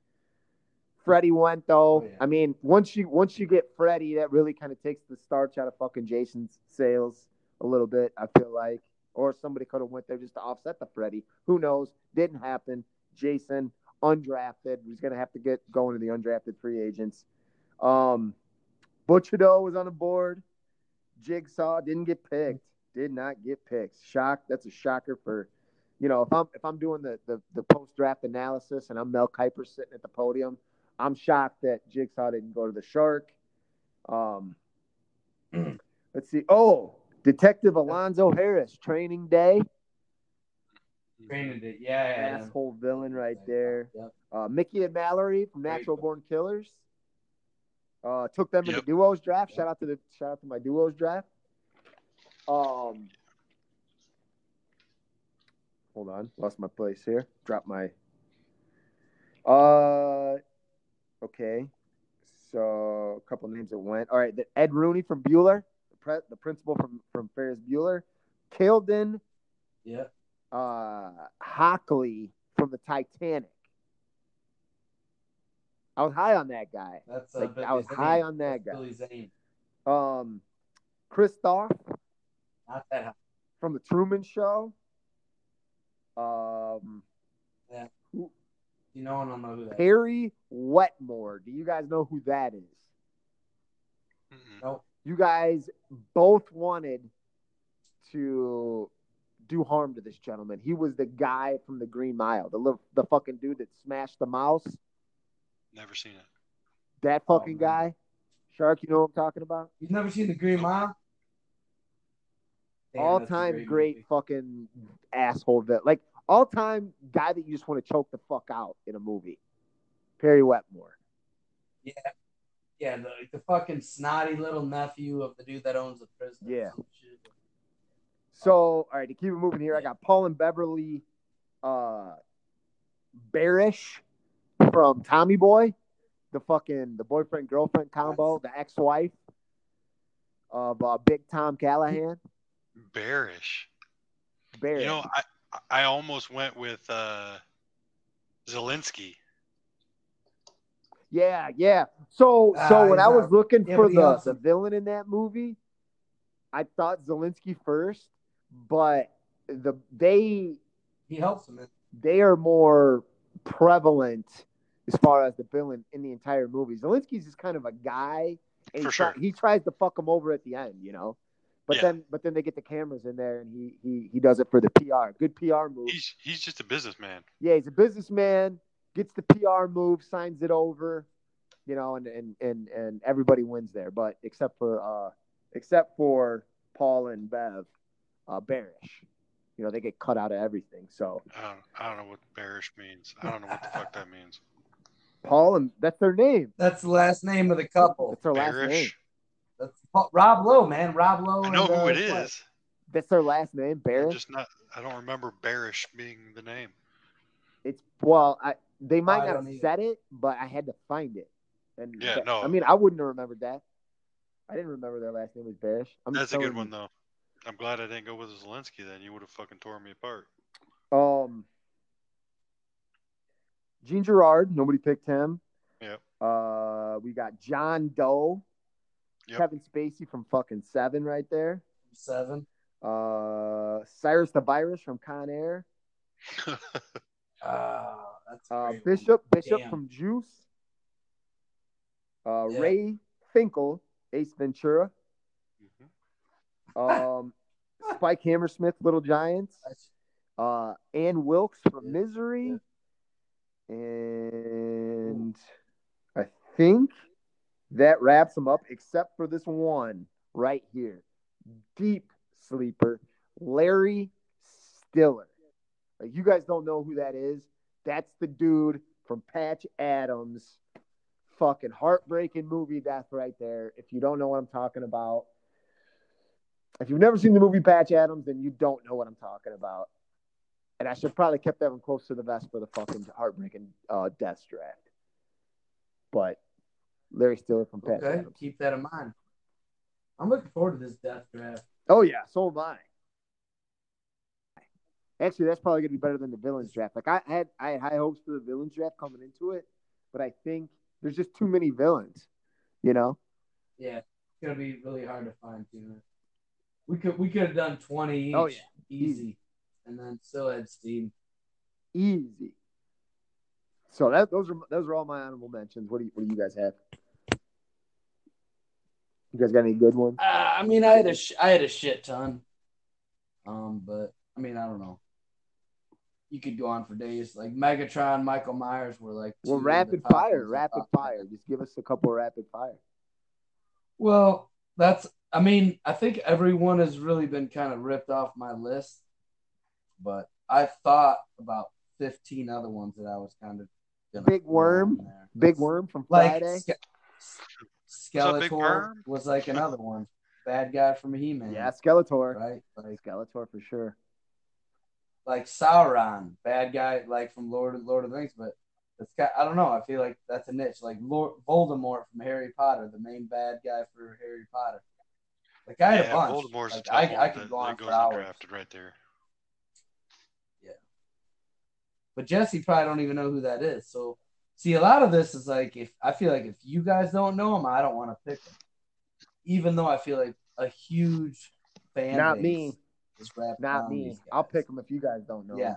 Freddie went though.
Oh, yeah.
I mean, once you once you get Freddie, that really kind of takes the starch out of fucking Jason's sales a little bit. I feel like or somebody could have went there just to offset the Freddie. Who knows? Didn't happen. Jason undrafted. He's gonna have to get going to the undrafted free agents. Um, Butchado was on the board. Jigsaw didn't get picked. Did not get picked. Shock. That's a shocker for, you know, if I'm if I'm doing the the, the post draft analysis and I'm Mel Kiper sitting at the podium, I'm shocked that Jigsaw didn't go to the Shark. Um, let's see. Oh, Detective Alonzo Harris, training day.
Training it. Yeah, yeah, yeah.
Asshole villain right there.
Yep.
Uh, Mickey and Mallory from
Great.
Natural Born Killers. Uh, took them in
Yep.
the duos draft. Shout out to the shout out to my duos draft. Um, hold on, lost my place here. Drop my. Uh, okay, so a couple names that went. All right, the Ed Rooney from Bueller, the, pre- the principal from from Ferris Bueller, Kildon
Yep.
uh, Hockley from the Titanic. I was high on that guy.
That's uh,
Like,
Billy
I was
Zane.
high on that
That's
guy.
Billy Zane.
Um, Kristoff
Not that high.
from the Truman Show. Um,
You know, I don't know who that is.
Perry Wetmore. Do you guys know who that is?
Mm-mm.
You guys both wanted to do harm to this gentleman. He was the guy from the Green Mile, the little, the fucking dude that smashed the mouse.
Never seen it.
That
Oh,
fucking
man.
guy. Shark, you know what I'm talking about?
You've never seen The Green Mile? Damn,
all
that's a
time great,
movie.
fucking asshole that like all time guy that you just want to choke the fuck out in a movie. Perry Wetmore.
Yeah, the, the fucking snotty little nephew of the dude that owns the prison. or
Yeah.
some shit.
So all right, to keep it moving here, I got Paul and Beverly uh Bearish from Tommy Boy, the fucking the boyfriend girlfriend combo, the ex wife of uh, Big Tom Callahan.
Bearish.
Bearish.
You know, I I almost went with uh, Zelensky.
Yeah, yeah. So so
Ah,
when
he's
I was
not-
looking
yeah,
for
but he
the,
also-
the villain in that movie, I thought Zelensky first, but the they
He helps him. Man.
they are more prevalent as far as the villain in the entire movie. Zelensky's just kind of a guy and he,
For
try-
sure.
he tries to fuck him over at the end, you know. But
Yeah.
then but then they get the cameras in there and he he he does it for the PR. Good PR move.
He's he's just a businessman.
yeah, he's a businessman, gets the PR move, signs it over, you know, and and and, and everybody wins there, but except for uh except for Paul and Bev, uh Bearish. You know, they get cut out of everything. So
I don't, I don't know what bearish means. I don't know what the fuck that means.
Paul and that's their name.
That's the last name of the couple.
That's their last name.
Bearish.
That's Paul- Rob Lowe, man. Rob Lowe.
I know
and, uh,
who it
his wife.
is.
That's their last name,
I'm
Bearish.
just not. I don't remember bearish being the name.
It's well, I they might
I
not
don't
have
either.
said it, but I had to find it. And
Yeah,
that-
no.
I mean, I wouldn't have remembered that. I didn't remember their last name was Bearish. I'm
That's a
telling
good
you.
one though. I'm glad I didn't go with Zelensky. Then you would have fucking tore me apart.
Um, Gene Gerard, nobody picked him.
Yep.
Uh, we got John Doe,
Yep.
Kevin Spacey from fucking Seven right there.
Seven.
Uh, Cyrus the Virus from Con Air.
Uh, that's a
Uh,
great one.
Bishop, Bishop
Damn.
from Juice. Uh,
Yeah.
Ray Finkel, Ace Ventura.
Mhm.
Um, Spike Hammersmith, Little Giants.
That's-
Uh, Ann Wilkes from
Yeah.
Misery. And I think that wraps them up, except for this one right here. Deep sleeper, Larry Stiller. Like, you guys don't know who that is. That's the dude from Patch Adams. Fucking heartbreaking movie, that's right there. If you don't know what I'm talking about, if you've never seen the movie Patch Adams, then you don't know what I'm talking about. And I should probably kept that one close to the vest for the fucking heartbreaking uh, death draft. But Larry Stiller from Patch
Okay,
Adams.
keep that in mind. I'm looking forward to this death draft.
Oh yeah, so am I. Actually, that's probably gonna be better than the villains draft. Like I had, I had high hopes for the villains draft coming into it, but I think there's just too many villains. You know?
Yeah, it's gonna be really hard to find. You know? We could we could have done twenty each.
Oh, yeah.
easy, and then still had Steam.
Easy. So that those are those are all my honorable mentions. What do you what do you guys have? You guys got any good ones?
Uh, I mean, I had a sh- I had a shit ton. Um, but I mean, I don't know. You could go on for days. Like Megatron, Michael Myers were like. two
Well,
of the
rapid
top
fire,
ones that
rapid
popped up.
fire. Just give us a couple of rapid fire.
Well, that's. I mean, I think everyone has really been kind of ripped off my list, but I thought about fifteen other ones that I was kind of. Gonna
Big
throw
Worm?
on there.
Big worm from
like
Friday.
Ske-
up, Big
Skeletor
Worm?
was like another one. Bad guy from He Man.
yeah, Skeletor.
Right. Like
Skeletor for sure.
like Sauron, bad guy, like from Lord Lord of the Rings, but that's kind I don't know. I feel like that's a niche, like Lord Voldemort from Harry Potter, the main bad guy for Harry Potter. Like I had a bunch.
Voldemort's
Like,
a tough
I-
one
I could
that-
go on
that
for
goes
hours.
undrafted right there.
But Jesse probably don't even know who that is. So see, a lot of this is like if I feel like if you guys don't know him, I don't want to pick him, even though I feel like a huge fan.
Not
base
me.
Is wrapped
Not
around
me.
these guys.
I'll pick them if you guys don't know. 'em.
Yeah.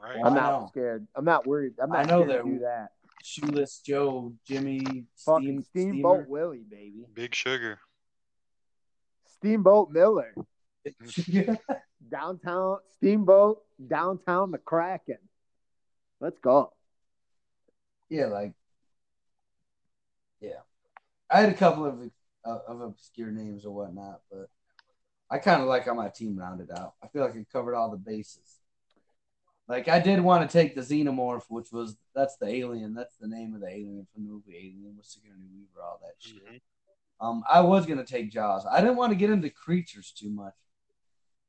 Right.
Well,
I'm
I
not
know.
scared. I'm not worried. I'm not
I know
scared
they're-
to do that.
Shoeless Joe, Jimmy,
Fucking
Steam,
Steamboat Willie, baby.
Big Sugar.
Steamboat Miller.
Steamer.
Downtown Steamboat. Downtown McCracken. Let's go.
Yeah, like, yeah. I had a couple of uh, of obscure names or whatnot, but I kind of like how my team rounded out. I feel like it covered all the bases. Like I did want to take the xenomorph, which was that's the alien, that's the name of the alien from the movie Alien with Sigourney Weaver, all that shit.
Mhm.
Um, I was gonna take Jaws. I didn't want to get into creatures too much.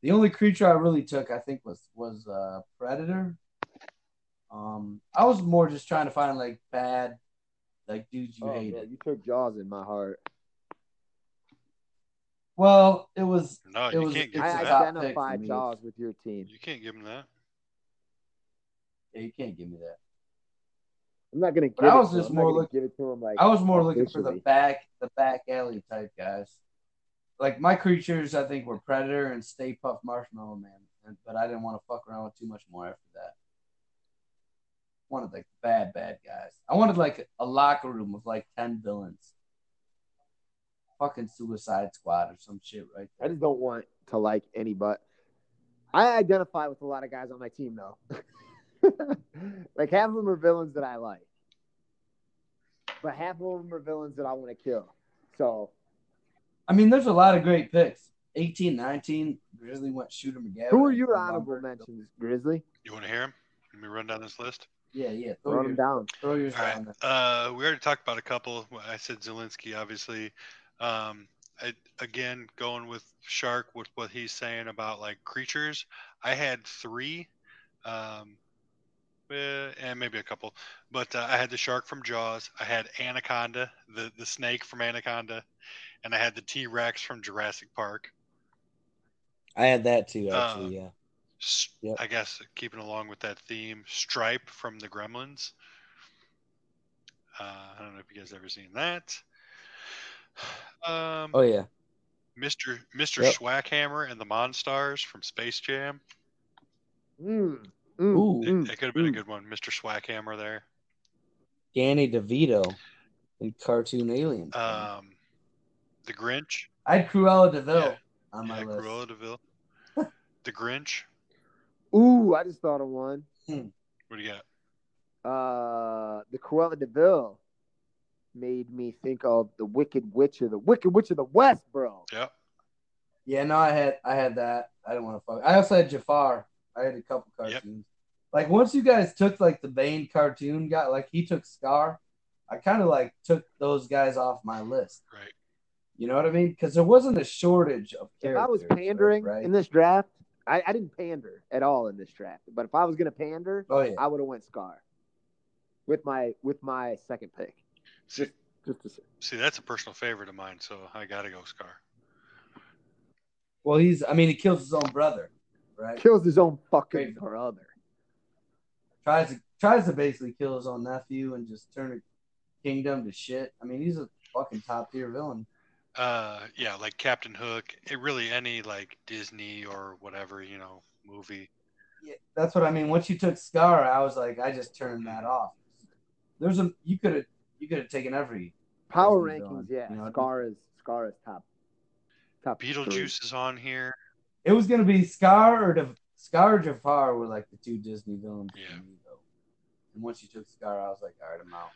The only creature I really took, I think, was was uh, Predator. Um, I was more just trying to find like bad, like dudes you
Oh,
hated.
man, you took Jaws in my heart.
Well, it was
No,
It
you
was-
can't give
it's
him
I
a
that.
top pick for
identify
me.
Jaws with your team.
You can't give him that.
yeah, you can't give me that.
I'm not gonna give
But I
it
was
to
just
him. I'm not
more
gonna
look-
give it to him like
I was more looking for the
officially.
back, the back alley type guys. Like my creatures, I think were Predator and Stay Puff Marshmallow Man, and, but I didn't want to fuck around with too much more after that. Wanted like bad, bad guys. I wanted like a locker room of like ten villains. Fucking Suicide Squad or some shit, right?
I just don't want to like any but I identify with a lot of guys on my team though. like half of them are villains that I like. But half of them are villains that I want to kill. So
I mean, there's a lot of great picks. 18, 19, Grizzly went Shooter McGavin.
who are
and
your
Lumber-
honorable mentions, Grizzly?
You want to hear him? Let me run down this list.
Yeah, Oh, yeah. Throw,
Run them
your,
down.
throw yours
All right.
down there.
Uh, we already talked about a couple. I said Zelensky, obviously. Um, I, again, going with Shark with what he's saying about like creatures. I had three, um, eh, and maybe a couple, but uh, I had the shark from Jaws. I had Anaconda, the the snake from Anaconda, and I had the T Rex from Jurassic Park.
I had that too,
actually,
yeah.
S-
Yep.
I guess keeping along with that theme, Stripe from the Gremlins. Uh, I don't know if you guys ever seen that. Um,
Oh, yeah.
Mr. Mr.
Yep.
Swackhammer and the Monstars from Space Jam.
Mm, mm,
Ooh,
It,
mm,
could have been a
mm.
good one, Mr. Swackhammer there.
Danny DeVito in Cartoon Alien.
Um, the Grinch.
I had Cruella DeVille
yeah,
on my
yeah,
list.
Cruella Deville. the Grinch.
Ooh, I just thought of one.
What do you got?
Uh the Cruella Deville made me think of the Wicked Witch of the Wicked Witch of the West, bro.
Yep.
Yeah, no, I had I had that. I didn't want to fuck. I also had Jafar. I had a couple
Yep.
cartoons. Like once you guys took like the Bane cartoon guy, like he took Scar. I kind of like took those guys off my list.
Right.
You know what I mean? Because there wasn't a shortage of
if
characters.
I was pandering
right?
in this draft, I, I didn't pander at all in this draft. But if I was gonna pander,
oh yeah,
I would have went Scar with my with my second pick.
See,
Just to say.
see, that's a personal favorite of mine, so I gotta go Scar.
well he's. I mean, he kills his own brother, right?
kills his own fucking
Great.
brother.
tries to tries to basically kill his own nephew and just turn the kingdom to shit. I mean, he's a fucking top tier villain.
uh yeah like captain hook it really any like disney or whatever you know movie
Yeah, that's what I mean. Once you took Scar, I was like, I just turned that off. There's a you could have you could have taken every
Power
Disney
rankings,
villain,
yeah.
you know?
Scar is Scar is top. Top three.
beetlejuice is on here
It was gonna be Scar or Jav- Scar or Jafar were like the two Disney villains
Yeah.
for me though. And once you took Scar, I was like, all right, I'm out.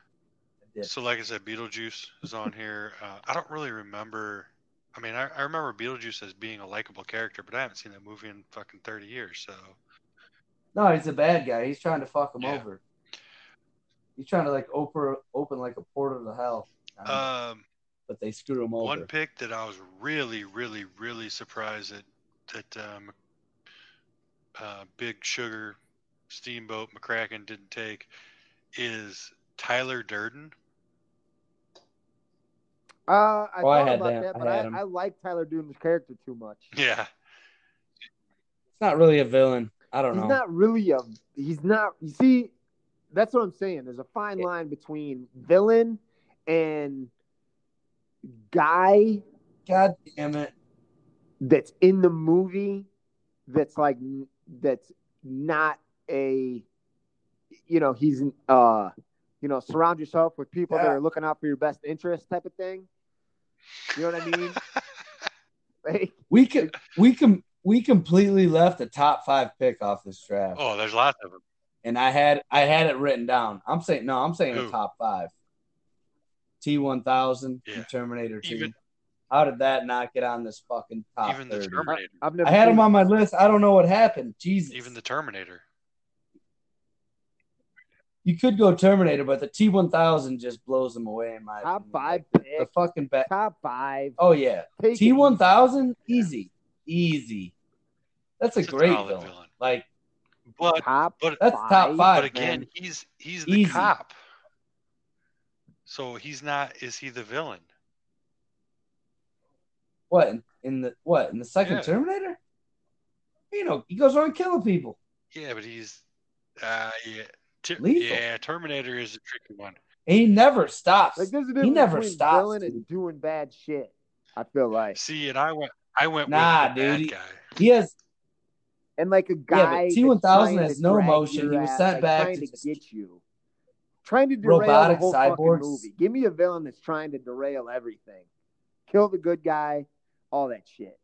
I did.
so like i said beetlejuice is on here uh, i don't really remember i mean I, I remember beetlejuice as being a likable character but i haven't seen that movie in fucking 30 years so
no, he's a bad guy. He's trying to fuck him
Yeah.
over. He's trying to like open open like a portal to hell. Um,
um
but they screw him over.
one pick that i was really really really surprised that that um uh big sugar steamboat mccracken didn't take is tyler durden
Uh, I
Oh, I
thought
had
about
that.
that,
I
but
had him.
I, I like Tyler Dune's character too much.
yeah
It's not really a villain. I don't
he's
know.
not really a he's not you see that's what i'm saying there's a fine
Yeah.
line between villain and guy
God damn it!
that's in the movie that's like n- that's not a you know he's uh you know surround yourself with people that
Yeah.
are looking out for your best interest type of thing you know what i mean like
we could.
Can- We com- we completely left a top five pick off this draft,
oh there's lots of them
and I had I had it written down. I'm saying no, I'm saying
Who?
a top five. T1000,
Yeah.
Terminator 2.
Even-
How did that not get on this fucking top
even the
30?
terminator
i've never
I had
seen
him on my list. I don't know what happened. Jesus.
even the terminator
you could go Terminator, but the T1000 just blows them away in my
top
opinion.
five
Like, The
pick,
fucking bet.
top five
Oh yeah,
Take it.
T1000 easy, easy. That's a
It's a
great
solid
villain.
villain.
Like
but
top
but-
that's top
but
five.
again
man.
he's he's the
Easy.
cop so he's not is he the villain
what in, in the what in the second
Yeah.
Terminator? You know he goes around killing people.
yeah but he's uh yeah Ter-
Lethal.
yeah terminator is a tricky one
And he never stops.
Like there's a
he
difference
never
between
stops.
villain
dude.
and doing bad shit. I feel like,
see and i went i went
Nah,
with the bad
dude.
guy
He has
and like a
but
guy.
T-1000
that's trying
has
to
no
drag
emotion.
your
He was
ass,
sent
like,
back
trying
to
to,
just-
get you, trying to derail the
Robotic
whole
cyborgs.
fucking movie. Give me a villain that's trying to derail everything, kill the good guy, all that shit.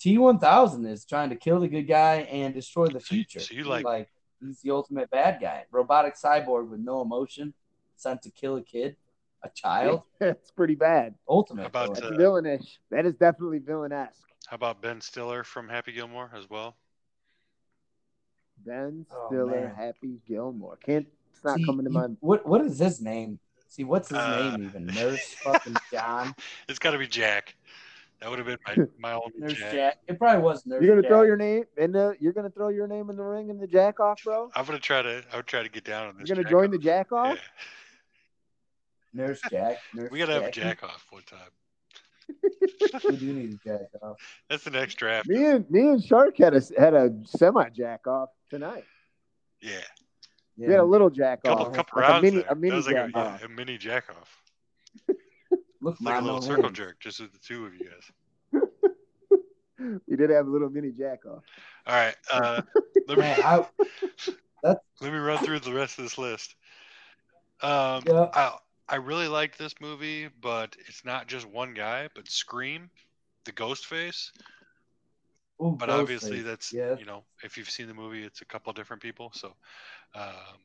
T1000 is trying to kill the good guy and destroy the
So you-
future.
so you like-
he's the ultimate bad guy. Robotic cyborg with no emotion, sent to kill a kid, a child.
That's pretty bad.
Ultimate.
About,
villain.
That's
Uh,
villainish. That is definitely villainesque.
how about ben stiller from happy gilmore as well
Ben
Oh,
Stiller,
man. E
Happy Gilmore. Can't. It's not
See,
coming to
you-
my.
What what is his name? See, what's his
Uh,
name even? Nurse fucking John.
it's got to be jack that would have been my my only
Nurse
jack.
Jack. It probably was Nurse
You're gonna
Jack.
throw your name in the. You're gonna throw your name in the ring in the jack off, bro.
i'm gonna try to i would try to get down on
You're gonna
this jack
join
off.
the jack off.
Yeah.
Nurse Jack. Nurse
we gotta have a
Jackie.
jack off one time
We do need a Jack off.
that's the next draft
Me and me and Shark had a had a semi jack off tonight.
yeah
We had a
Yeah.
little jack
couple
off,
couple
like
rounds
a mini
there.
a
that
mini
was like
jack
a, yeah,
off.
a mini jack off
Look,
It's like a
Mono
little circle
Hayes.
jerk just with the two of you guys
We did have a little mini jack off.
all right uh let me
Man, I,
let me run through the rest of this list. Um,
Yeah.
I I really liked this movie, but it's not just one guy. But Scream, the Ghost Face.
ooh,
But
Ghostface.
obviously, that's
yeah.
you know, if you've seen the movie, it's a couple different people. So, um,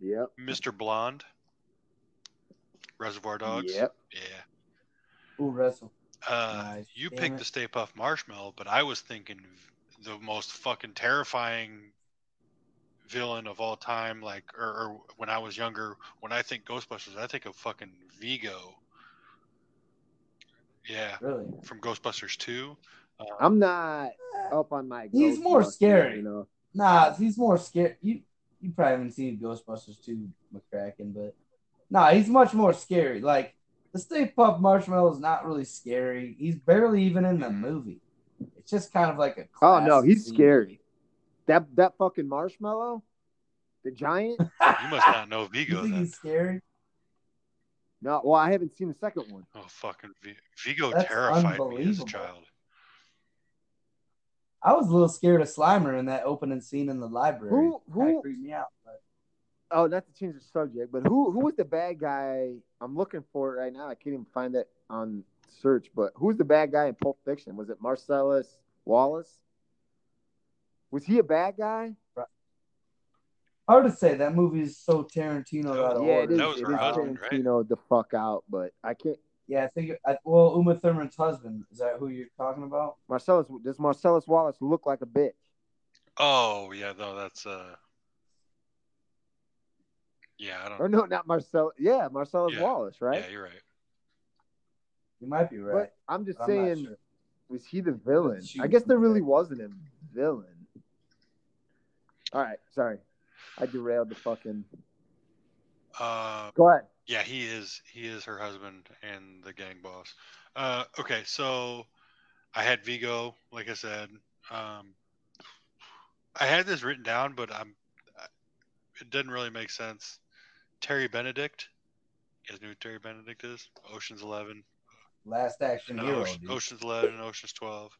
Yep.
Mr. Blonde, Reservoir Dogs.
Yep.
Yeah.
Ooh, Russell.
Uh,
Nice.
You
Damn
picked
it.
the Stay Puft Marshmallow, but I was thinking v- the most fucking terrifying villain of all time. Like, or, or when I was younger, when I think Ghostbusters, I think of fucking Vigo. Yeah,
Really.
from Ghostbusters Two.
I'm not up on my.
He's
Ghostbusters,
more scary.
You know.
Nah, he's more scared. You you probably haven't seen Ghostbusters 2 McCracken, but nah, he's much more scary. Like the Stay Puft Marshmallow is not really scary. He's barely even in the
Mm-hmm.
movie. It's just kind of like a.
Oh
class
no, he's
scene.
scary. That that fucking marshmallow, the giant.
You must not know
you
Vigo
think
then.
he's scary?
No, well, I haven't seen the second one.
Oh fucking v- Vigo
That's
terrified me as a
unbelievable.
child.
I was a little scared of Slimer in that opening scene in the library.
Who
Kinda
who?
creeped me out. But
Oh, not to change the subject, but who who was the bad guy? I'm looking for it right now. I can't even find it on search. But who's the bad guy in Pulp Fiction? Was it Marcellus Wallace? Was he a bad guy?
hard to say. That movie is so Tarantino out of
Oh, yeah, it
order.
is.
That was
it is
Rousing, right?
Tarantino the fuck out, but I can't.
Yeah, I think. I, well, Uma Thurman's husband is that who you're talking about?
Marcellus does Marcellus Wallace look like a bitch?
Oh yeah, no, that's uh. Yeah, I don't.
Or no, not Marcel. Yeah, Marcellus
Yeah.
Wallace, right?
Yeah, you're right.
You might be right.
But I'm just
I'm not
saying,
sure.
was he the villain?
She
I
was
guess
the
there really
villain.
wasn't a villain. All right, sorry, I derailed the fucking.
Uh,
Go ahead.
yeah, he is. He is her husband and the gang boss. Uh, okay, so I had Vigo, like I said. Um, I had this written down, but I'm. I- It didn't really make sense. Terry Benedict. You guys know who Terry Benedict is? Ocean's Eleven.
Last Action
No,
Oh,
Hero.
Ocean-
dude.
Ocean's Eleven and Ocean's Twelve.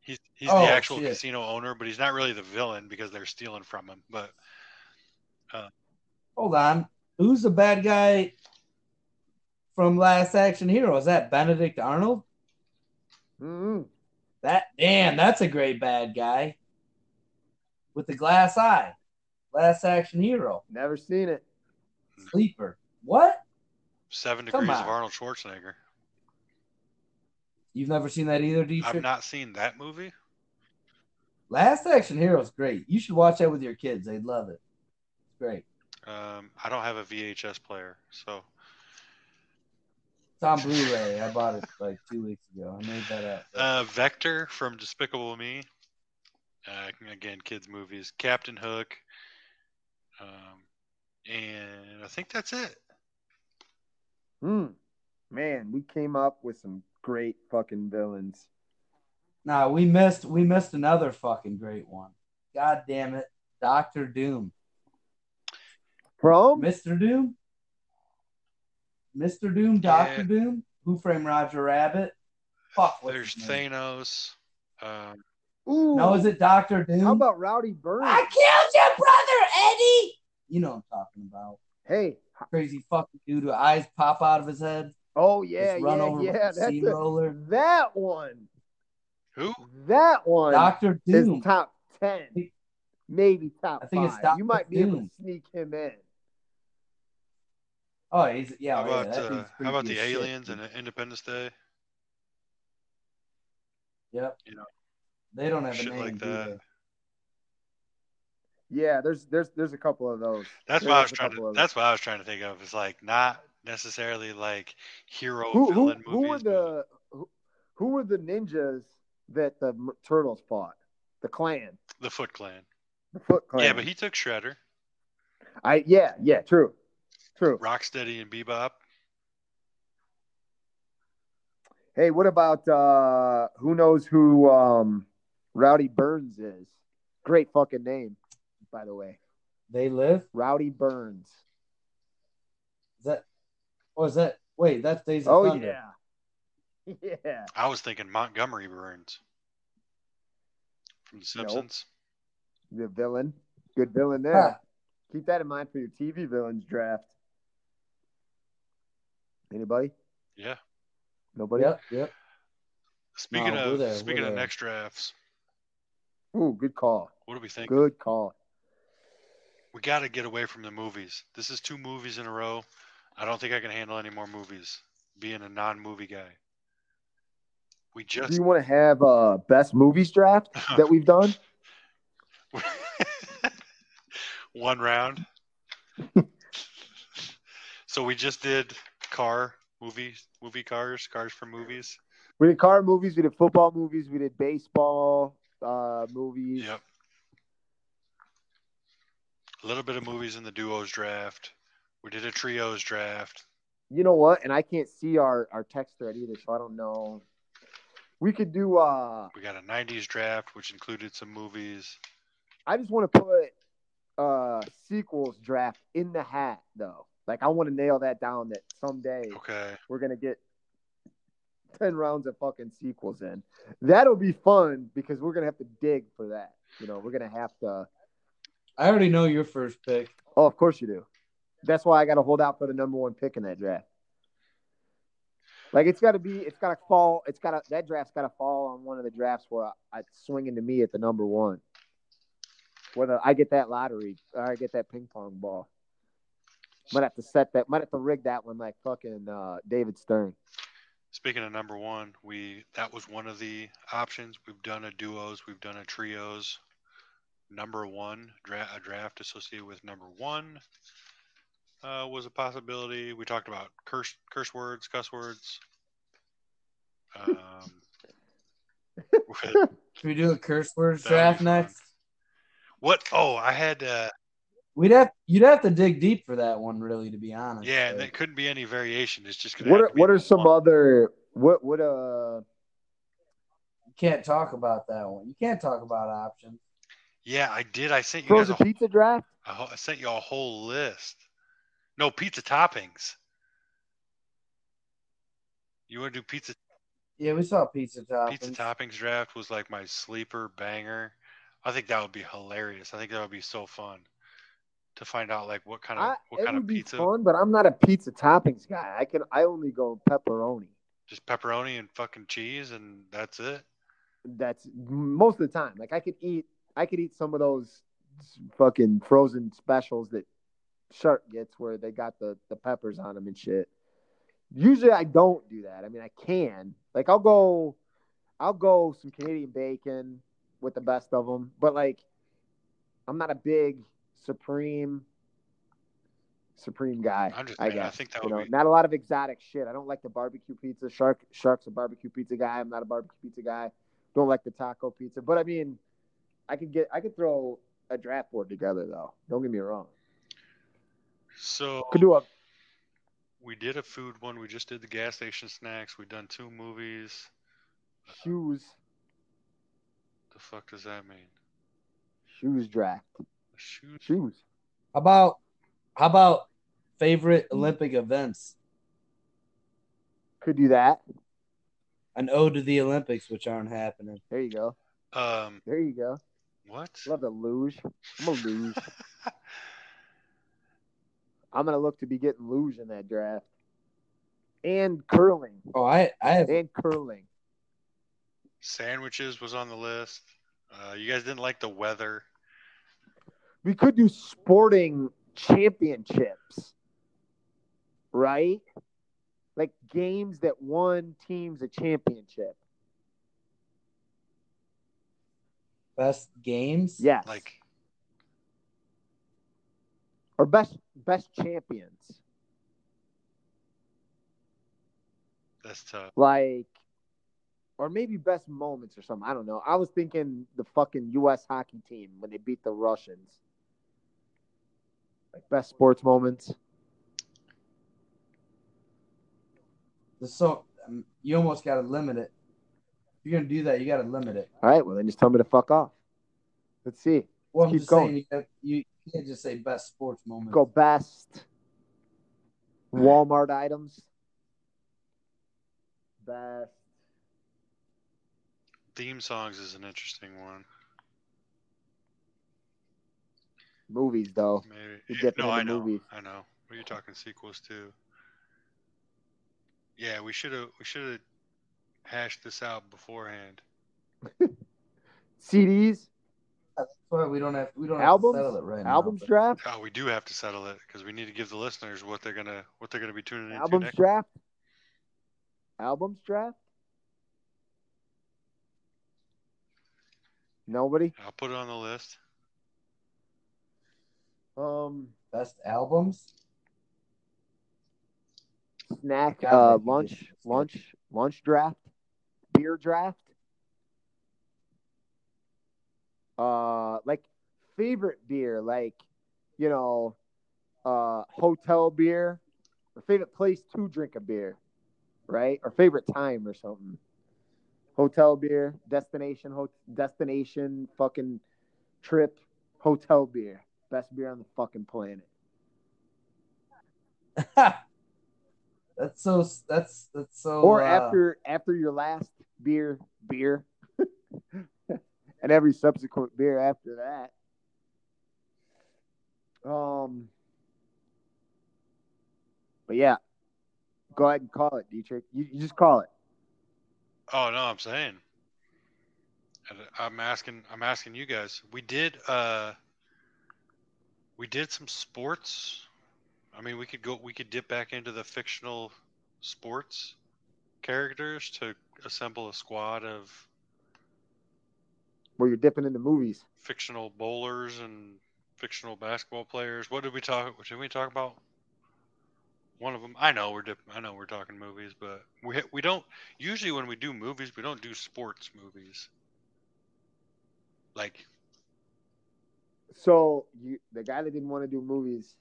He's he's
Oh,
the actual
shit.
casino owner, but he's not really the villain because they're stealing from him. But
Hold on. Who's the bad guy from Last Action Hero? Is that Benedict Arnold?
Mm-hmm.
That damn, that's a great bad guy with the glass eye. Last Action Hero,
Never seen it.
sleeper. What?
Seven
Come
Degrees of
on.
Arnold Schwarzenegger.
You've never seen that either, Dietrich?
I've not seen that movie.
Last Action Hero is great. You should watch that with your kids. They'd love it. It's great.
Um, I don't have a VHS player, so
It's on Blu-ray. I bought it like two weeks ago. I made that up.
uh, Vector from Despicable Me. Uh, again, kids movies. Captain Hook. Um, and I think that's it.
Hmm. Man, we came up with some great fucking villains.
nah, we missed we missed another fucking great one. God damn it. Doctor Doom.
From
Mr. Doom? Mr. Doom, Doctor
Yeah.
Doom? Who framed Roger Rabbit? Fuck what's
There's
his name?
Thanos. Um,
ooh,
No, is it Doctor Doom?
how about Rowdy Burns?
I killed your brother, Eddie! You know what I'm talking about.
Hey,
Crazy fucking dude who eyes pop out of his head.
oh yeah,
is run
yeah,
over
yeah.
by a
That's a-
steamroller.
that one.
who?
That one.
Doctor
is
Doom.
top ten, maybe top
I think it's
five.
Doctor
you might be able to
Doom.
sneak him in.
Oh, he's yeah.
How
oh, yeah,
about
that
uh,
dude's
how about
creepy
the
as shit,
aliens
dude.
and Independence Day?
Yep.
you know,
they don't have a
shit
name.
like
do
that.
they?
Yeah, there's there's there's a couple of those.
That's
There
what I
is
was
a
trying
couple
to.
of
That's what I was trying to think of. Is like not necessarily like hero
Who who,
villain
who were
movies. but-
the who, who were the ninjas that the m- turtles fought? The clan,
the Foot Clan.
the Foot Clan.
Yeah, but he took Shredder,
I yeah yeah true, true.
Rocksteady, and Bebop.
Hey, what about uh who knows who um Rowdy Burns is? Great fucking name, by the way.
They live.
Rowdy Burns.
Is that? Or is that? Wait, that's Days of
Oh
Thunder.
yeah, yeah.
I was thinking Montgomery Burns from The Simpsons.
The villain, good villain there.
Huh.
Keep that in mind for your TV villains draft. Anybody?
Yeah.
Nobody?
Yep. Yep.
Speaking
No, we're
of
there,
speaking
we're
of
there.
next drafts,
Ooh, good call.
what do we think?
Good call.
We got to get away from the movies. This is two movies in a row. I don't think I can handle any more movies. Being a non-movie guy, we
Do
just
you want to have uh, best movies draft that we've done?
one round. so we just did car movie movie cars cars from movies.
We did car movies, we did football movies, we did baseball uh, movies.
Yep. A little bit of movies in the duos draft. We did a trios draft.
You know what? And I can't see our, our text thread either, so I don't know. We could do uh
We got a '90s draft, which included some movies.
I just want to put uh sequels draft in the hat though. Like I want to nail that down that someday
Okay.
we're gonna get ten rounds of fucking sequels in. That'll be fun because we're gonna have to dig for that. You know, we're gonna have to.
I already know your first pick.
Oh, of course you do. That's why I got to hold out for the number one pick in that draft. Like it's got to be, it's got to fall. It's got to that draft's got to fall on one of the drafts where I, I swinging to me at the number one. Whether I get that lottery or I get that ping pong ball, might have to set that. Might have to rig that one like fucking uh, David Stern.
Speaking of number one, we that was one of the options. We've done a duos, we've done a trios. Number one, dra- a draft associated with number one uh, was a possibility. We talked about curse curse words, cuss words. Um,
Should we do a curse words
That would be
draft
fun.
next?
what? Oh, I had. Uh,
We'd have you'd have to dig deep for that one, really, to be honest.
yeah,
but-
and it couldn't be any variation. It's just gonna.
What
have
are,
to be
what are some
one.
other what what uh
you can't talk about that one. You can't talk about options.
Yeah, I did. I sent you guys a
frozen pizza draft?
I ho- I sent you a whole list. No pizza toppings. You want to do pizza?
Yeah, we saw pizza toppings.
Pizza toppings draft was like my sleeper banger. I think that would be hilarious. I think that would be so fun to find out like what kind of
I,
what
it
kind
would
of
be
pizza.
fun, but I'm not a pizza toppings guy. I can I only go pepperoni.
Just pepperoni and fucking cheese, and that's it.
that's most of the time. Like I could eat, I could eat some of those fucking frozen specials that Shark gets, where they got the the peppers on them and shit. Usually I don't do that. I mean I can. Like I'll go, I'll go some Canadian bacon with the best of them. But like, I'm not a big supreme supreme guy.
I'm just.
I
saying, I,
guess
think that
you
would
know,
be.
not a lot of exotic shit. I don't like the barbecue pizza. Shark Shark's a barbecue pizza guy. I'm not a barbecue pizza guy. Don't like the taco pizza. But I mean, I could get I could throw a draft board together though. Don't get me wrong.
So
Could do a
we did a food one. We just did the gas station snacks. We've done two movies.
shoes
The fuck does that mean?
shoes draft.
Shoot.
Shoes.
How about how about favorite Olympic events?
Could do that.
An ode to the Olympics, which aren't happening.
There you go.
Um.
There you go.
What?
Love to luge. I'm a luge. I'm gonna look to be getting luge in that draft. And curling.
Oh, I I have
And curling.
Sandwiches was on the list. Uh, you guys didn't like the weather.
we could do sporting championships, right? Like games that won teams a championship.
best games.
Yes.
Like,
or best best champions.
that's tough.
Like or maybe best moments or something. I don't know. I was thinking the fucking US hockey team when they beat the Russians. Like best sports moments.
There's So um, you almost got to limit it. If you're gonna do that, you got to limit it.
All right, well then just tell me to fuck off. Let's see.
Well, I'm
Keep
just
going.
saying you, got- you can't just say best sports moment.
Go best Walmart items. Best
Theme songs is an interesting one.
movies though.
Maybe.
You're
Yeah,
dipping
no, I
into
know.
movies.
I know. But you're talking sequels too. Yeah, we should have. We should have hashed this out beforehand.
CDs,
That's why we don't have we don't
Albums?
have to settle it right now.
albums
but-
draft,
Oh, we do have to settle it because we need to give the listeners what they're gonna what they're gonna be tuning into
albums
next.
draft, albums draft. Nobody.
I'll put it on the list.
Um,
Best albums.
snack,
God,
uh,
that'd be
lunch,
good.
lunch, lunch draft, beer draft. Uh, like favorite beer, like you know, uh, hotel beer, or favorite place to drink a beer, right? Or favorite time or something. Hotel beer, destination, ho- destination, fucking trip, hotel beer, best beer on the fucking planet.
that's so. That's that's so.
or
Oh,
uh,
after after your last beer, beer, and every subsequent beer after that. Um, but yeah, go ahead and call it, Dietrich. You, you just call it.
Oh no, I'm saying. And I'm asking. I'm asking you guys. We did. uh We did some sports. I mean, we could go. We could dip back into the fictional sports characters to assemble a squad of
Where you're dipping into movies.
fictional bowlers and fictional basketball players. What did we talk? Did we talk about? One of them. I know we're dip, I know we're talking movies, but we we don't usually when we do movies we don't do sports movies. Like
So you, the guy that didn't want to do movies,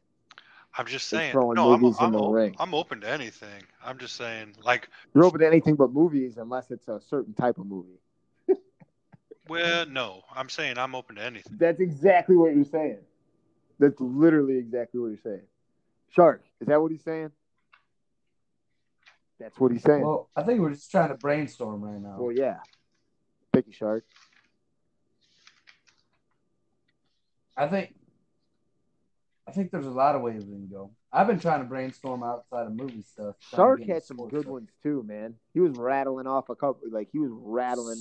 I'm just
They're
saying.
throwing
No, I'm
movies in
I'm
the
open,
ring.
I'm open to anything. I'm just saying like
you're open to anything but movies, unless it's a certain type of movie.
well no I'm saying I'm open to anything.
That's exactly what you're saying. That's literally exactly what you're saying. Shark, is that what he's saying? That's what he's saying. Well,
Well, I think we're just trying to brainstorm right now.
yeah. Picky shark.
I think
I think there's a lot of ways we can go. I've been trying to brainstorm outside of movie stuff. trying to
Shark
get into
had some
sports
good
stuff.
ones too, man. He was rattling off a couple, like he was rattling.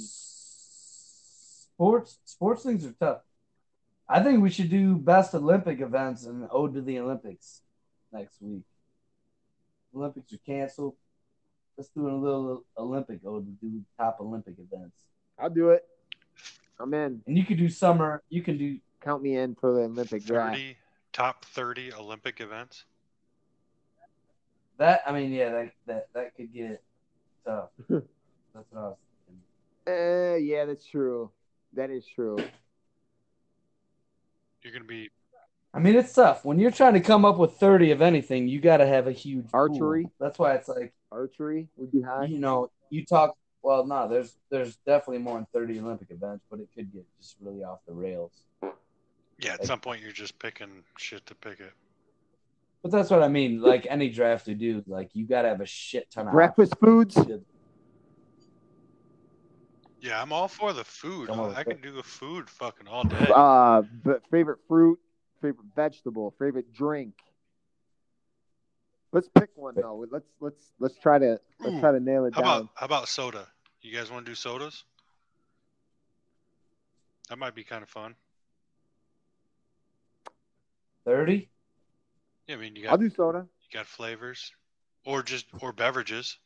sports sports things are tough.
I think we should do best Olympic events and ode to the Olympics next week. Olympics are canceled. Let's do a little Olympic ode to do top Olympic events.
I'll do it. I'm in.
And you could do summer. You can do
Count me in for the Olympic draft.
Thirty top thirty Olympic events.
that. I mean, yeah, that that, that could get tough. That's what I was thinking.
Eh, yeah, that's true. That is true.
You're gonna be
I mean, it's tough when you're trying to come up with thirty of anything. You got to have a huge pool.
Archery?
That's why it's like
Archery would be high.
you know
You talk. Well, no, there's there's definitely more than 30 Olympic events, but it could get just really off the rails.
yeah at some point you're just picking shit to pick it.
But that's what I mean. Like any draft you do, like you gotta have a shit ton of
Breakfast foods.
options.
Yeah, I'm all for the food.
Come on,
I
let's go.
can do the food fucking all day.
Uh, but favorite fruit, favorite vegetable, favorite drink. Let's pick one though. Let's let's let's try to let's try to nail it
How
down.
about how about soda? You guys want to do sodas? That might be kind of fun.
Thirty?
Yeah, I mean you
I'll
got
do soda.
you got flavors, or just or beverages.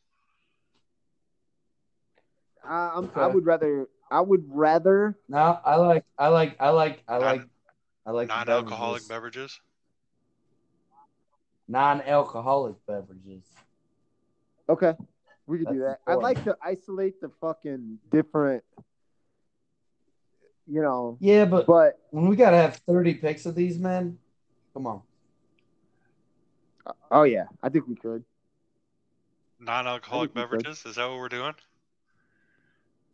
I, I'm, I
Okay.
would rather I would rather
No, I like, I like, I like, I
Non-
like, I like the
non-alcoholic
beverages.
beverages.
non-alcoholic beverages.
okay. We could do that.
That's
I'd like to isolate the fucking different, you know.
Yeah, but
But
when we gotta have thirty picks of these men, come on.
oh yeah, I think we could.
Non-alcoholic
I think we could.
beverages. Is that what we're doing?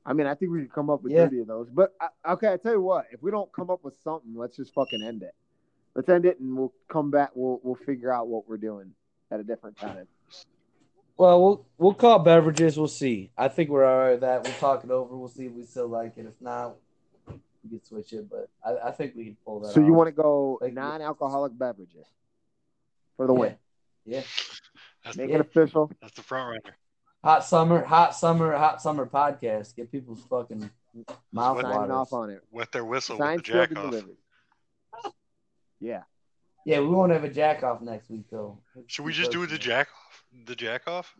I mean, I think we could come up with
Yeah.
thirty of those. But I, okay, I tell you what, if we don't come up with something, let's just fucking end it. Let's end it, and we'll come back. We'll we'll figure out what we're doing at a different time.
Well, we'll we'll call beverages. We'll see. I think we're all right with that. We'll talk it over. We'll see if we still like it. If not, we can switch it. But I, I think we can pull that.
So you
off.
want to go
Like-
non-alcoholic beverages for the win?
That's,
Make
the,
it official.
that's the front runner.
hot summer, hot summer, hot summer podcast? Get people's fucking mouth
What-
Signing
waters.
off on it.
With their whistle,
Sign
with the jack
sealed, and
off.
delivered. Yeah.
Yeah, we won't have a jack off next week though.
Should we just do the jack off? The jack off?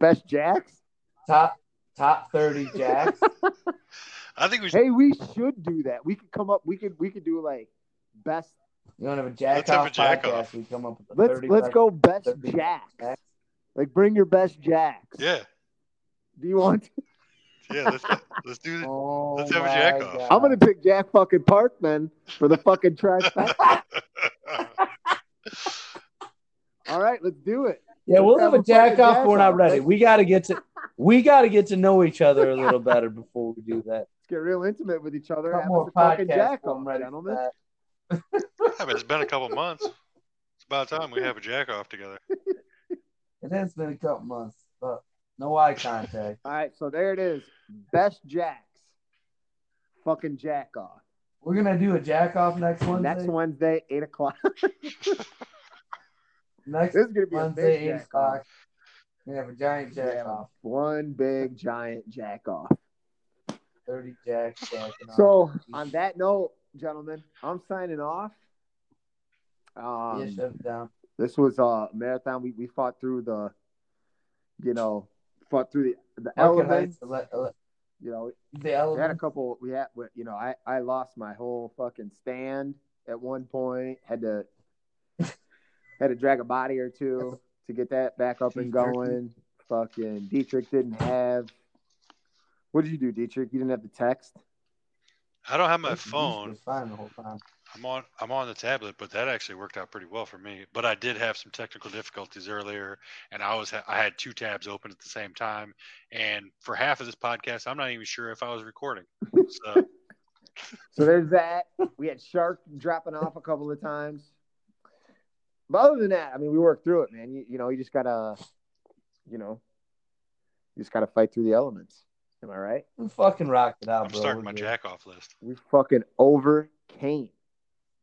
Best jacks.
top top thirty jacks?
I think we should.
Hey, we should do that. We could come up. We could we could do like best.
You want to have a
Let's have
jack-off
a jack
podcast?
off.
We come up with a
Let's
30
let's
best-
go best
30
jacks.
jacks.
Like bring your best jacks.
Yeah,
Do you want?
yeah. Let's let's do the
Oh
Let's have a
my
jack off.
God.
I'm gonna pick Jack fucking Parkman for the fucking trifecta. All right, let's do it.
Yeah, we'll have a
Let's have a
jack off. We're
jack-off.
not ready. We got to get to. We got to get to know each other a little better before we do that.
Let's get real intimate with each other.
Couple
Have
more
us a fucking
podcasts.
jack
I'm
on,
ready for
gentlemen.
that.
I mean, it's been a couple months. It's about time we have a jack off together.
It has been a couple months, but no eye contact.
All right, so there it is. Best jacks. Fucking jack off.
We're gonna do a jack off next Wednesday.
Next Wednesday, eight o'clock.
Next
This is gonna be a
Wednesday,
big
eight
jack off.
o'clock. We have a giant jack
Yeah.
off.
One big giant jack off.
Thirty jacks jacking off.
So on that note, gentlemen, I'm signing off.
yeah,
Um,
shut it down.
this was uh, a marathon. We we fought through the, you know, fought through the the
Market heights,
elements.
ele- ele-
You know,
the
we had a
element.
couple. We had, we- you know, I I lost my whole fucking stand at one point. Had to had to drag a body or two to get that back up and going. Fucking Dietrich didn't have. What did you do, Dietrich? You didn't have the text.
I don't have my
This- this
phone.
was fine the whole time.
I'm on I'm on the tablet, but that actually worked out pretty well for me. But I did have some technical difficulties earlier, and I was I had two tabs open at the same time, and for half of this podcast, I'm not even sure if I was recording. So
So there's that. We had Shark dropping off a couple of times. But other than that, I mean, we worked through it, man. You, you know, you just gotta, you know, you just gotta fight through the elements. Am I right?
We fucking rocked it out,
Ah,
I'm
bro.
starting
We're
my
good.
jack off list.
We fucking overcame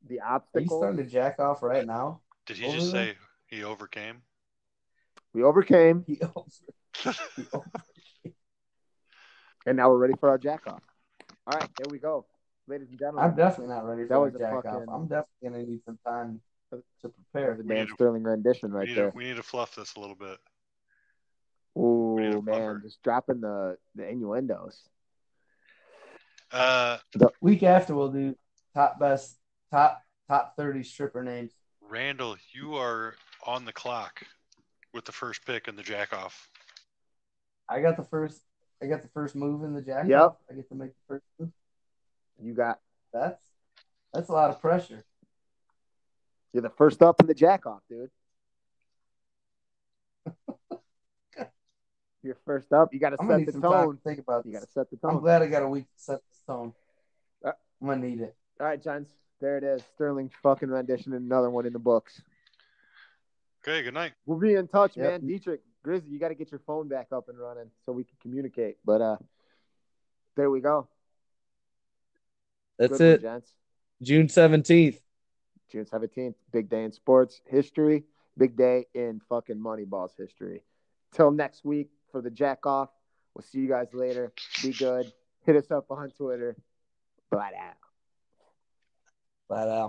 the
Are you
obstacle.
starting to jack off right now?
Did he just
Overly?
say he overcame?
We overcame,
He over- he over-
and now we're ready for our jack off. All right, there we go, ladies and gentlemen.
I'm definitely not ready for
That was a
that jack off.
fucking-
I'm definitely gonna need some time to prepare.
There's a
We
Dan
need a-
Sterling rendition
We
right
need, to,
there.
we need to fluff this a little bit. need a
Oh
buffer.
man, just dropping the the innuendos.
Uh,
Week after we'll do top best top top thirty stripper names.
Randall, you are on the clock with the first pick in the jack off.
I got the first I got the first move in the jack
Yep.
off. I get to make the first move.
You got
That's that's a lot of pressure.
you're the first up in the jack off, dude. You're first up. You got to
I'm gonna
set
need
the
some time
tone.
to think about
You
this.
got to set the
I'm
tone.
glad I got a week to set this tone.
Uh,
I'm gonna need it.
All right, Johns. There it is. Sterling fucking rendition and another one in the books.
Okay, good night.
We'll be in touch,
Yep.
man. Dietrich, Grizzly, you got to get your phone back up and running so we can communicate. But uh, there we go. Good one, gents.
June seventeenth.
June seventeenth, big day in sports history, big day in fucking Moneyball's history. Till next week for the jack off. We'll see you guys later. Be good. Hit us up on Twitter. Bye now.
Flat out.